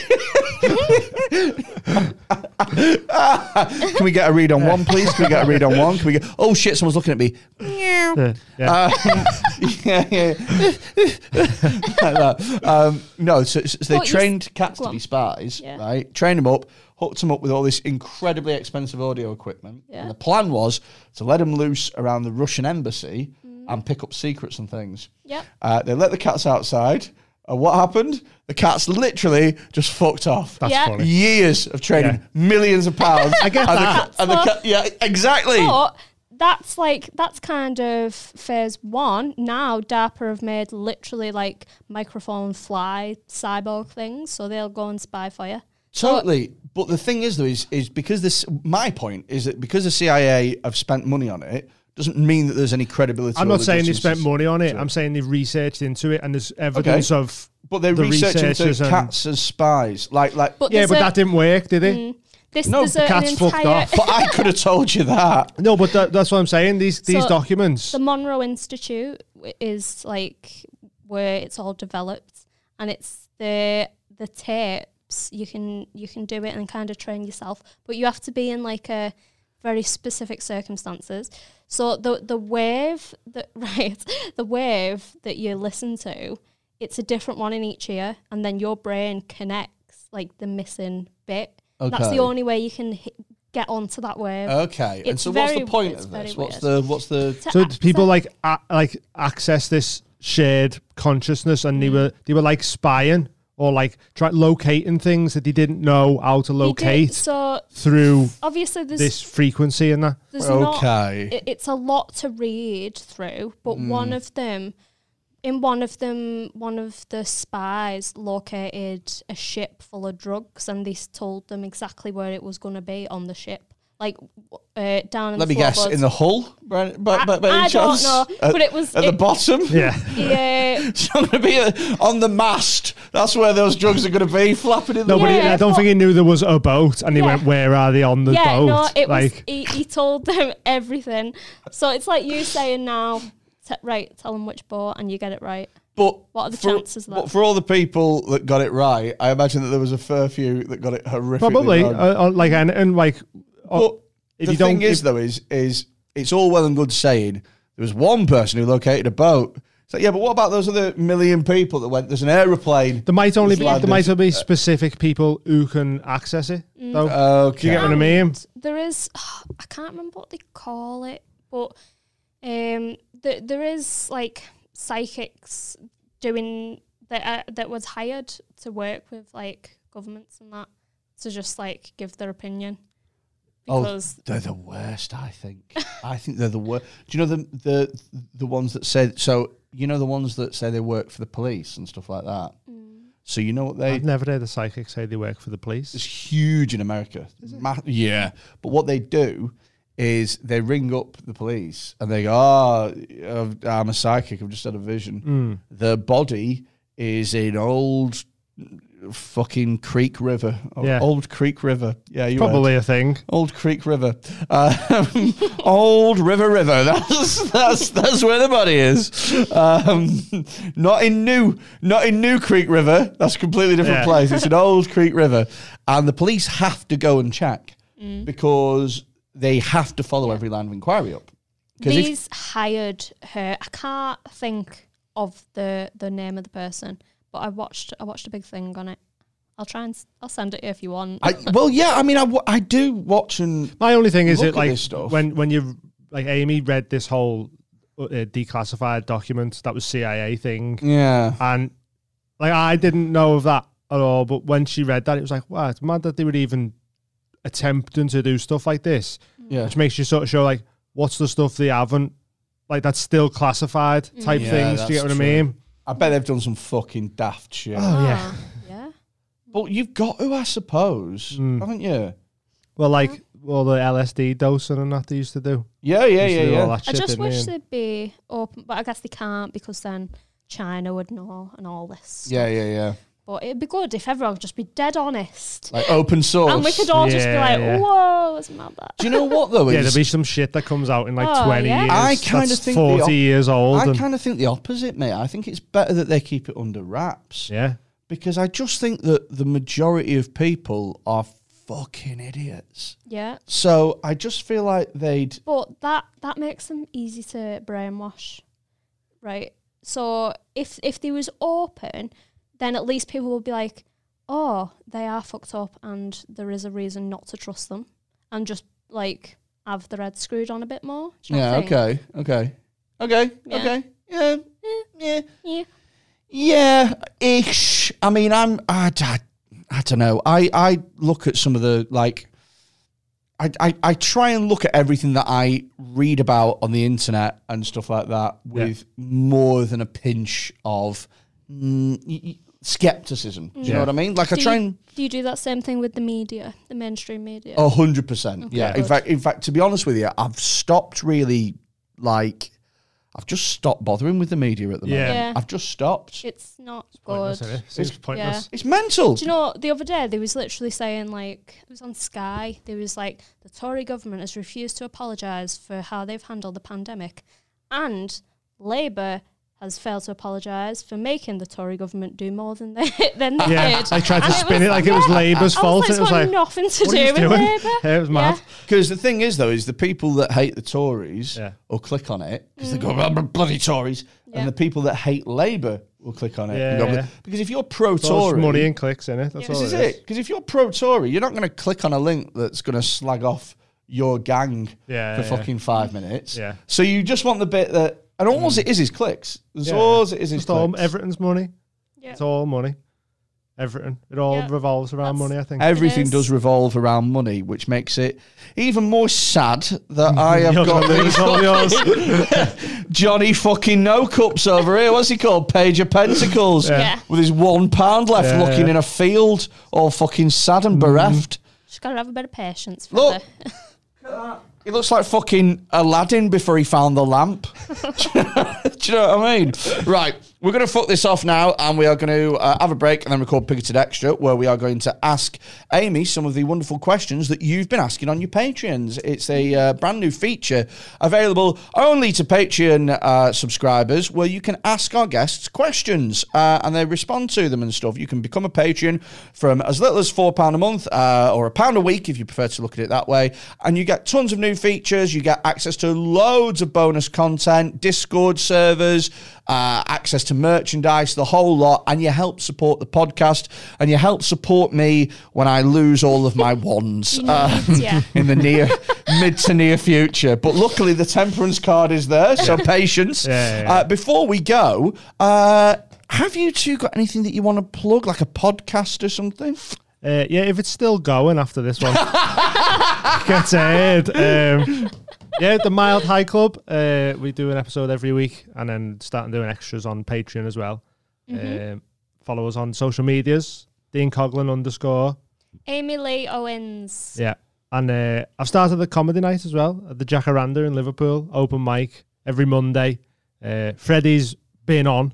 Speaker 3: Can we get a read on one, please? Can we get a read on one? Can we get? Oh shit! Someone's looking at me.
Speaker 4: yeah.
Speaker 3: Uh, <laughs> yeah, yeah. <laughs> Like that. Um, no, so, so they
Speaker 5: Well, you s-
Speaker 3: trained cats
Speaker 5: go
Speaker 3: to
Speaker 5: on.
Speaker 3: be spies,
Speaker 5: Yeah.
Speaker 3: right? Trained them up, hooked them up with all this incredibly expensive audio equipment.
Speaker 5: Yeah.
Speaker 3: And the plan was to let them loose around the Russian embassy and pick up secrets and things.
Speaker 5: Mm. Yep.
Speaker 3: Uh, they let the cats outside. And what happened? The cats literally just fucked off.
Speaker 4: That's
Speaker 5: Yeah.
Speaker 4: funny.
Speaker 3: years of training, millions of pounds. I
Speaker 4: get
Speaker 3: and
Speaker 4: that.
Speaker 3: The, and the ca- yeah, exactly.
Speaker 5: But that's like that's kind of phase one. Now DARPA have made literally like microphone fly cyborg things, so they'll go and spy for you.
Speaker 3: Totally. But the thing is, though, is, is because this. My point is that because the CIA have spent money on it, doesn't mean that there's any credibility.
Speaker 4: I'm
Speaker 3: or
Speaker 4: not saying they
Speaker 3: legitimacy.
Speaker 4: spent money on it. I'm saying they've researched into it and there's evidence of
Speaker 3: But they're
Speaker 4: the
Speaker 3: researching
Speaker 4: researchers
Speaker 3: into
Speaker 4: and-
Speaker 3: cats as spies. Like, like. But,
Speaker 5: But
Speaker 4: yeah,
Speaker 5: there's
Speaker 4: but
Speaker 5: a- Mm.
Speaker 4: that didn't work, did it?
Speaker 5: this
Speaker 4: No,
Speaker 5: there's
Speaker 4: the
Speaker 5: a- an
Speaker 4: cat's fucked
Speaker 5: entire
Speaker 4: off.
Speaker 3: I could have told you that.
Speaker 4: No, but that, that's what I'm saying. These these
Speaker 5: So-
Speaker 4: documents.
Speaker 5: the Monroe Institute w- is like where it's all developed, and it's the the tapes you can you can do it and kind of train yourself, but you have to be in like a very specific circumstances. So the the wave that <laughs> right the wave that you listen to, it's a different one in each ear, and then your brain connects like the missing bit. That's
Speaker 3: Okay.
Speaker 5: the only way you can hi get onto that wave.
Speaker 3: Okay. and
Speaker 5: It's
Speaker 3: so, what's
Speaker 5: very-
Speaker 3: the point
Speaker 5: it's
Speaker 3: of
Speaker 5: very
Speaker 3: this? What's
Speaker 5: weird.
Speaker 3: the what's the
Speaker 5: To
Speaker 4: so
Speaker 5: access-
Speaker 4: people like a, like access this shared consciousness, and they
Speaker 5: Mm.
Speaker 4: were they were like spying or like try locating things that they didn't know how to
Speaker 5: You do-
Speaker 4: locate
Speaker 5: so
Speaker 4: through
Speaker 5: obviously there's
Speaker 4: this frequency and that.
Speaker 5: there's not
Speaker 3: okay? Mm.
Speaker 5: it, it's a lot to read through but one of them in one of them one of the spies located a ship full of drugs and they s- told them exactly where it was going to be on the ship like w- uh, down in
Speaker 3: Let
Speaker 5: the
Speaker 3: me guess.
Speaker 5: floorboards.
Speaker 3: In the hull, by, by, by, by
Speaker 5: I-
Speaker 3: any
Speaker 5: I don't
Speaker 3: chance?
Speaker 5: know,
Speaker 3: At-
Speaker 5: but it was-
Speaker 3: at the
Speaker 5: it-
Speaker 3: bottom.
Speaker 4: Yeah,
Speaker 5: yeah
Speaker 3: <laughs> It's going to be uh, on the mast. That's where those drugs are going to be, flapping in the
Speaker 4: no, but he,
Speaker 5: Yeah,
Speaker 4: I don't
Speaker 5: but-
Speaker 4: think he knew there was a boat, and he
Speaker 5: Yeah.
Speaker 4: went, "Where are they on the
Speaker 5: yeah
Speaker 4: boat?"
Speaker 5: no it
Speaker 4: like,
Speaker 5: was he, he told them <laughs> everything so it's like you saying now t- right tell them which boat and you get it right
Speaker 3: But
Speaker 5: What are the
Speaker 3: for,
Speaker 5: chances of that?
Speaker 3: But for all the people that got it right, I imagine that there was a fair few that got it horrifically
Speaker 4: probably
Speaker 3: wrong.
Speaker 4: uh, uh, like and, and like. uh,
Speaker 3: but
Speaker 4: if
Speaker 3: the
Speaker 4: you
Speaker 3: thing
Speaker 4: don't-
Speaker 3: is,
Speaker 4: if-
Speaker 3: though, is is it's all well and good saying there was one person who located a boat. It's like, yeah, but what about those other million people that went? There's an aeroplane.
Speaker 4: There might only be
Speaker 3: landed.
Speaker 4: there might only be specific people who can access it.
Speaker 5: Mm.
Speaker 4: Though,
Speaker 3: Uh,
Speaker 4: do you
Speaker 3: Okay.
Speaker 4: get what I mean?
Speaker 5: there is <sighs> I can't remember what they call it, but um, th- there is like psychics doing that uh, that was hired to work with like governments and that to just like give their opinion
Speaker 3: Oh,
Speaker 5: because
Speaker 3: they're the worst. I think. I think they're the worst. Do you know the the the ones that say so? You know the ones that say they work for the police and stuff like that.
Speaker 5: Mm.
Speaker 3: So you know what they
Speaker 4: I've never heard a psychic say they work for the police.
Speaker 3: It's huge in America. Ma- yeah. But what they do is they ring up the police and they go, oh, I've- I'm a psychic. I've just had a vision.
Speaker 4: Mm.
Speaker 3: The body is in old fucking Creek River. Oh,
Speaker 4: Yeah.
Speaker 3: Old Creek River. Yeah, you heard.
Speaker 4: Probably a thing.
Speaker 3: Old Creek River, um, <laughs> Old River River. <laughs> That's that's that's where the body is. Um, not in New, not in New Creek River. That's a completely different
Speaker 4: Yeah.
Speaker 3: place. It's an Old Creek River, and the police have to go and check because they have to follow every line of inquiry up. Because if
Speaker 5: these hired her. I can't think of the the name of the person, but I watched I watched a big thing on it. I'll I'll try and s- I'll send it you if you want.
Speaker 3: I, well, yeah. I mean, I, wa- I do watch and
Speaker 4: My only thing is
Speaker 3: Look
Speaker 4: it
Speaker 3: at
Speaker 4: like
Speaker 3: this stuff.
Speaker 4: when when you like Amy read this whole uh, declassified document that was CIA thing,
Speaker 3: yeah.
Speaker 4: and like I didn't know of that at all. But when she read that, it was like, wow, it's mad that they were even attempting to do stuff like this,
Speaker 3: Yeah.
Speaker 4: which makes you sort of show like what's the stuff they haven't. Like that's still classified
Speaker 5: Mm.
Speaker 4: type
Speaker 3: Yeah,
Speaker 4: things. Do you
Speaker 3: that's
Speaker 4: get what
Speaker 3: true.
Speaker 4: I mean?
Speaker 3: I bet they've done some fucking daft shit.
Speaker 4: Oh yeah.
Speaker 5: Ah, yeah.
Speaker 3: But you've got to, I suppose,
Speaker 4: Mm.
Speaker 3: haven't you?
Speaker 4: Well, like all the LSD dosing and that they used to do.
Speaker 3: Yeah, yeah,
Speaker 4: Used
Speaker 3: yeah,
Speaker 4: to do all
Speaker 3: yeah.
Speaker 4: that
Speaker 5: I
Speaker 4: shit,
Speaker 5: just
Speaker 4: didn't
Speaker 5: wish
Speaker 4: they?
Speaker 5: they'd be open, but I guess they can't because then China would know and all this.
Speaker 3: Yeah, yeah, yeah.
Speaker 5: But it'd be good if everyone would just be dead honest.
Speaker 3: Like open source.
Speaker 5: And we could all just be
Speaker 4: Yeah,
Speaker 5: like,
Speaker 4: yeah.
Speaker 5: whoa, it's mad that.
Speaker 3: Do you know what though?
Speaker 4: Yeah,
Speaker 3: is-
Speaker 4: there'll be some shit that comes out in like
Speaker 5: Oh,
Speaker 4: 20
Speaker 5: yeah.
Speaker 4: years.
Speaker 3: I kinda
Speaker 4: that's
Speaker 3: think the
Speaker 4: 40
Speaker 3: op-
Speaker 4: years old.
Speaker 3: I
Speaker 4: and,
Speaker 3: kind of think the opposite, mate. I think it's better that they keep it under wraps
Speaker 4: yeah.
Speaker 3: because I just think that the majority of people are fucking idiots.
Speaker 5: Yeah.
Speaker 3: So I just feel like they'd.
Speaker 5: But that that makes them easy to brainwash, right? So if if they was open, then at least people would be like, "Oh, they are fucked up, and there is a reason not to trust them," and just like have the red screwed on a bit more. do you know what
Speaker 3: Yeah.
Speaker 5: I think?
Speaker 3: Okay. Okay. Okay.
Speaker 5: Yeah.
Speaker 3: Okay. Yeah. Yeah.
Speaker 5: Yeah.
Speaker 3: Yeah. Ish. I mean, I'm. I. d- I, don't know. I. I look at some of the like. I, I, I try and look at everything that I read about on the internet and stuff like that with more than a pinch of mm, y- y- skepticism. Do you
Speaker 4: Yeah.
Speaker 3: know what I mean? Like I
Speaker 5: Do
Speaker 3: try
Speaker 5: you-
Speaker 3: and
Speaker 5: Do you do that same thing with the media, the mainstream media?
Speaker 3: a hundred percent. Yeah. In
Speaker 5: Good.
Speaker 3: fact, in fact, to be honest with you, I've stopped really like I've just stopped bothering with the media at the
Speaker 4: Yeah.
Speaker 3: moment.
Speaker 5: Yeah.
Speaker 3: I've just stopped.
Speaker 5: It's not
Speaker 4: Pointless,
Speaker 5: good.
Speaker 4: innit? Seems pointless.
Speaker 3: It's mental.
Speaker 5: Do you know the other day they was literally saying like it was on Sky. There was like the Tory government has refused to apologise for how they've handled the pandemic, and Labour has failed to apologise for making the Tory government do more than they <laughs> than they
Speaker 4: Yeah,
Speaker 5: did.
Speaker 4: I tried to
Speaker 5: And
Speaker 4: spin it like it was Labour's
Speaker 5: I
Speaker 4: fault,
Speaker 5: Was like,
Speaker 4: and it was like,
Speaker 5: it's got nothing to do
Speaker 4: what are you
Speaker 5: with
Speaker 6: <laughs>
Speaker 4: doing?
Speaker 5: Labour.
Speaker 4: <laughs> Yeah, it was mad.
Speaker 3: Because the thing is, though, is the people that hate the Tories
Speaker 4: Yeah.
Speaker 3: will click on it because they go, "Blah, blah, bloody Tories.
Speaker 5: Yeah.
Speaker 3: And the people that hate Labour will click on it. and go,
Speaker 4: Yeah.
Speaker 3: "Blah-" because if you're pro
Speaker 4: It's all just
Speaker 3: Tory,
Speaker 4: money and clicks in it. That's
Speaker 3: this
Speaker 4: all
Speaker 3: is
Speaker 4: it is.
Speaker 3: it. Because if you're pro Tory, you're not going to click on a link that's going to slag off your gang
Speaker 4: Yeah,
Speaker 3: for
Speaker 4: yeah.
Speaker 3: fucking five minutes.
Speaker 4: Yeah. Mm.
Speaker 3: So you just want the bit that, and all it is is clicks. That's
Speaker 4: Yeah.
Speaker 3: all it is is
Speaker 4: It's all,
Speaker 3: clicks.
Speaker 4: everything's money.
Speaker 6: Yeah.
Speaker 4: It's all money. Everything. It all
Speaker 6: Yeah.
Speaker 4: revolves around
Speaker 6: That's-
Speaker 4: money, I think.
Speaker 3: Everything
Speaker 6: is.
Speaker 3: does revolve around money, which makes it even more sad
Speaker 4: <laughs>
Speaker 3: that I have
Speaker 4: You're
Speaker 3: got
Speaker 4: gonna
Speaker 3: these <laughs>
Speaker 4: lose all yours. <laughs>
Speaker 3: Johnny fucking no cups over here. What's he called? Page of Pentacles.
Speaker 6: Yeah.
Speaker 3: With his one pound left,
Speaker 4: Yeah,
Speaker 3: looking
Speaker 4: yeah.
Speaker 3: in a field, all fucking sad and bereft.
Speaker 5: Just gotta have a bit of patience. For
Speaker 3: Look.
Speaker 5: the-
Speaker 3: He looks like fucking Aladdin before he found the lamp. <laughs> Do you know what I mean? Right, we're going to fuck this off now, and we are going to uh, have a break and then record Picketed Extra, where we are going to ask Amy some of the wonderful questions that you've been asking on your Patreons. It's a uh, brand new feature available only to Patreon uh, subscribers, where you can ask our guests questions uh, and they respond to them and stuff. You can become a Patreon from as little as £4 a month uh, or a pound a week if you prefer to look at it that way. And you get tons of new features. You get access to loads of bonus content, Discord servers, uh, access to merchandise, the whole lot. And you help support the podcast and you help support me when I lose all of my wands uh,
Speaker 6: yeah.
Speaker 3: in the
Speaker 4: <laughs>
Speaker 3: near, mid to near future. But luckily, the temperance card is there. So patience.
Speaker 4: Yeah, yeah, yeah.
Speaker 3: Uh, before we go, uh, have you two got anything that you want to plug, like a podcast or something?
Speaker 4: Uh, yeah, if it's still going after this
Speaker 3: <laughs>
Speaker 4: one, get ahead. Um, yeah, the Mild High Club. Uh, we do an episode every week, and then starting doing extras on Patreon as well.
Speaker 6: Mm-hmm.
Speaker 4: Um, follow us on social medias. Dean Coglin underscore.
Speaker 5: Amy Lee Owens.
Speaker 4: Yeah, and uh, I've started the comedy night as well at the Jacaranda in Liverpool. Open mic every Monday. Uh, Freddie's been on.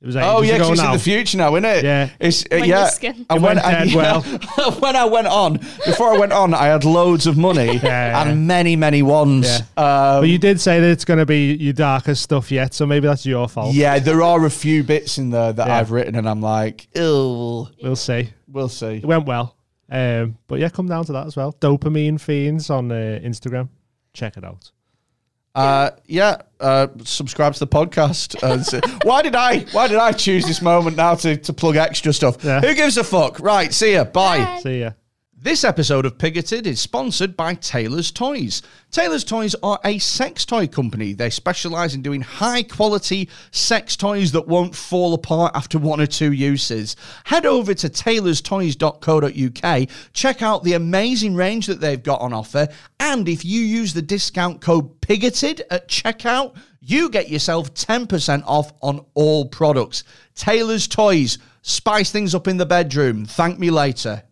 Speaker 4: It was ages
Speaker 3: Oh yeah, 'cause
Speaker 4: ago
Speaker 3: it's
Speaker 4: now.
Speaker 3: in the future now, isn't it?
Speaker 4: Yeah.
Speaker 3: it's uh,
Speaker 6: When
Speaker 3: yeah.
Speaker 6: you're skin.
Speaker 3: And
Speaker 4: It
Speaker 3: when
Speaker 4: went
Speaker 3: I,
Speaker 4: dead well.
Speaker 3: <laughs> when I went on, before I went on, I had loads of money
Speaker 4: <laughs> Yeah.
Speaker 3: and many, many ones. Um,
Speaker 4: but you did say that it's going to be your darkest stuff yet, so maybe that's your fault.
Speaker 3: yeah, there are a few bits in there that
Speaker 4: Yeah.
Speaker 3: I've written, and I'm like, ill.
Speaker 4: We'll see.
Speaker 3: We'll see.
Speaker 4: It went well. Um, but yeah, come down to that as well. Dopamine Fiends on uh, Instagram. Check it out.
Speaker 3: Uh, yeah, uh, subscribe to the podcast. Uh, And say, <laughs> why did I? Why did I choose this moment now to, to plug extra stuff?
Speaker 4: Yeah.
Speaker 3: Who gives a fuck? Right, see ya. Bye.
Speaker 4: See ya.
Speaker 3: This episode of Pigoted is sponsored by Taylor's Toys. Taylor's Toys are a sex toy company. They specialize in doing high quality sex toys that won't fall apart after one or two uses. Head over to taylorstoys.co.uk, check out the amazing range that they've got on offer, and if you use the discount code PIGOTED at checkout, you get yourself 10% off on all products. Taylor's Toys, spice things up in the bedroom. Thank me later.